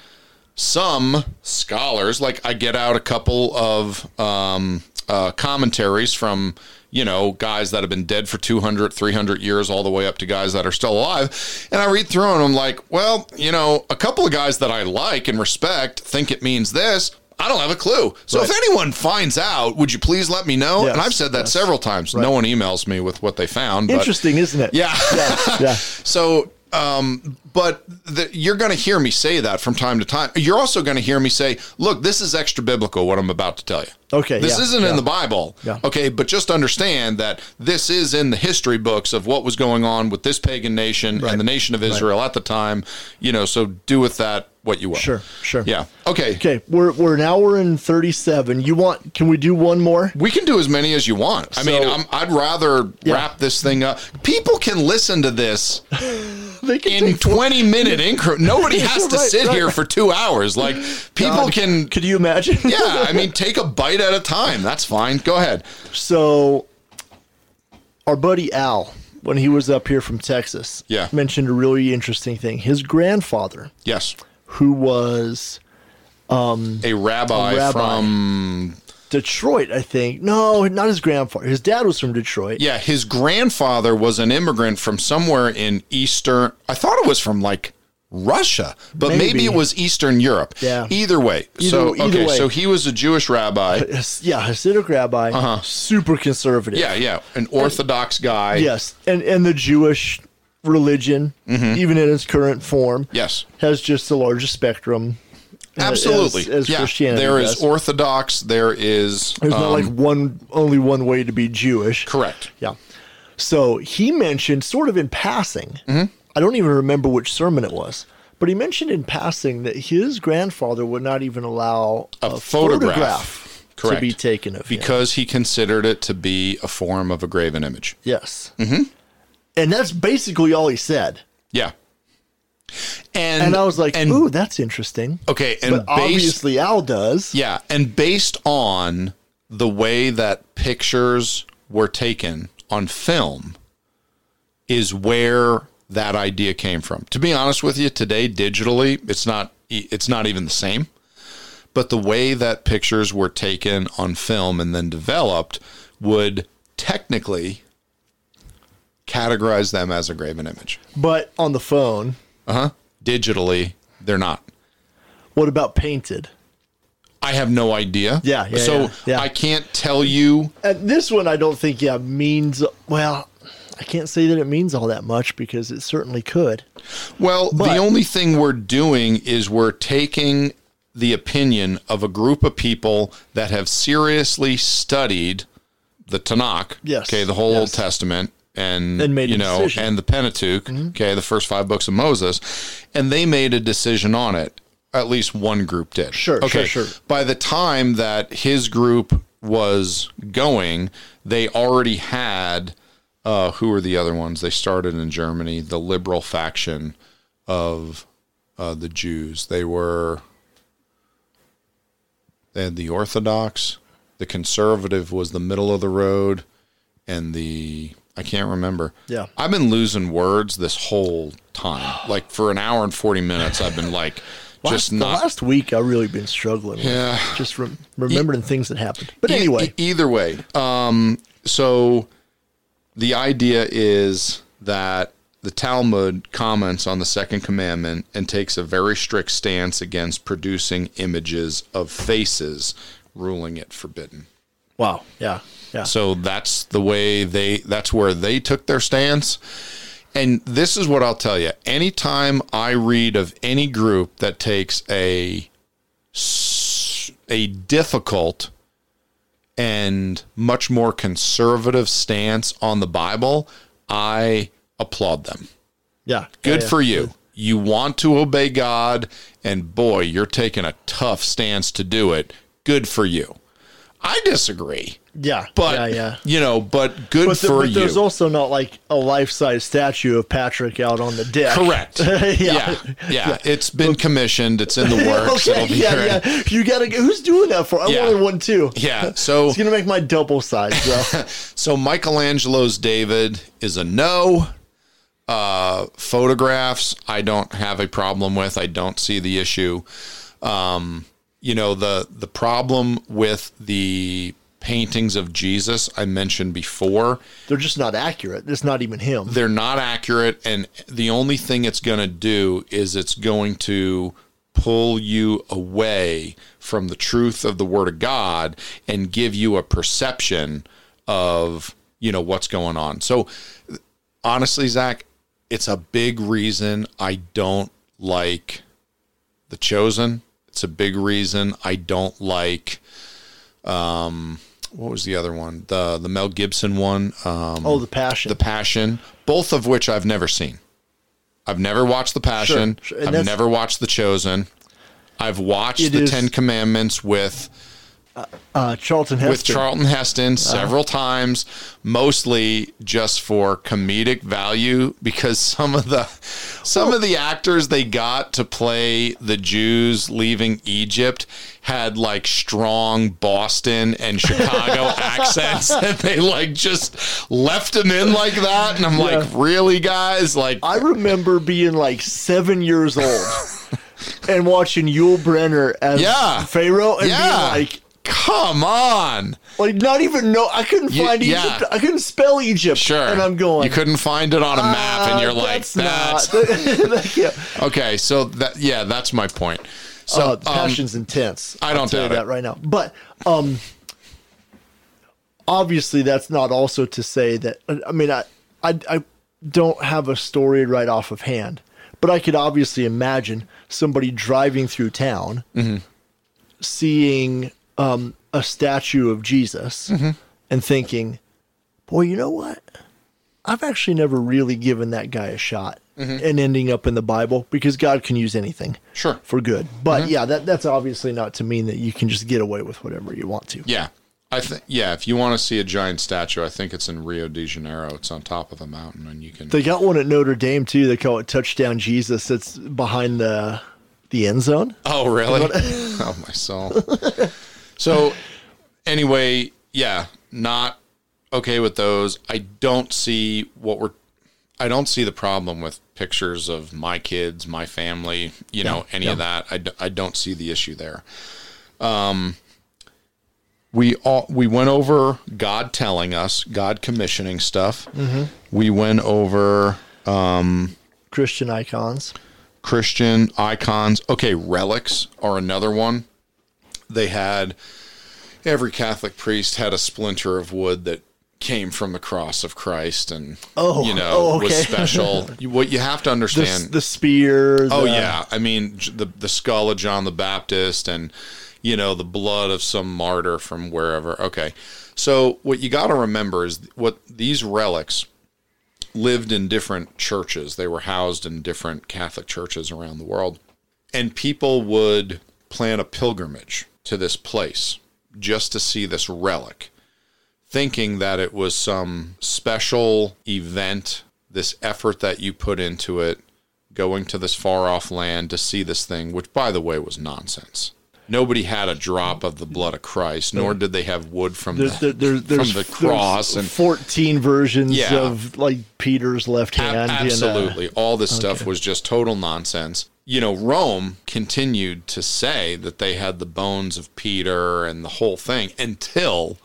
Speaker 1: some scholars, like I get out a couple of um, uh, commentaries from, you know, guys that have been dead for 200, 300 years, all the way up to guys that are still alive. And I read through and I'm like, well, you know, a couple of guys that I like and respect think it means this. I don't have a clue. So if
Speaker 2: Right.
Speaker 1: anyone finds out, would you please let me know?
Speaker 2: Yes,
Speaker 1: and I've said that
Speaker 2: yes.
Speaker 1: several times. No one emails me with what they found. But
Speaker 2: Interesting, isn't it?
Speaker 1: yeah. [laughs]
Speaker 2: yeah.
Speaker 1: So, um, but the, you're going to hear me say that from time to time. You're also going to hear me say, "Look, this is extra biblical. What I'm about to tell you.
Speaker 2: Okay,
Speaker 1: this
Speaker 2: yeah,
Speaker 1: isn't in
Speaker 2: yeah.
Speaker 1: the Bible.
Speaker 2: Yeah.
Speaker 1: Okay, but just understand that this is in the history books of what was going on with this pagan nation
Speaker 2: Right.
Speaker 1: and the nation of Israel at the time. You know, so do with that what you will.
Speaker 2: Sure, sure.
Speaker 1: Yeah. Okay.
Speaker 2: Okay, we're we're an hour and thirty seven. You want? Can we do one more? [laughs]
Speaker 1: We can do as many as you want. I
Speaker 2: So-
Speaker 1: mean, I'm, I'd rather
Speaker 2: Yeah.
Speaker 1: wrap this thing up. People can listen to this
Speaker 2: They can
Speaker 1: in
Speaker 2: [laughs] take-
Speaker 1: 20 minute increment.
Speaker 2: [laughs]
Speaker 1: Nobody has to
Speaker 2: Right,
Speaker 1: sit
Speaker 2: right.
Speaker 1: here for two hours. Like people
Speaker 2: God,
Speaker 1: can,
Speaker 2: Could you imagine?
Speaker 1: yeah, I mean, take a bite at a time. That's fine. Go ahead.
Speaker 2: So, our buddy Al, when he was up here from Texas,
Speaker 1: Yeah.
Speaker 2: mentioned a really interesting thing. His grandfather,
Speaker 1: Yes.
Speaker 2: who was
Speaker 1: A rabbi,
Speaker 2: A rabbi.
Speaker 1: from,
Speaker 2: Detroit, I think. No, not his grandfather. His dad was from Detroit.
Speaker 1: yeah, his grandfather was an immigrant from somewhere in Eastern, I thought it was from like Russia, but maybe,
Speaker 2: Maybe.
Speaker 1: it was Eastern Europe.
Speaker 2: Yeah.
Speaker 1: Either way.
Speaker 2: Either-
Speaker 1: so,
Speaker 2: either
Speaker 1: okay,
Speaker 2: way.
Speaker 1: so he was a Jewish
Speaker 2: [laughs]
Speaker 1: rabbi.
Speaker 2: Yes, yeah, Hasidic rabbi, super conservative.
Speaker 1: Uh-huh. Yeah, yeah, an Orthodox guy.
Speaker 2: Yes, and and the Jewish religion, even in its current form,
Speaker 1: Mm-hmm. Yes.
Speaker 2: has just the largest spectrum. a-
Speaker 1: Absolutely.
Speaker 2: as, as
Speaker 1: yeah.
Speaker 2: Christianity
Speaker 1: there is
Speaker 2: does.
Speaker 1: Orthodox. There is.
Speaker 2: There's
Speaker 1: um,
Speaker 2: not like one only one way to be Jewish.
Speaker 1: correct.
Speaker 2: Yeah. So he mentioned, sort of in passing, I don't even remember which sermon it was, but he mentioned in passing that his grandfather would not even allow
Speaker 1: A photograph.
Speaker 2: to be
Speaker 1: Correct.
Speaker 2: taken of him.
Speaker 1: because he considered it to be a form of a graven image.
Speaker 2: Yes. Mm-hmm. And that's basically all he said.
Speaker 1: Yeah. And,
Speaker 2: And I was like,
Speaker 1: and,
Speaker 2: ooh, that's interesting.
Speaker 1: okay, and
Speaker 2: But
Speaker 1: based,
Speaker 2: obviously Al does.
Speaker 1: yeah, and based on the way that pictures were taken on film is where that idea came from. To be honest with you, today digitally, it's not e, it's not even the same. but the way that pictures were taken on film and then developed would technically categorize them as a graven image.
Speaker 2: But on the phone,
Speaker 1: Digitally, they're not.
Speaker 2: what about painted?
Speaker 1: I have no idea.
Speaker 2: Yeah, yeah,
Speaker 1: so
Speaker 2: yeah, yeah.
Speaker 1: I can't tell you.
Speaker 2: And this one I don't think yeah means well, I can't say that it means all that much because it certainly could.
Speaker 1: Well, the
Speaker 2: But-
Speaker 1: only thing we're doing is we're taking the opinion of a group of people that have seriously studied the Tanakh,
Speaker 2: Yes,
Speaker 1: okay, the whole Old
Speaker 2: yes.
Speaker 1: Testament, and,
Speaker 2: And made
Speaker 1: you
Speaker 2: a
Speaker 1: know,
Speaker 2: decision. Mm-hmm.
Speaker 1: and the Pentateuch, okay, the first five books of Moses, and they made a decision on it. At least one group did.
Speaker 2: Sure,
Speaker 1: okay.
Speaker 2: sure, sure.
Speaker 1: By the time that his group was going, they already had uh, who are the other ones? They started in Germany, the liberal faction of uh, the Jews. They were, they had the Orthodox, the conservative was the middle of the road, and the, I can't remember.
Speaker 2: Yeah.
Speaker 1: I've been losing words this whole time. Like for an hour and 40 minutes, I've been like, just
Speaker 2: last,
Speaker 1: not
Speaker 2: the last week I really been struggling.
Speaker 1: Yeah.
Speaker 2: with just rem- remembering things that happened. But
Speaker 1: E-
Speaker 2: anyway,
Speaker 1: e- either way, um, so the idea is that the Talmud comments on the second commandment and takes a very strict stance against producing images of faces, ruling it forbidden.
Speaker 2: wow, yeah, yeah,
Speaker 1: So that's the way they that's where they took their stance. And this is what I'll tell you. Anytime I read of any group that takes a s- a difficult and much more conservative stance on the Bible, I applaud them.
Speaker 2: yeah.
Speaker 1: Good
Speaker 2: yeah, yeah.
Speaker 1: for you. You want to obey God, and boy, you're taking a tough stance to do it. Good for you. I disagree
Speaker 2: Yeah,
Speaker 1: but
Speaker 2: yeah, yeah.
Speaker 1: you know, but good
Speaker 2: But, the-
Speaker 1: for
Speaker 2: but
Speaker 1: you.
Speaker 2: there's also not like a life-size statue of Patrick out on the deck.
Speaker 1: Correct.
Speaker 2: yeah.
Speaker 1: yeah. yeah, It's been commissioned. It's in the
Speaker 2: [laughs]
Speaker 1: works.
Speaker 2: [laughs] Okay.
Speaker 1: It'll be
Speaker 2: yeah,
Speaker 1: ready.
Speaker 2: yeah. You gotta. go- Who's doing that for? I
Speaker 1: Yeah.
Speaker 2: wanted
Speaker 1: [laughs]
Speaker 2: one too.
Speaker 1: Yeah, so-
Speaker 2: it's gonna make my double size
Speaker 1: [laughs]
Speaker 2: though.
Speaker 1: So Michelangelo's David is a no. Uh, photographs, I don't have a problem with. I don't see the issue. Um, you know the the problem with the paintings of Jesus I mentioned before.
Speaker 2: They're just not accurate. It's not even him.
Speaker 1: they're not accurate and the only thing it's going to do is it's going to pull you away from the truth of the word of god and give you a perception of you know what's going on so honestly zach it's a big reason i don't like the chosen it's a big reason i don't like um what was the other one the the mel gibson one um
Speaker 2: Oh, the passion.
Speaker 1: the Passion, both of which I've never seen. I've never watched The Passion.
Speaker 2: Sure, sure, and
Speaker 1: I've
Speaker 2: that's-
Speaker 1: never watched The Chosen. I've watched
Speaker 2: It
Speaker 1: The
Speaker 2: is-
Speaker 1: Ten Commandments with
Speaker 2: uh, Charlton Heston. Uh-huh.
Speaker 1: with Charlton Heston several times, mostly just for comedic value because some of the some of the actors they got to play the Jews leaving Egypt had like strong Boston
Speaker 2: [laughs]
Speaker 1: and Chicago accents and they like just left them in like that and I'm like really guys like
Speaker 2: I remember being like seven years old
Speaker 1: [laughs]
Speaker 2: and watching Yul Brenner as
Speaker 1: Yeah.
Speaker 2: Pharaoh and
Speaker 1: yeah
Speaker 2: being like,
Speaker 1: come on
Speaker 2: like not even know. I couldn't
Speaker 1: Ye-
Speaker 2: find
Speaker 1: yeah.
Speaker 2: Egypt. I couldn't spell Egypt.
Speaker 1: sure
Speaker 2: And I'm going.
Speaker 1: you couldn't find it on a map and
Speaker 2: "Ah,
Speaker 1: you're like that's
Speaker 2: not. [laughs] Like, yeah.
Speaker 1: Okay, so that yeah, that's my point. So
Speaker 2: uh,
Speaker 1: um,
Speaker 2: passion's intense.
Speaker 1: I don't
Speaker 2: I'll tell you
Speaker 1: doubt it.
Speaker 2: that right now. But um, obviously, that's not also to say that. I mean, I, I I don't have a story right off of hand, but I could obviously imagine somebody driving through town,
Speaker 1: Mm-hmm.
Speaker 2: seeing um, a statue of Jesus,
Speaker 1: Mm-hmm.
Speaker 2: and thinking, "Boy, you know what? I've actually never really given that guy a shot."
Speaker 1: Mm-hmm.
Speaker 2: And ending up in the Bible because God can use anything
Speaker 1: sure,
Speaker 2: for good. But
Speaker 1: Mm-hmm.
Speaker 2: yeah, that that's obviously not to mean that you can just get away with whatever you want to.
Speaker 1: yeah, I think yeah. If you want to see a giant statue, I think it's in Rio de Janeiro. It's on top of a mountain, and you can.
Speaker 2: They got one at Notre Dame too. They call it Touchdown Jesus. That's behind the the end zone.
Speaker 1: oh really? [laughs] oh my soul. so anyway, yeah, not okay with those. I don't see what we're. I don't see the problem with pictures of my kids, my family, you know, any of that. I, d- I don't see the issue there. Um, we all we went over God telling us, God commissioning stuff. We went over
Speaker 2: Christian icons.
Speaker 1: Christian icons. Okay, relics are another one. They had every Catholic priest had a splinter of wood that came from the cross of Christ, and
Speaker 2: Oh,
Speaker 1: you know
Speaker 2: oh,
Speaker 1: was
Speaker 2: okay. [laughs]
Speaker 1: special. You- what you have to
Speaker 2: The,
Speaker 1: understand,
Speaker 2: the uh, spear.
Speaker 1: Oh
Speaker 2: the-
Speaker 1: yeah, I mean j- the the skull of John the Baptist and you know the blood of some martyr from wherever. Okay. So what you got to remember is what these relics lived in different churches. They were housed in different Catholic churches around the world. And people would plan a pilgrimage to this place just to see this relic thinking that it was some special event, this effort that you put into it, going to this far off land to see this thing, which, by the way, was nonsense. Nobody had a drop of the blood of Christ, nor did they have wood from
Speaker 2: There's
Speaker 1: the,
Speaker 2: there, there, there's
Speaker 1: from the cross
Speaker 2: there's
Speaker 1: and
Speaker 2: 14 versions
Speaker 1: Yeah.
Speaker 2: of like Peter's left
Speaker 1: Ab-
Speaker 2: hand. and, uh,
Speaker 1: absolutely. All this stuff was just total nonsense. You know, Rome continued to say that they had the bones of Peter and the whole thing until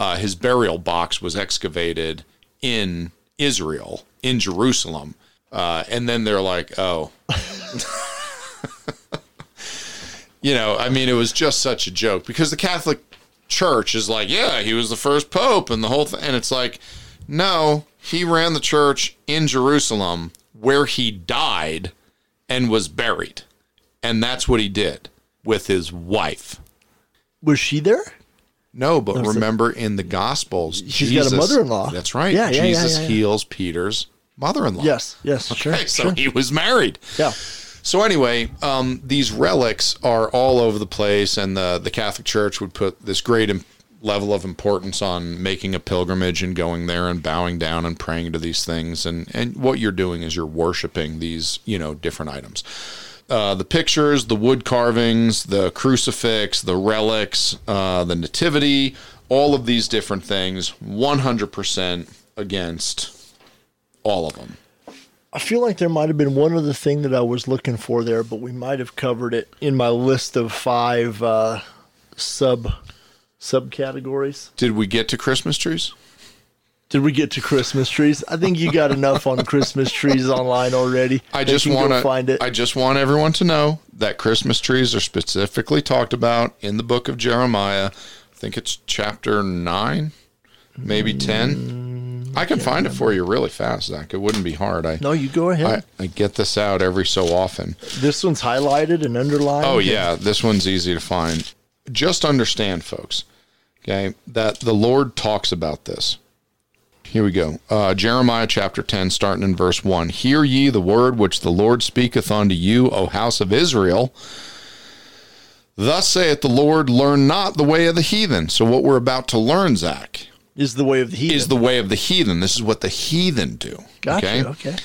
Speaker 1: uh, his burial box was excavated in Israel, in Jerusalem. Uh, and then they're like, oh. you know, I mean, it was just such a joke because the Catholic Church is like, yeah, he was the first pope and the whole thing. And it's like, no, he ran the church in Jerusalem where he died and was buried. And that's what he did with his wife.
Speaker 2: was she there?
Speaker 1: No, but remember in the Gospels,
Speaker 2: She's got a mother-in-law.
Speaker 1: That's right.
Speaker 2: Yeah, yeah, yeah,
Speaker 1: Jesus
Speaker 2: yeah, yeah.
Speaker 1: heals Peter's mother in law.
Speaker 2: Yes, yes, sure,
Speaker 1: so
Speaker 2: sure.
Speaker 1: he was married.
Speaker 2: Yeah.
Speaker 1: So anyway, um, these relics are all over the place, and the the Catholic Church would put this great im- level of importance on making a pilgrimage and going there and bowing down and praying to these things. And and what you're doing is you're worshiping these you know different items. Uh, the pictures, the wood carvings, the crucifix, the relics, uh, the nativity, all of these different things, 100% against all of them.
Speaker 2: I feel like there might have been one other thing that I was looking for there, but we might have covered it in my list of five uh, sub subcategories.
Speaker 1: Did we get to Christmas trees?
Speaker 2: Did we get to Christmas trees? I think you got enough on Christmas trees online already.
Speaker 1: I
Speaker 2: They
Speaker 1: just
Speaker 2: can go
Speaker 1: want
Speaker 2: find
Speaker 1: to.
Speaker 2: it.
Speaker 1: I just want everyone to know that Christmas trees are specifically talked about in the book of Jeremiah. I think it's chapter nine, maybe ten. I can find it for you really fast, Zach. It wouldn't be hard. I
Speaker 2: Mm, no, you go
Speaker 1: I,
Speaker 2: ahead.
Speaker 1: I get this out every so often.
Speaker 2: this one's highlighted and underlined.
Speaker 1: Oh yeah, this one's easy to find. Just understand, folks. Okay, that the Lord talks about this. Here we go. Uh, Jeremiah chapter 10, starting in verse 1. Hear ye the word which the Lord speaketh unto you, O house of Israel. Thus saith the Lord, learn not the way of the heathen. So, what we're about to learn, Zach,
Speaker 2: is the way of the heathen.
Speaker 1: is the way of the heathen. This is what the heathen do.
Speaker 2: gotcha. Okay.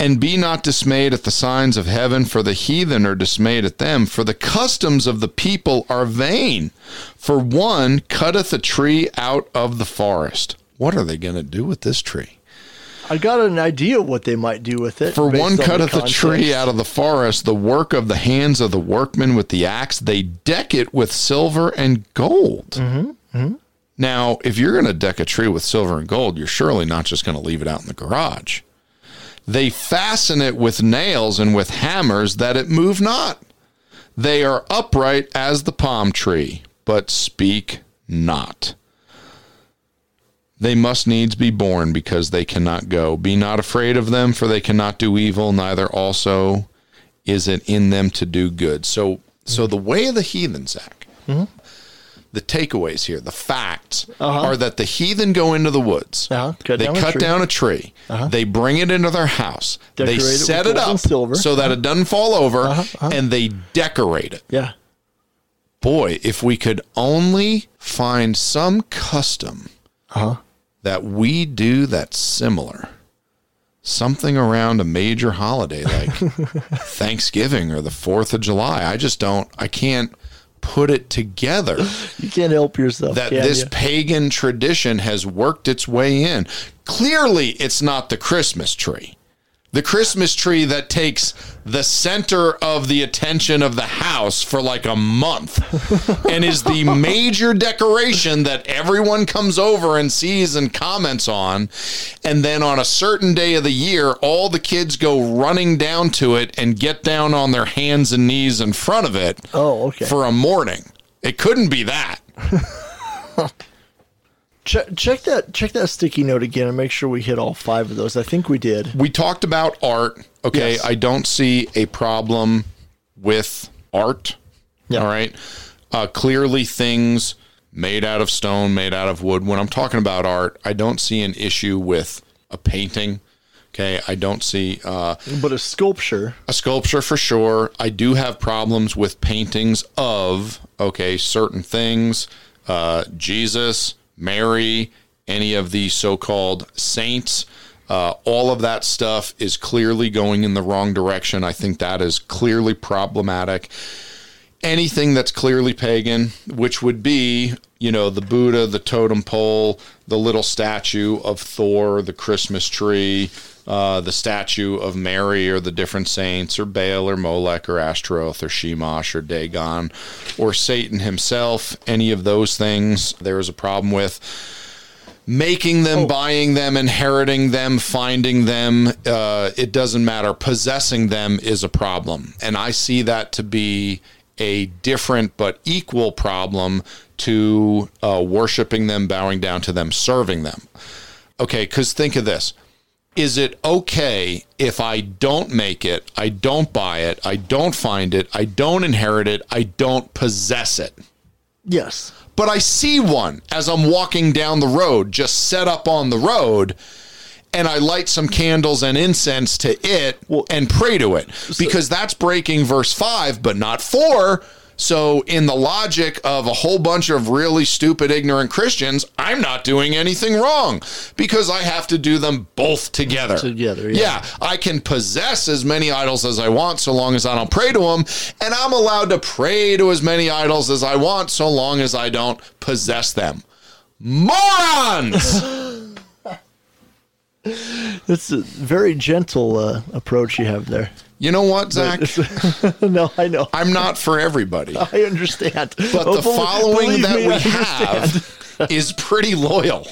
Speaker 1: And be not dismayed at the signs of heaven, for the heathen are dismayed at them. For the customs of the people are vain. For one cutteth a tree out of the forest. What are they going to do with this tree?
Speaker 2: I got an idea what they might do with it.
Speaker 1: For
Speaker 2: based on
Speaker 1: one
Speaker 2: the
Speaker 1: cutteth a tree
Speaker 2: context.
Speaker 1: out of the forest, the work of the hands of the workmen with the axe. They deck it with silver and gold.
Speaker 2: Mm-hmm,
Speaker 1: Now, if you're going to deck a tree with silver and gold, you're surely not just going to leave it out in the garage. They fasten it with nails and with hammers that it move not. They are upright as the palm tree, but speak not. They must needs be born because they cannot go. Be not afraid of them, for they cannot do evil, neither also is it in them to do good. So so the way of the heathen, Zach.
Speaker 2: Mm-hmm.
Speaker 1: The takeaways here, the facts are that the heathen go into the woods.
Speaker 2: Uh-huh. Cut
Speaker 1: they
Speaker 2: down a
Speaker 1: cut
Speaker 2: tree. Uh-huh.
Speaker 1: down a tree. They bring it into their house.
Speaker 2: Decorate it
Speaker 1: they
Speaker 2: with
Speaker 1: set it
Speaker 2: gold and
Speaker 1: up
Speaker 2: silver. Uh-huh.
Speaker 1: so that it doesn't fall over, and they decorate it
Speaker 2: Yeah.
Speaker 1: boy, if we could only find some custom that we do that's similar, something around a major holiday like Thanksgiving or the 4th of July. I just don't, I can't put it together
Speaker 2: You can't help yourself.
Speaker 1: that
Speaker 2: can
Speaker 1: this
Speaker 2: you?
Speaker 1: pagan tradition has worked its way in. Clearly, it's not the Christmas tree. The Christmas tree that takes the center of the attention of the house for like a month and is the major decoration that everyone comes over and sees and comments on. And then on a certain day of the year, all the kids go running down to it and get down on their hands and knees in front of it
Speaker 2: Oh, okay.
Speaker 1: for a morning. It couldn't be that.
Speaker 2: check, check that check that sticky note again and make sure we hit all five of those. I think we did.
Speaker 1: we talked about art. Okay,
Speaker 2: Yes.
Speaker 1: I don't see a problem with art.
Speaker 2: Yeah.
Speaker 1: All right. Uh, clearly, things made out of stone, made out of wood. When I'm talking about art, I don't see an issue with a painting. Okay, I don't see uh,
Speaker 2: But a sculpture.
Speaker 1: a sculpture for sure. I do have problems with paintings of okay certain things, uh, Jesus, Mary, any of the so called saints. Uh, all of that stuff is clearly going in the wrong direction. I think that is clearly problematic. Anything that's clearly pagan, which would be, you know, the Buddha, the totem pole, the little statue of Thor, the Christmas tree, uh, the statue of Mary, or the different saints, or Baal, or Molech, or Ashtaroth, or Shemash, or Dagon, or Satan himself, any of those things, there is a problem with making them, buying them, inheriting them, finding them. Uh, it doesn't matter. Possessing them is a problem. And I see that to be a different but equal problem to uh, worshiping them, bowing down to them, serving them. Okay, because think of this. Is it okay if I don't make it, I don't buy it, I don't find it, I don't inherit it, I don't possess it?
Speaker 2: Yes.
Speaker 1: but I see one as I'm walking down the road, just set up on the road, and I light some candles and incense to it and pray to it because that's breaking verse 5, but not 4. So, in the logic of a whole bunch of really stupid, ignorant Christians, I'm not doing anything wrong because I have to do them both together.
Speaker 2: Together, yeah.
Speaker 1: Yeah, yeah, I can possess as many idols as I want so long as I don't pray to them, and I'm allowed to pray to as many idols as I want so long as I don't possess them. Morons!
Speaker 2: That's a very gentle uh, approach you have there. [laughs]
Speaker 1: you know what, Zach?
Speaker 2: no, I know.
Speaker 1: I'm not for everybody.
Speaker 2: I understand.
Speaker 1: But the following that we have is pretty loyal.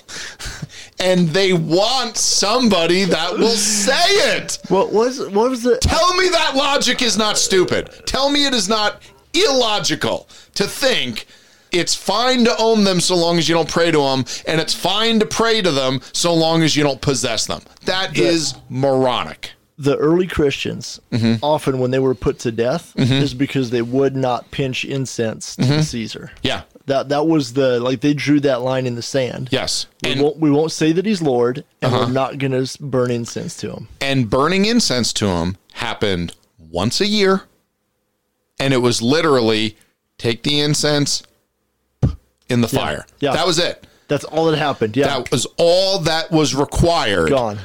Speaker 1: And they want somebody that will say it.
Speaker 2: What was what was it?
Speaker 1: Tell me that logic is not stupid. Tell me it is not illogical to think it's fine to own them so long as you don't pray to them, and it's fine to pray to them so long as you don't possess them. That is moronic.
Speaker 2: The early Christians
Speaker 1: Mm-hmm.
Speaker 2: often when they were put to death is because they would not pinch incense to Caesar.
Speaker 1: Mm-hmm. Yeah.
Speaker 2: That that was the like they drew that line in the sand.
Speaker 1: Yes.
Speaker 2: We
Speaker 1: And, Uh-huh.
Speaker 2: won't we won't say that he's Lord, and we're not going to burn incense to him.
Speaker 1: and burning incense to them happened once a year. And it was literally take the incense in the fire.
Speaker 2: Yeah.
Speaker 1: That was it.
Speaker 2: That's all that happened. Yeah,
Speaker 1: That was all that was required.
Speaker 2: gone.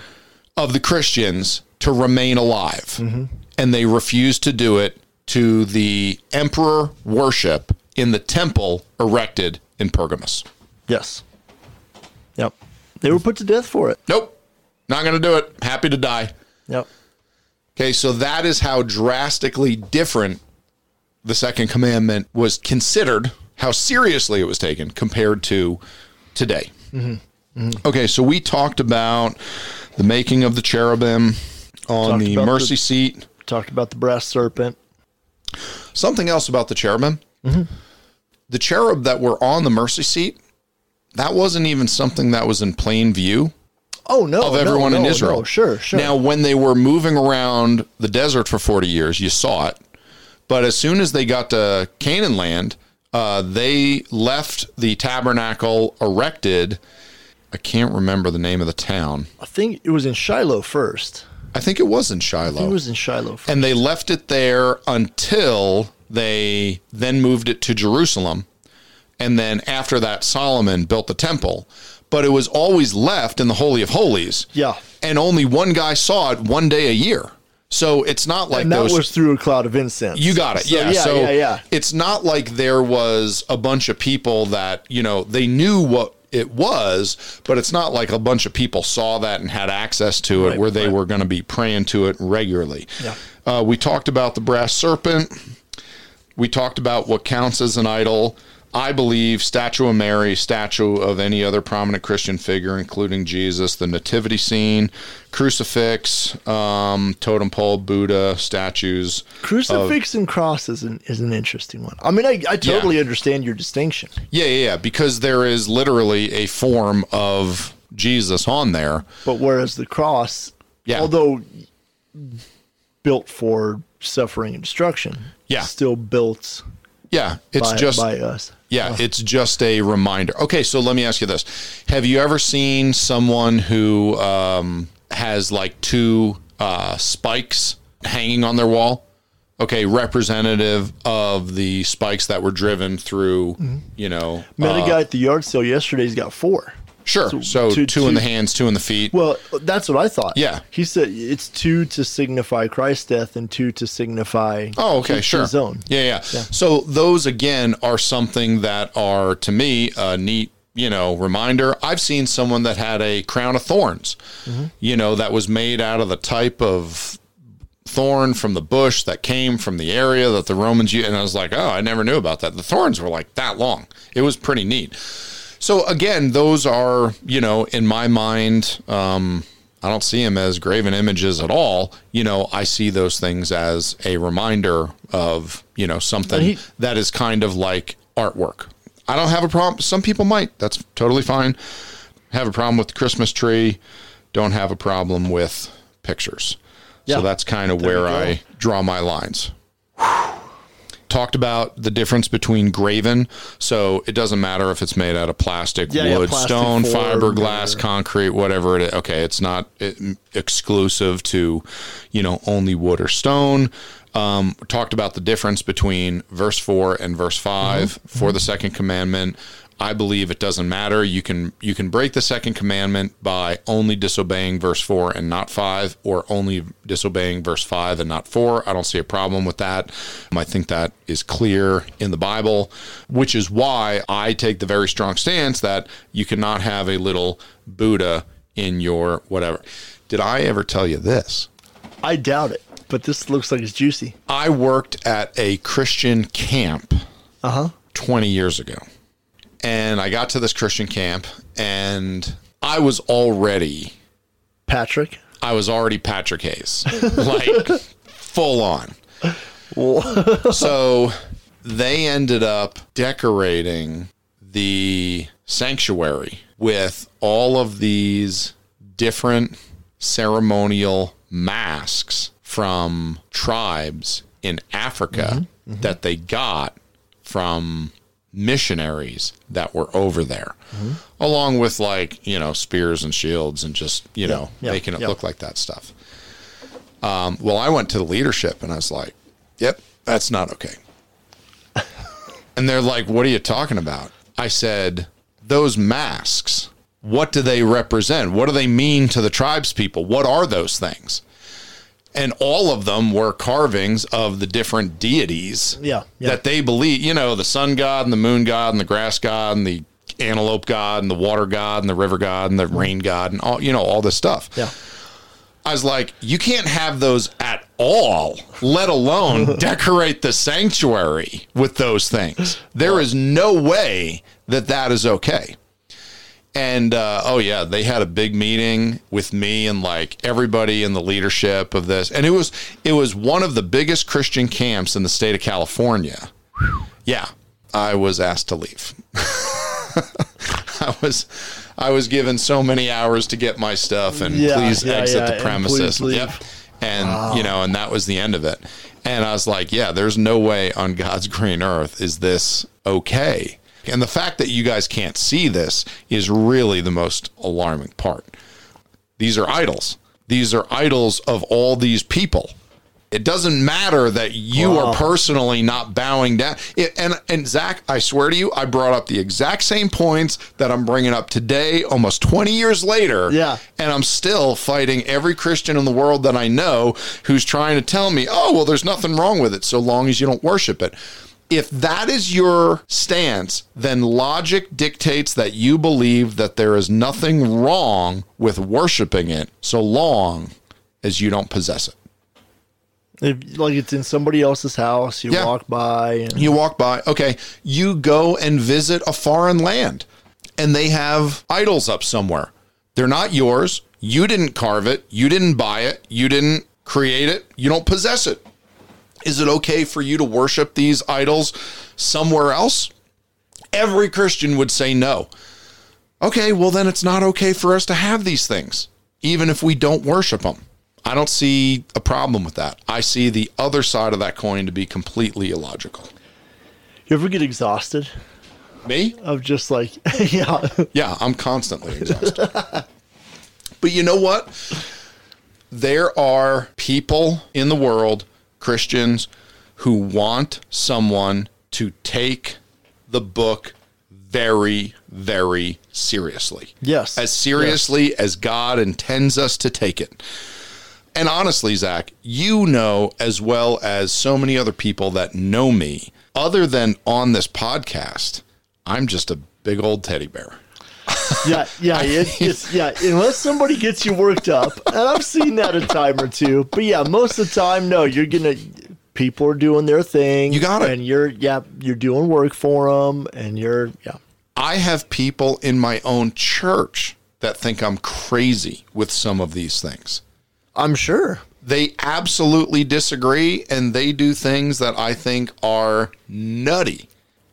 Speaker 1: of the Christians to remain alive.
Speaker 2: Mm-hmm.
Speaker 1: And they refused to do it to the emperor worship in the temple erected in Pergamus.
Speaker 2: Yes. Yep. They were put to death for it.
Speaker 1: Nope, not going to do it. Happy to die.
Speaker 2: Yep.
Speaker 1: Okay, so that is how drastically different the second commandment was considered, how seriously it was taken compared to today.
Speaker 2: Mm-hmm.
Speaker 1: Okay, so we talked about the making of the cherubim on
Speaker 2: Talked
Speaker 1: the
Speaker 2: about
Speaker 1: mercy
Speaker 2: the-
Speaker 1: seat.
Speaker 2: Talked about the brass serpent.
Speaker 1: Something else about the cherubim.
Speaker 2: Mm-hmm.
Speaker 1: The cherub that were on the mercy seat, that wasn't even something that was in plain view
Speaker 2: Oh no!
Speaker 1: of everyone
Speaker 2: no,
Speaker 1: in
Speaker 2: no,
Speaker 1: Israel.
Speaker 2: No, sure, sure.
Speaker 1: Now, when they were moving around the desert for 40 years, you saw it. But as soon as they got to Canaan land, uh, they left the tabernacle erected. I can't remember the name of the town.
Speaker 2: I think it was in Shiloh first.
Speaker 1: I think it was in
Speaker 2: It
Speaker 1: Shiloh.
Speaker 2: was in Shiloh. First.
Speaker 1: and they left it there until they then moved it to Jerusalem. And then after that, Solomon built the temple. But it was always left in the Holy of Holies.
Speaker 2: Yeah.
Speaker 1: And only one guy saw it one day a year. So it's not like
Speaker 2: And that
Speaker 1: those.
Speaker 2: was through a cloud of incense.
Speaker 1: you got it.
Speaker 2: So,
Speaker 1: yeah.
Speaker 2: yeah,
Speaker 1: So
Speaker 2: yeah, yeah.
Speaker 1: it's not like there was a bunch of people that, you know, they knew what it was, but it's not like a bunch of people saw that and had access to it
Speaker 2: Right,
Speaker 1: where they
Speaker 2: right.
Speaker 1: were going to be praying to it regularly.
Speaker 2: Yeah.
Speaker 1: Uh, we talked about the brass serpent. We talked about what counts as an idol. I believe statue of Mary, statue of any other prominent Christian figure, including Jesus, the nativity scene, crucifix, um, totem pole, Buddha, statues.
Speaker 2: Crucifix and cross is an is an interesting one. I mean, I, I totally understand your distinction.
Speaker 1: Yeah, yeah, yeah, because there is literally a form of Jesus on there.
Speaker 2: But whereas the cross,
Speaker 1: Yeah.
Speaker 2: although built for suffering and destruction,
Speaker 1: Yeah.
Speaker 2: still built
Speaker 1: Yeah, it's
Speaker 2: by,
Speaker 1: just
Speaker 2: by oh. us.
Speaker 1: Yeah, it's just a reminder. Okay, so let me ask you this: Have you ever seen someone who um, has like two uh, spikes hanging on their wall? okay, representative of the spikes that were driven through,
Speaker 2: Mm-hmm.
Speaker 1: you know,
Speaker 2: Met
Speaker 1: uh,
Speaker 2: a guy at the yard sale yesterday. He's got four.
Speaker 1: sure. So,
Speaker 2: so
Speaker 1: two,
Speaker 2: two-
Speaker 1: in the
Speaker 2: two-
Speaker 1: hands, two in the feet.
Speaker 2: Well, that's what I thought.
Speaker 1: Yeah.
Speaker 2: He said it's two to signify Christ's death and two to signify.
Speaker 1: Oh, okay,
Speaker 2: his-
Speaker 1: sure.
Speaker 2: His own.
Speaker 1: Yeah, yeah, So those again are something that are to me a neat, you know, reminder. I've seen someone that had a crown of thorns, you know, that was made out of the type of thorn from the bush that came from the area that the Romans used. And I was like, oh, I never knew about that. The thorns were like that long. It was pretty neat. So again, those are you know in my mind, um, I don't see them as graven images at all. You know, I see those things as a reminder of you know something
Speaker 2: he-
Speaker 1: that is kind of like artwork. I don't have a problem. Some people might. That's totally fine. Have a problem with the Christmas tree. Don't have a problem with pictures.
Speaker 2: Yeah.
Speaker 1: So that's kind of where
Speaker 2: we go.
Speaker 1: I draw my lines talked about the difference between graven. So it doesn't matter if it's made out of plastic,
Speaker 2: Yeah, yeah,
Speaker 1: wood,
Speaker 2: plastic
Speaker 1: stone,
Speaker 2: form
Speaker 1: fiberglass,
Speaker 2: or-
Speaker 1: concrete, whatever it is. Okay, it's not eh, exclusive to, you know, only wood or stone. Um, talked about the difference between verse four and verse 5
Speaker 2: Mm-hmm.
Speaker 1: for the second commandment. I believe it doesn't matter. You can you can break the second commandment by only disobeying verse four and not five, or only disobeying verse five and not four. I don't see a problem with that. Um, I think that is clear in the Bible, which is why I take the very strong stance that you cannot have a little Buddha in your whatever. Did I ever tell you this?
Speaker 2: I doubt it, but this looks like it's juicy.
Speaker 1: I worked at a Christian camp 20 years ago. And I got to this Christian camp and I was already
Speaker 2: Patrick.
Speaker 1: I was already Patrick Hayes. [laughs] Like full on. so they ended up decorating the sanctuary with all of these different ceremonial masks from tribes in
Speaker 2: Mm-hmm.
Speaker 1: Africa that they got from missionaries that were over there,
Speaker 2: Mm-hmm.
Speaker 1: along with like, you know, spears and shields and just, you know,
Speaker 2: yeah,
Speaker 1: making it
Speaker 2: yeah.
Speaker 1: look like that stuff. Um, well, I went to the leadership and I was like, yep, that's not
Speaker 2: [laughs]
Speaker 1: okay. and they're like, what are you talking about? I said, those masks, what do they represent? What do they mean to the tribes people? What are those things? And all of them were carvings of the different deities
Speaker 2: Yeah, yeah.
Speaker 1: that they believe, you know, the sun god and the moon god and the grass god and the antelope god and the water god and the river god and the rain god and all, you know, all this stuff.
Speaker 2: [laughs] Yeah.
Speaker 1: I was like, you can't have those at all, let alone decorate the sanctuary with those things. There is no way that that is okay. And uh, oh yeah, they had a big meeting with me and like everybody in the leadership of this, and it was it was one of the biggest Christian camps in the state of California. Yeah, I was asked to leave. [laughs] I was I was given so many hours to get my stuff and
Speaker 2: Yeah,
Speaker 1: please
Speaker 2: yeah,
Speaker 1: exit
Speaker 2: yeah,
Speaker 1: the
Speaker 2: and
Speaker 1: premises.
Speaker 2: please leave.
Speaker 1: Yep. And you know, and that was the end of it. And I was like, yeah, there's no way on God's green earth is this okay. And the fact that you guys can't see this is really the most alarming part. These are idols. These are idols of all these people. It doesn't matter that you are personally not bowing down. It, and and Zach, I swear to you, I brought up the exact same points that I'm bringing up today, almost 20 years later.
Speaker 2: Yeah.
Speaker 1: and I'm still fighting every Christian in the world that I know who's trying to tell me, "Oh, well, there's nothing wrong with it so long as you don't worship it." If that is your stance, then logic dictates that you believe that there is nothing wrong with worshiping it so long as you don't possess it.
Speaker 2: If, like it's in somebody else's house. You
Speaker 1: Yeah.
Speaker 2: walk by and
Speaker 1: You walk by, okay, you go and visit a foreign land and they have idols up somewhere. They're not yours. You didn't carve it. You didn't buy it. You didn't create it. You don't possess it. Is it okay for you to worship these idols somewhere else? Every Christian would say no. Okay, well, then it's not okay for us to have these things, even if we don't worship them. I don't see a problem with that. I see the other side of that coin to be completely illogical.
Speaker 2: you ever get exhausted
Speaker 1: Me?
Speaker 2: of just like [laughs] yeah.
Speaker 1: Yeah, I'm constantly exhausted. but you know what? There are people in the world, Christians, who want someone to take the book very, very seriously.
Speaker 2: Yes.
Speaker 1: As seriously as God intends us to take it. And honestly, Zach, you know as well as so many other people that know me, other than on this podcast, I'm just a big old teddy bear.
Speaker 2: [laughs] yeah, yeah, it, it's yeah. Unless somebody gets you worked up, and I've seen that a time or two. But yeah, most of the time, no, you're gonna. People are doing their thing.
Speaker 1: You got it.
Speaker 2: And you're yeah, you're doing work for them, and you're yeah,
Speaker 1: I have people in my own church that think I'm crazy with some of these things.
Speaker 2: I'm sure.
Speaker 1: They absolutely disagree and they do things that I think are nutty.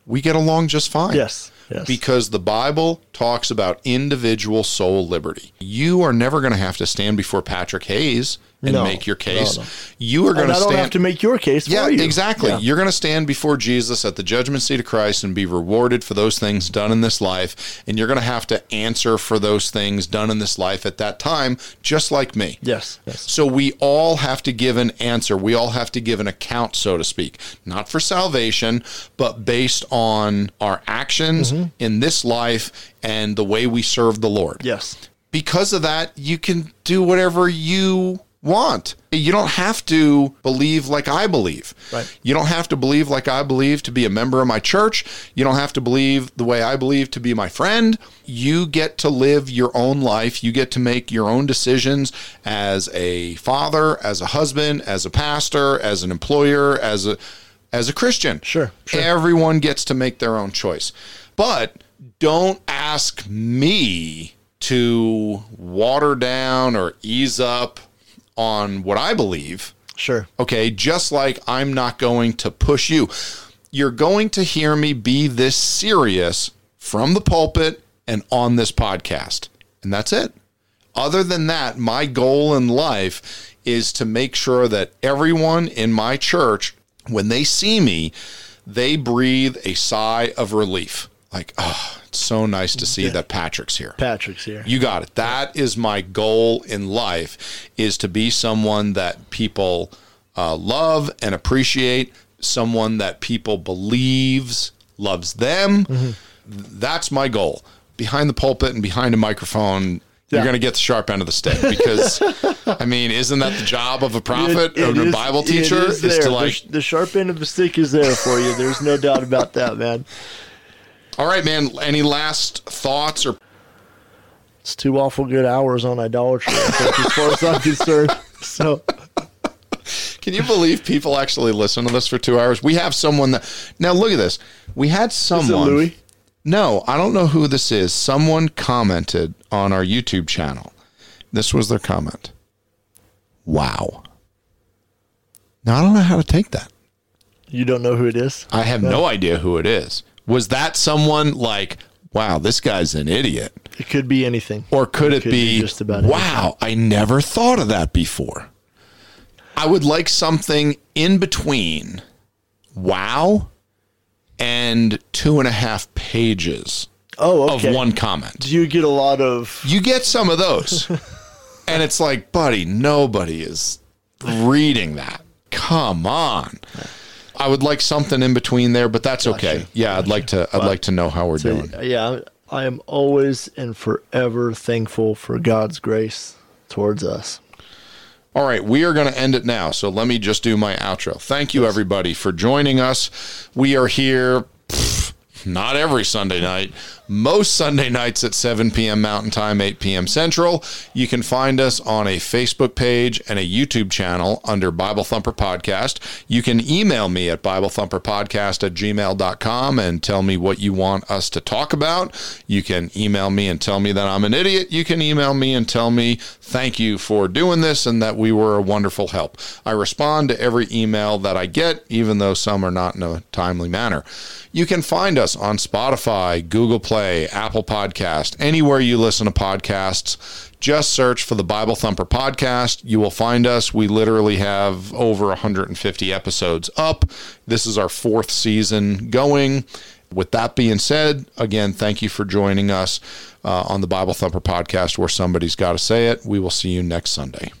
Speaker 1: We get along just fine.
Speaker 2: Yes, yes.
Speaker 1: Because the Bible talks about individual soul liberty. You are never going to have to stand before Patrick Hayes and
Speaker 2: No,
Speaker 1: make your case.
Speaker 2: no, no.
Speaker 1: You are going
Speaker 2: And
Speaker 1: to
Speaker 2: I
Speaker 1: stand
Speaker 2: don't have to make your case
Speaker 1: yeah,
Speaker 2: for you.
Speaker 1: exactly.
Speaker 2: Yeah.
Speaker 1: You're going to stand before Jesus at the judgment seat of Christ and be rewarded for those things done in this life. And you're going to have to answer for those things done in this life at that time, just like me.
Speaker 2: Yes, yes.
Speaker 1: So we all have to give an answer. We all have to give an account, so to speak, not for salvation, but based on our actions in this life and the way we serve the Lord
Speaker 2: Yes.
Speaker 1: because of that, you can do whatever you want. You don't have to believe like I believe.
Speaker 2: Right.
Speaker 1: You don't have to believe like I believe to be a member of my church. You don't have to believe the way I believe to be my friend. You get to live your own life. You get to make your own decisions as a father, as a husband, as a pastor, as an employer, as a as a Christian.
Speaker 2: Sure, sure.
Speaker 1: Everyone gets to make their own choice. But don't ask me to water down or ease up on what I believe.
Speaker 2: Sure.
Speaker 1: Okay. Just like I'm not going to push you. You're going to hear me be this serious from the pulpit and on this podcast. And that's it. Other than that, my goal in life is to make sure that everyone in my church, when they see me, they breathe a sigh of relief. Like, oh, it's so nice to see that Patrick's here.
Speaker 2: Patrick's here.
Speaker 1: You got it. That is my goal in life is to be someone that people uh, love and appreciate, someone that people believes loves them.
Speaker 2: Mm-hmm.
Speaker 1: That's my goal. Behind the pulpit and behind a microphone, you're
Speaker 2: Yeah.
Speaker 1: going to get the sharp end of the stick
Speaker 2: [laughs]
Speaker 1: because, I mean, isn't that the job of a prophet
Speaker 2: It- it
Speaker 1: or a
Speaker 2: is-
Speaker 1: Bible
Speaker 2: it
Speaker 1: teacher? Is,
Speaker 2: there.
Speaker 1: to
Speaker 2: The
Speaker 1: like,
Speaker 2: sh- the sharp end of the stick is there for you. There's no doubt about that, man.
Speaker 1: all right, man. Any last thoughts or
Speaker 2: It's two awful good hours on idolatry, I think, as far as I'm concerned. So
Speaker 1: Can you believe people actually listen to this for two hours? We have someone that now look at this. We had
Speaker 2: is it
Speaker 1: someone.
Speaker 2: Louis?
Speaker 1: No, I don't know who this is. Someone commented on our YouTube channel. This was their comment. Wow. Now I don't know how to take that.
Speaker 2: You don't know who it is?
Speaker 1: I have no idea who it is. Was that someone like, wow, this guy's an idiot?
Speaker 2: It could be anything.
Speaker 1: Or could it,
Speaker 2: could
Speaker 1: be,
Speaker 2: be just about
Speaker 1: wow, I never thought of that before? I would like something in between wow and two and a half pages
Speaker 2: oh,
Speaker 1: of
Speaker 2: okay.
Speaker 1: one comment.
Speaker 2: Do you get a lot of?
Speaker 1: You get some of
Speaker 2: [laughs]
Speaker 1: those. and it's like, buddy, nobody is reading that. Come on. I would like something in between there, but that's okay. Yeah, I'd like to I'd like to know how we're doing.
Speaker 2: Yeah, I am always and forever thankful for God's grace towards us.
Speaker 1: All right, we are going to end it now. So let me just do my outro. Thank you, everybody, for joining us. We are here pff, not every Sunday night, most Sunday nights at 7 p.m. Mountain Time, 8 p.m. Central. You can find us on a Facebook page and a YouTube channel under Bible Thumper Podcast. You can email me at BibleThumperPodcast at gmail.com and tell me what you want us to talk about. You can email me and tell me that I'm an idiot. You can email me and tell me thank you for doing this and that we were a wonderful help. I respond to every email that I get, even though some are not in a timely manner. You can find us on Spotify, Google Play, Apple Podcast, anywhere you listen to podcasts. Just search for the Bible Thumper podcast. You will find us. We literally have over 150 episodes up. This is our fourth season going. With that being said, again, thank you for joining us uh, on the Bible Thumper podcast where somebody's got to say it. We will see you next Sunday.